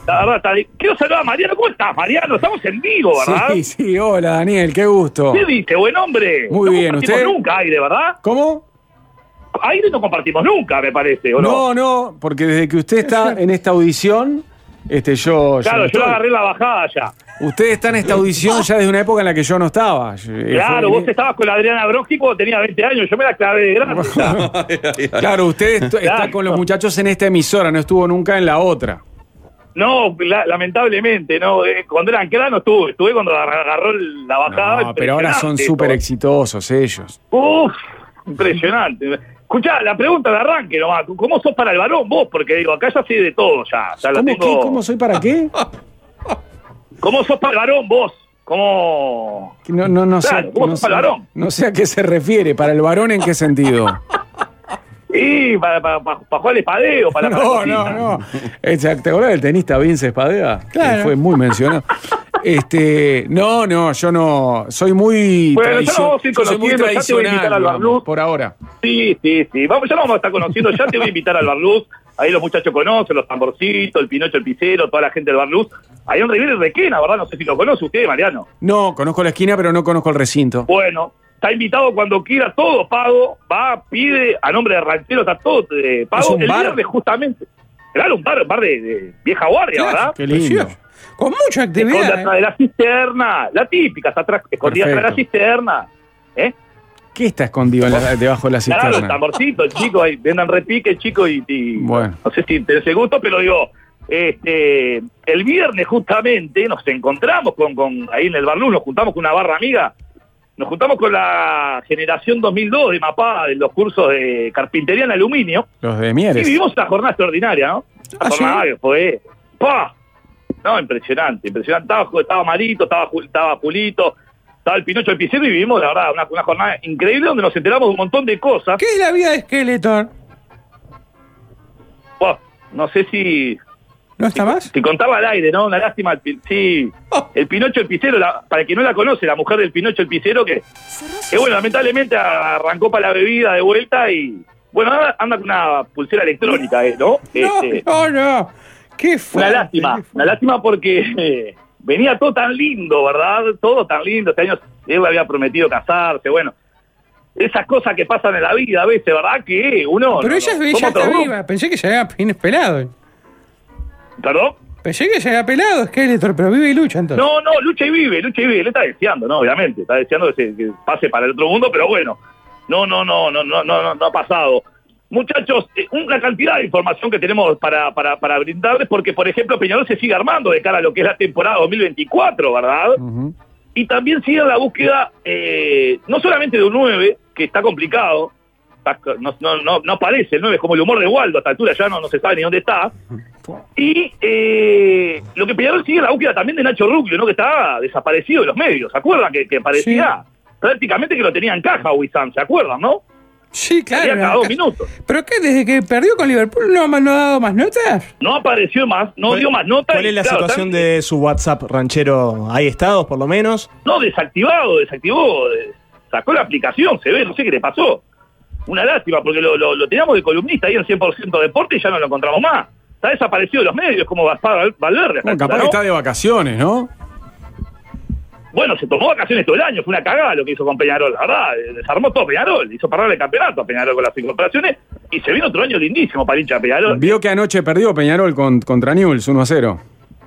Speaker 9: La verdad, está, quiero saludar a Mariano, ¿cómo estás, Mariano? Estamos en vivo, ¿verdad?
Speaker 4: Sí, sí, hola Daniel, qué gusto.
Speaker 9: ¿Qué dice, buen hombre?
Speaker 4: Muy
Speaker 9: no
Speaker 4: bien,
Speaker 9: compartimos
Speaker 4: ¿usted?
Speaker 9: nunca aire, ¿verdad?
Speaker 4: ¿Cómo?
Speaker 9: Aire no compartimos nunca, me parece, ¿o
Speaker 4: No, no, porque desde que usted está en esta audición, este, yo.
Speaker 9: Claro,
Speaker 4: no
Speaker 9: yo
Speaker 4: estoy.
Speaker 9: agarré la bajada ya.
Speaker 4: Usted está en esta audición ya desde una época en la que yo eh, no estaba.
Speaker 9: Claro, vos estabas con la Adriana Broski cuando tenía 20 años, yo me la clavé de grande.
Speaker 4: Claro, usted est- está
Speaker 9: Claro.
Speaker 4: con los muchachos en esta emisora, no estuvo nunca en la otra.
Speaker 9: No, la- lamentablemente, no. eh, cuando eran cranos estuve, estuve cuando agar- agarró el- la bajada.
Speaker 4: No, pero ahora son
Speaker 9: impresionante
Speaker 4: súper
Speaker 9: esto.
Speaker 4: exitosos ellos.
Speaker 9: Uf, impresionante. Escuchá, la pregunta de arranque nomás, ¿cómo sos para el varón vos? Porque digo, acá ya sé de todo ya. ya la
Speaker 4: ¿Cómo,
Speaker 9: tengo-
Speaker 4: qué? ¿Cómo soy para qué?
Speaker 9: ¿Cómo sos para el varón vos? ¿Cómo?
Speaker 4: Que No, no, no, sé,
Speaker 9: Claro, vos
Speaker 4: no,
Speaker 9: sos
Speaker 4: sé,
Speaker 9: para el varón.
Speaker 4: no sé a qué se refiere. ¿Para el varón en qué sentido?
Speaker 9: Y para, para, para, para jugar al espadeo, para para la
Speaker 4: no,
Speaker 9: cocina.
Speaker 4: no, no. Este, ¿Te acordás del tenista Vince Espadea?
Speaker 9: Claro.
Speaker 4: Que Fue muy mencionado. Este, no, no, yo no. Soy muy.
Speaker 9: Bueno, ya
Speaker 4: tradicio-
Speaker 9: lo vamos a ir
Speaker 4: yo soy muy
Speaker 9: conociendo, ya te voy a invitar al
Speaker 4: tradicional,
Speaker 9: Bar Blues.
Speaker 4: Por ahora.
Speaker 9: Sí, sí, sí. Vamos, ya lo vamos a estar conociendo, ya te voy a invitar al Bar Luz. Ahí los muchachos conocen, los tamborcitos, el Pinocho, el Picero, toda la gente del Bar Luz. Ahí en Rivera y Requena, ¿verdad? No sé si lo conoce usted, Mariano.
Speaker 4: No, conozco la esquina, pero no conozco el recinto.
Speaker 9: Bueno, está invitado cuando quiera, todo pago. Va, pide, a nombre de ranchero, está todo eh, pago.
Speaker 4: Es un
Speaker 9: el
Speaker 4: bar.
Speaker 9: viernes, justamente. Claro, un bar, bar de, de vieja guardia,
Speaker 16: Claro,
Speaker 9: ¿verdad?
Speaker 16: qué lindo. Precioso. Con mucha
Speaker 9: Se esconde
Speaker 16: actividad. eh.
Speaker 9: atrás de la cisterna, la típica, está atrás, escondida atrás de la
Speaker 4: eh. Perfecto.
Speaker 9: cisterna. ¿Eh?
Speaker 4: ¿Qué está escondido en la- debajo de la
Speaker 9: Claro, el
Speaker 4: cisterna?
Speaker 9: tamborcito, el chico, ahí vendan repique, el chico, y, y
Speaker 4: Bueno.
Speaker 9: no sé si te ese gusto, pero digo, este, el viernes justamente nos encontramos con, con ahí en el Barlú, nos juntamos con una barra amiga, nos juntamos con la generación 2002 de Mapá, de los cursos de carpintería en aluminio,
Speaker 4: Los de
Speaker 9: y
Speaker 4: Mieres.
Speaker 9: vivimos una jornada extraordinaria, ¿no? Una jornada que fue, ¡pa! No, impresionante, impresionante. Estaba, Ju- estaba Marito, estaba, Ju- estaba Julito, estaba el Pinocho del Picero y vivimos, la verdad, una, una jornada increíble donde nos enteramos de un montón de cosas.
Speaker 16: ¿Qué es la vida de Skeletor?
Speaker 9: Buah, no sé si.
Speaker 16: ¿No está más?
Speaker 9: Si contaba al aire, ¿no? Una lástima. El, pi- sí, el Pinocho el Picero, la- para quien no la conoce, la mujer del Pinocho el Picero, que, que bueno, lamentablemente arrancó para la bebida de vuelta y. Bueno, ahora anda con una pulsera electrónica, eh, ¿no? Este,
Speaker 16: No, no. ¿Qué fue?
Speaker 9: una lástima, una lástima porque eh, venía todo tan lindo, ¿verdad? Todo tan lindo. Este año él había prometido casarse, bueno. Esas cosas que pasan en la vida a veces, ¿verdad? Que uno...
Speaker 16: Pero
Speaker 9: no-
Speaker 16: ella es
Speaker 9: no-
Speaker 16: bella,
Speaker 9: somos
Speaker 16: está
Speaker 9: todos-
Speaker 16: viva. Pensé que se había pin- pelado.
Speaker 9: ¿Perdón?
Speaker 16: Pensé que se había pelado Skeletor, pero vive y lucha entonces.
Speaker 9: No, no, lucha y vive, lucha y vive. Le está deseando, ¿no? Obviamente, está deseando que, se- que pase para el otro mundo, pero bueno. No, no, no, no, no, no, no, no ha pasado. Muchachos, eh, una cantidad de información que tenemos para, para, para brindarles, porque, por ejemplo, Peñarol se sigue armando de cara a lo que es la temporada 2024, ¿verdad? Y también sigue la búsqueda, eh, no solamente de un 9, que está complicado, está- no, no, no, no aparece el 9, es como el humor de Waldo, a esta altura ya no, no se sabe ni dónde está. Y eh, lo que Peñarol sigue la búsqueda también de Nacho Rubio, ¿no? que está desaparecido de los medios, ¿se acuerdan? Que, que parecía prácticamente que lo tenía en caja Wissam, ¿se acuerdan, no?
Speaker 16: Sí, claro.
Speaker 9: Había cada dos minutos.
Speaker 16: ¿Pero qué? ¿Desde que perdió con Liverpool no, ha- no ha dado más notas?
Speaker 9: No apareció más, no dio más nota.
Speaker 2: ¿Cuál
Speaker 9: y,
Speaker 2: es la
Speaker 9: claro,
Speaker 2: situación de su WhatsApp ranchero? ¿Hay estados, por lo menos?
Speaker 9: está- No, desactivado, desactivó, eh, sacó la aplicación, se ve, no sé qué le pasó. Una lástima, porque lo, lo- lo teníamos de columnista ahí en 100% deporte y ya no lo encontramos más. Está desaparecido de los medios, como Gaspar Valverde. a esta
Speaker 4: Bueno, capaz que
Speaker 9: altura, ¿no?
Speaker 4: está de vacaciones, ¿no?
Speaker 9: Bueno, se tomó vacaciones todo el año, fue una cagada lo que hizo con Peñarol, la verdad, eh, desarmó todo Peñarol, hizo parar el campeonato a Peñarol con las incorporaciones y se vino otro año lindísimo para el hincha de Peñarol.
Speaker 4: Vio que anoche perdió Peñarol con- contra Newell's 1 a 0.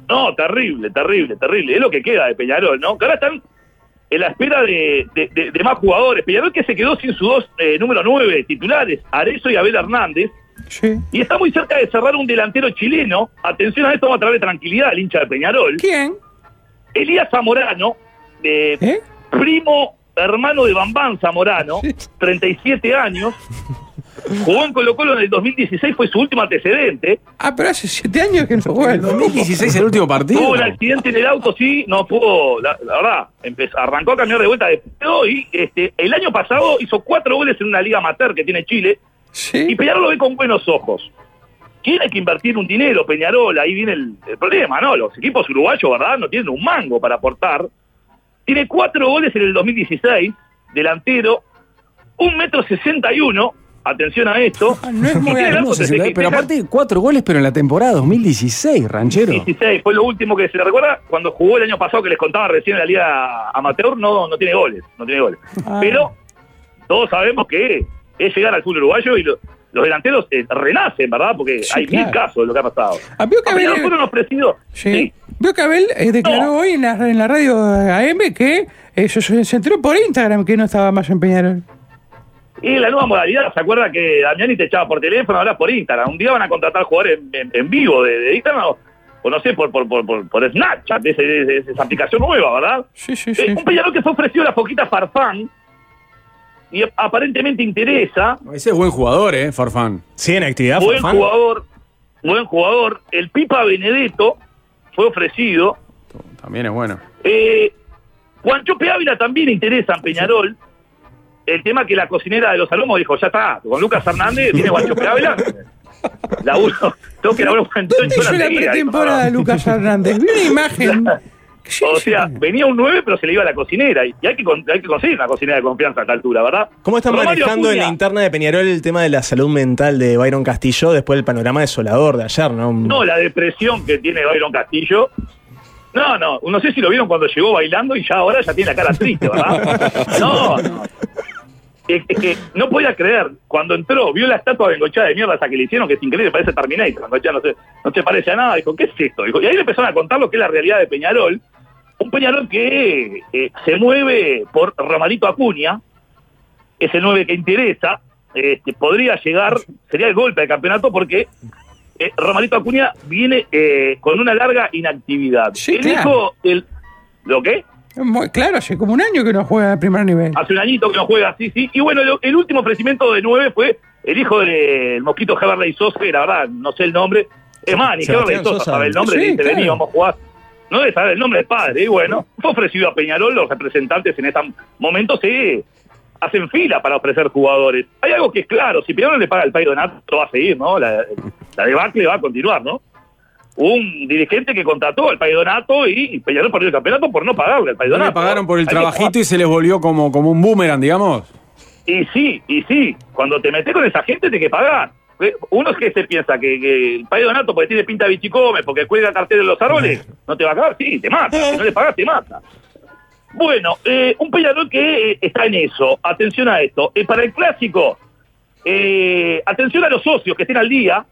Speaker 9: No, terrible, terrible, terrible, es lo que queda de Peñarol, ¿no? Que ahora están en la espera de, de- de- de más jugadores. Peñarol que se quedó sin sus dos eh, número 9 titulares, Arezo y Abel Hernández. Y está muy cerca de cerrar un delantero chileno. Atención a esto, vamos a traerle tranquilidad al hincha de Peñarol.
Speaker 16: ¿Quién?
Speaker 9: Elías Zamorano, eh, primo hermano de Bambán Zamorano, 37 años. Jugó en Colo Colo en el 2016, fue su último antecedente.
Speaker 16: Ah, pero hace siete años que no juega.
Speaker 4: 2016 el último partido.
Speaker 9: Tuvo un accidente en el auto, sí, no pudo, la, la verdad, empezó, arrancó a cambiar de vuelta de pedo y este, el año pasado hizo cuatro goles en una liga amateur que tiene Chile y Peñarol lo ve con buenos ojos. Tiene que invertir un dinero, Peñarol, ahí viene el, el problema, ¿no? Los equipos uruguayos, ¿verdad? No tienen un mango para aportar. Tiene cuatro goles en el 2016, delantero, un metro sesenta y uno, atención a esto.
Speaker 19: Es muy
Speaker 9: y tiene el arco
Speaker 19: hermoso,
Speaker 9: desde
Speaker 19: señor,
Speaker 9: que
Speaker 19: pero
Speaker 9: empieza-
Speaker 19: aparte cuatro goles, pero en la temporada 2016, ranchero.
Speaker 9: 16, fue lo último que se le recuerda cuando jugó el año pasado que les contaba recién en la liga amateur, no, no tiene goles, no tiene goles.
Speaker 16: Ah.
Speaker 9: Pero todos sabemos que es llegar al fútbol uruguayo y lo- los delanteros eh, renacen, ¿verdad? Porque hay
Speaker 16: claro.
Speaker 9: mil casos de lo que ha pasado.
Speaker 16: Ah, vio que
Speaker 9: A Peñarol
Speaker 16: Abel-
Speaker 9: fueron ofrecidos.
Speaker 16: Sí. Veo que Abel eh, declaró hoy en la, en la radio AM que eh, se, se- se enteró por Instagram que no estaba más en Peñarol.
Speaker 9: Y la nueva modalidad, ¿se acuerda que Damiani te echaba por teléfono, hablas por Instagram? Un día van a contratar jugadores en, en- en vivo de, de Instagram o, o no sé, por, por, por, por, por Snapchat, ese- ese- esa aplicación nueva, ¿verdad?
Speaker 16: Sí, sí,
Speaker 9: Eh, un Peñarol que fue ofrecido a la Foquita Farfán y ap- aparentemente interesa.
Speaker 4: Ese es buen jugador, ¿eh? Farfán.
Speaker 2: Sí, en actividad,
Speaker 9: buen jugador, buen jugador. El Pipa Benedetto fue ofrecido.
Speaker 4: También es bueno.
Speaker 9: Eh, Juan Chope Ávila también interesa en Peñarol. El tema que la cocinera de los Salomos dijo, ya está, con Lucas Hernández viene Juan Chope Ávila. Laburo, tengo que laburar un
Speaker 16: ¿Dónde hizo la pretemporada de Lucas Hernández? Vi una imagen.
Speaker 9: O sea, venía un 9 pero se le iba a la cocinera. Y y hay que, con- hay que conseguir una cocinera de confianza a esta altura, ¿verdad?
Speaker 2: ¿Cómo están
Speaker 9: Romario
Speaker 2: manejando en
Speaker 9: Acuña.
Speaker 2: la interna de Peñarol el tema de la salud mental de Byron Castillo después del panorama desolador de ayer, no?
Speaker 9: No, la depresión que tiene Byron Castillo. No, no, no sé si lo vieron cuando llegó bailando y ya ahora ya tiene la cara triste, ¿verdad? No, no. Es, es que no podía creer, cuando entró, vio la estatua bengochada de mierda esa que le hicieron, que es increíble, parece Terminator, Bengochea no se, no se parece a nada, dijo, ¿qué es esto? Dijo, y ahí le empezaron a contar lo que es la realidad de Peñarol, un Peñarol que eh, se mueve por Ramalito Acuña, es el 9 que interesa, este, podría llegar, sería el golpe de campeonato porque eh, Ramalito Acuña viene eh, con una larga inactividad. el
Speaker 16: claro.
Speaker 9: hijo del- ¿Lo qué?
Speaker 16: Muy claro, hace como un año que no juega al primer nivel.
Speaker 9: Hace un añito que no juega, sí, sí. Y bueno, lo- el último ofrecimiento de 9 fue el hijo del Mosquito Heberley Sosa, que la verdad, no sé el nombre. Es más, ni
Speaker 16: Sebastián
Speaker 9: Heberley Sosa,
Speaker 16: Sosa.
Speaker 9: sabe el nombre,
Speaker 16: Sí,
Speaker 9: dice,
Speaker 16: claro.
Speaker 9: vení, vamos a jugar. No debe saber el nombre del padre. Y bueno, fue ofrecido a Peñarol, los representantes en este momento se hacen fila para ofrecer jugadores. Hay algo que es claro, si Peñarol le paga el pay Donato, va a seguir, ¿no? La, la debacle va a continuar, ¿no? Hubo Un dirigente que contrató al pay Donato y Peñarol perdió el campeonato por no pagarle al pay
Speaker 4: No
Speaker 9: Donato.
Speaker 4: le pagaron por el
Speaker 9: Hay que
Speaker 4: trabajito y se les volvió como, como un boomerang, digamos.
Speaker 9: y sí, y sí, cuando te metes con esa gente tenés que pagar. Uno es que se piensa que, que el país Donato porque tiene pinta de bichicome, porque cuelga cartel de los árboles, no te va a pagar, sí, te mata. Si no le pagas, te mata. Bueno, eh, un Peñarol que eh, está en eso. Atención a esto. Eh, para el clásico, eh, atención a los socios que estén al día,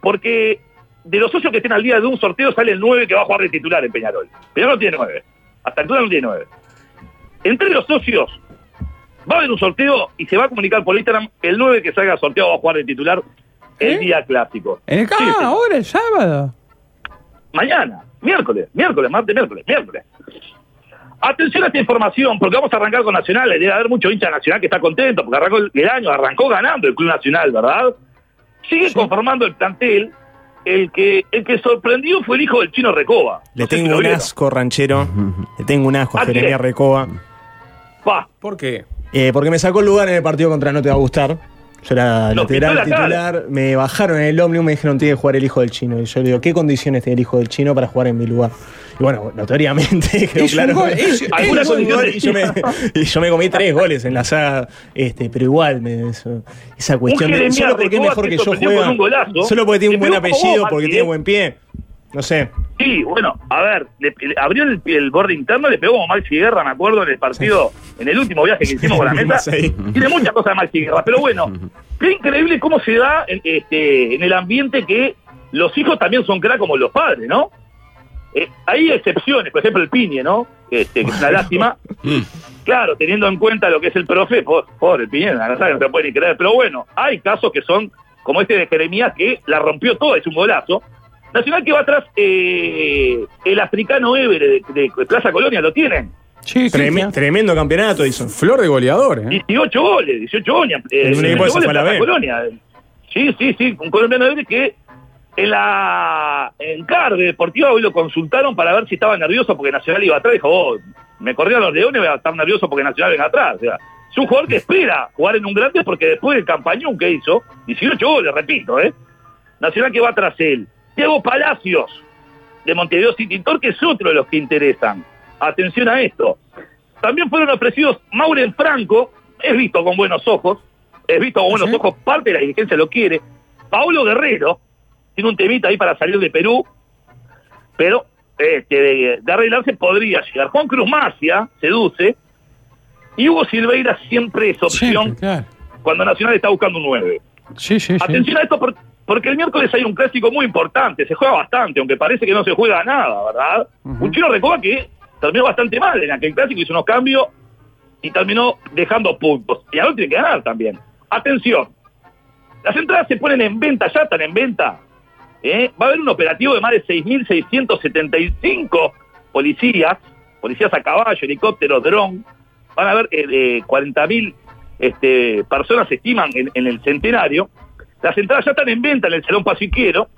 Speaker 9: porque de los socios que estén al día de un sorteo sale el 9 que va a jugar de titular en Peñarol. Peñarol tiene 9. Hasta altura no tiene 9. Entre los socios va a haber un sorteo y se va a comunicar por Instagram el 9 que salga sorteado va a jugar de titular el día clásico.
Speaker 16: El-
Speaker 9: Sí,
Speaker 16: ah, ahora el sábado.
Speaker 9: Mañana, miércoles, miércoles, martes, miércoles, miércoles. Atención a esta información, porque vamos a arrancar con Nacional. Debe haber mucho hincha de nacional que está contento, porque arrancó el, el año, arrancó ganando el Club Nacional, ¿verdad? Sigue conformando el plantel. El que, el que sorprendió fue el hijo del chino Recoba.
Speaker 2: Le
Speaker 9: No sé si
Speaker 2: tengo
Speaker 9: lo
Speaker 2: un
Speaker 9: vieron. Ah,
Speaker 2: asco, ranchero. Le tengo un asco a
Speaker 9: ¿A quién?
Speaker 2: Jeremia Recoba.
Speaker 9: Pa. ¿Por qué?
Speaker 2: Eh, porque me sacó el lugar en el partido contra No Te Va a Gustar. Yo era
Speaker 9: Nos pintó
Speaker 2: lateral
Speaker 9: la cara.
Speaker 2: titular. Me bajaron en el ómnibus me dijeron tiene que jugar el hijo del chino. Y yo le digo, ¿qué condiciones tiene el hijo del chino para jugar en mi lugar? Y bueno, notoriamente quedó
Speaker 16: Es un
Speaker 2: claro.
Speaker 16: gol, es-
Speaker 2: Alguna
Speaker 16: es un
Speaker 2: condición
Speaker 16: gol.
Speaker 2: y, yo me, y yo me comí tres goles en la saga. Este, pero igual, me- eso- esa cuestión de.
Speaker 9: Jeremías
Speaker 2: Solo porque es
Speaker 9: Recoba
Speaker 2: mejor
Speaker 9: que
Speaker 2: que yo
Speaker 9: sorprendió
Speaker 2: juega.
Speaker 9: con un golazo.
Speaker 2: Solo porque tiene un
Speaker 9: Le
Speaker 2: buen
Speaker 9: pegó como
Speaker 2: apellido,
Speaker 9: vos,
Speaker 2: porque
Speaker 9: Martínez.
Speaker 2: tiene buen pie. No sé.
Speaker 9: Sí, bueno, a ver, le- le abrió el, el borde interno, le pegó como Maxi Guerra, me acuerdo, en el partido, en el último viaje que hicimos con la mesa.
Speaker 2: Más ahí.
Speaker 9: Tiene muchas cosas de Maxi Guerra, pero bueno, qué increíble cómo se da en, este, en el ambiente que los hijos también son crack como los padres, ¿no? Eh, hay excepciones, por ejemplo el Piñe, ¿no? Este, que es una lástima.
Speaker 2: Mm.
Speaker 9: Claro, teniendo en cuenta lo que es el profe, po- pobre Piñe, la verdad que no se puede ni creer. Pero bueno, hay casos que son como este de Jeremías que la rompió toda, es un golazo. Nacional que va atrás, eh, el africano Ever de, de Plaza Colonia, lo tienen.
Speaker 2: Treme- Tremendo campeonato hizo.
Speaker 4: Flor de goleador, ¿eh?
Speaker 9: 18 goles, 18 goles. eh,
Speaker 2: En un equipo de
Speaker 9: 18 goles
Speaker 2: Zafalavea.
Speaker 9: para la Colonia. Sí, sí, sí, un colombiano de que en la en CAR de Deportiva hoy lo consultaron para ver si estaba nervioso porque Nacional iba atrás. Dijo, "Oh, me corrieron los leones, voy a estar nervioso porque Nacional venga atrás. O sea, es un jugador que espera jugar en un grande porque después del campañón que hizo, 18 goles, repito, ¿eh? Nacional que va tras él. Diego Palacios, de Montevideo City Torque, es otro de los que interesan. Atención a esto. También fueron ofrecidos Mauren Franco, es visto con buenos ojos, es visto con buenos ojos, parte de la dirigencia lo quiere. Paolo Guerrero, tiene un temita ahí para salir de Perú, pero este, de, de arreglarse podría llegar. Juan Cruz Macia seduce, y Hugo Silveira siempre es opción cuando Nacional está buscando un 9.
Speaker 16: Sí, sí, sí.
Speaker 9: Atención a esto por- porque el miércoles hay un clásico muy importante, se juega bastante, aunque parece que no se juega nada, ¿verdad? Un chino recoba que terminó bastante mal en aquel clásico, hizo unos cambios y terminó dejando puntos. Y ahora tiene que ganar también. Atención, las entradas se ponen en venta, ya están en venta. ¿eh? Va a haber un operativo de más de 6.675 policías, policías a caballo, helicópteros, dron. Van a haber eh, eh, 40.000 este, personas, se estiman, en, en el centenario. Las entradas ya están en venta en el Salón Pasiquero,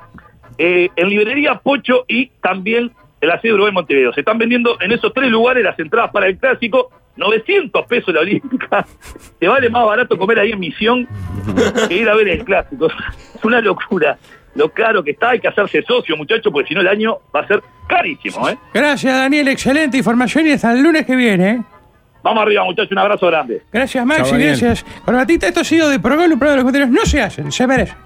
Speaker 9: eh, en Librería Pocho y también en la sede Uruguay Montevideo. Se están vendiendo en esos tres lugares las entradas para el clásico. 900 pesos la olímpica. Te vale más barato comer ahí en Misión que ir a ver el clásico. Es una locura. Lo caro que está, hay que hacerse socio, muchachos, porque si no el año va a ser carísimo, ¿eh?
Speaker 16: Gracias, Daniel. Excelente información y hasta el lunes que viene. ¿eh?
Speaker 9: Vamos arriba, muchachos, un abrazo grande.
Speaker 16: Gracias,
Speaker 9: Chao,
Speaker 16: Maxi.
Speaker 9: Daniel.
Speaker 16: Gracias. Corbatita, esto ha sido de Progol, un programa de los contenidos. No se hacen, se merecen.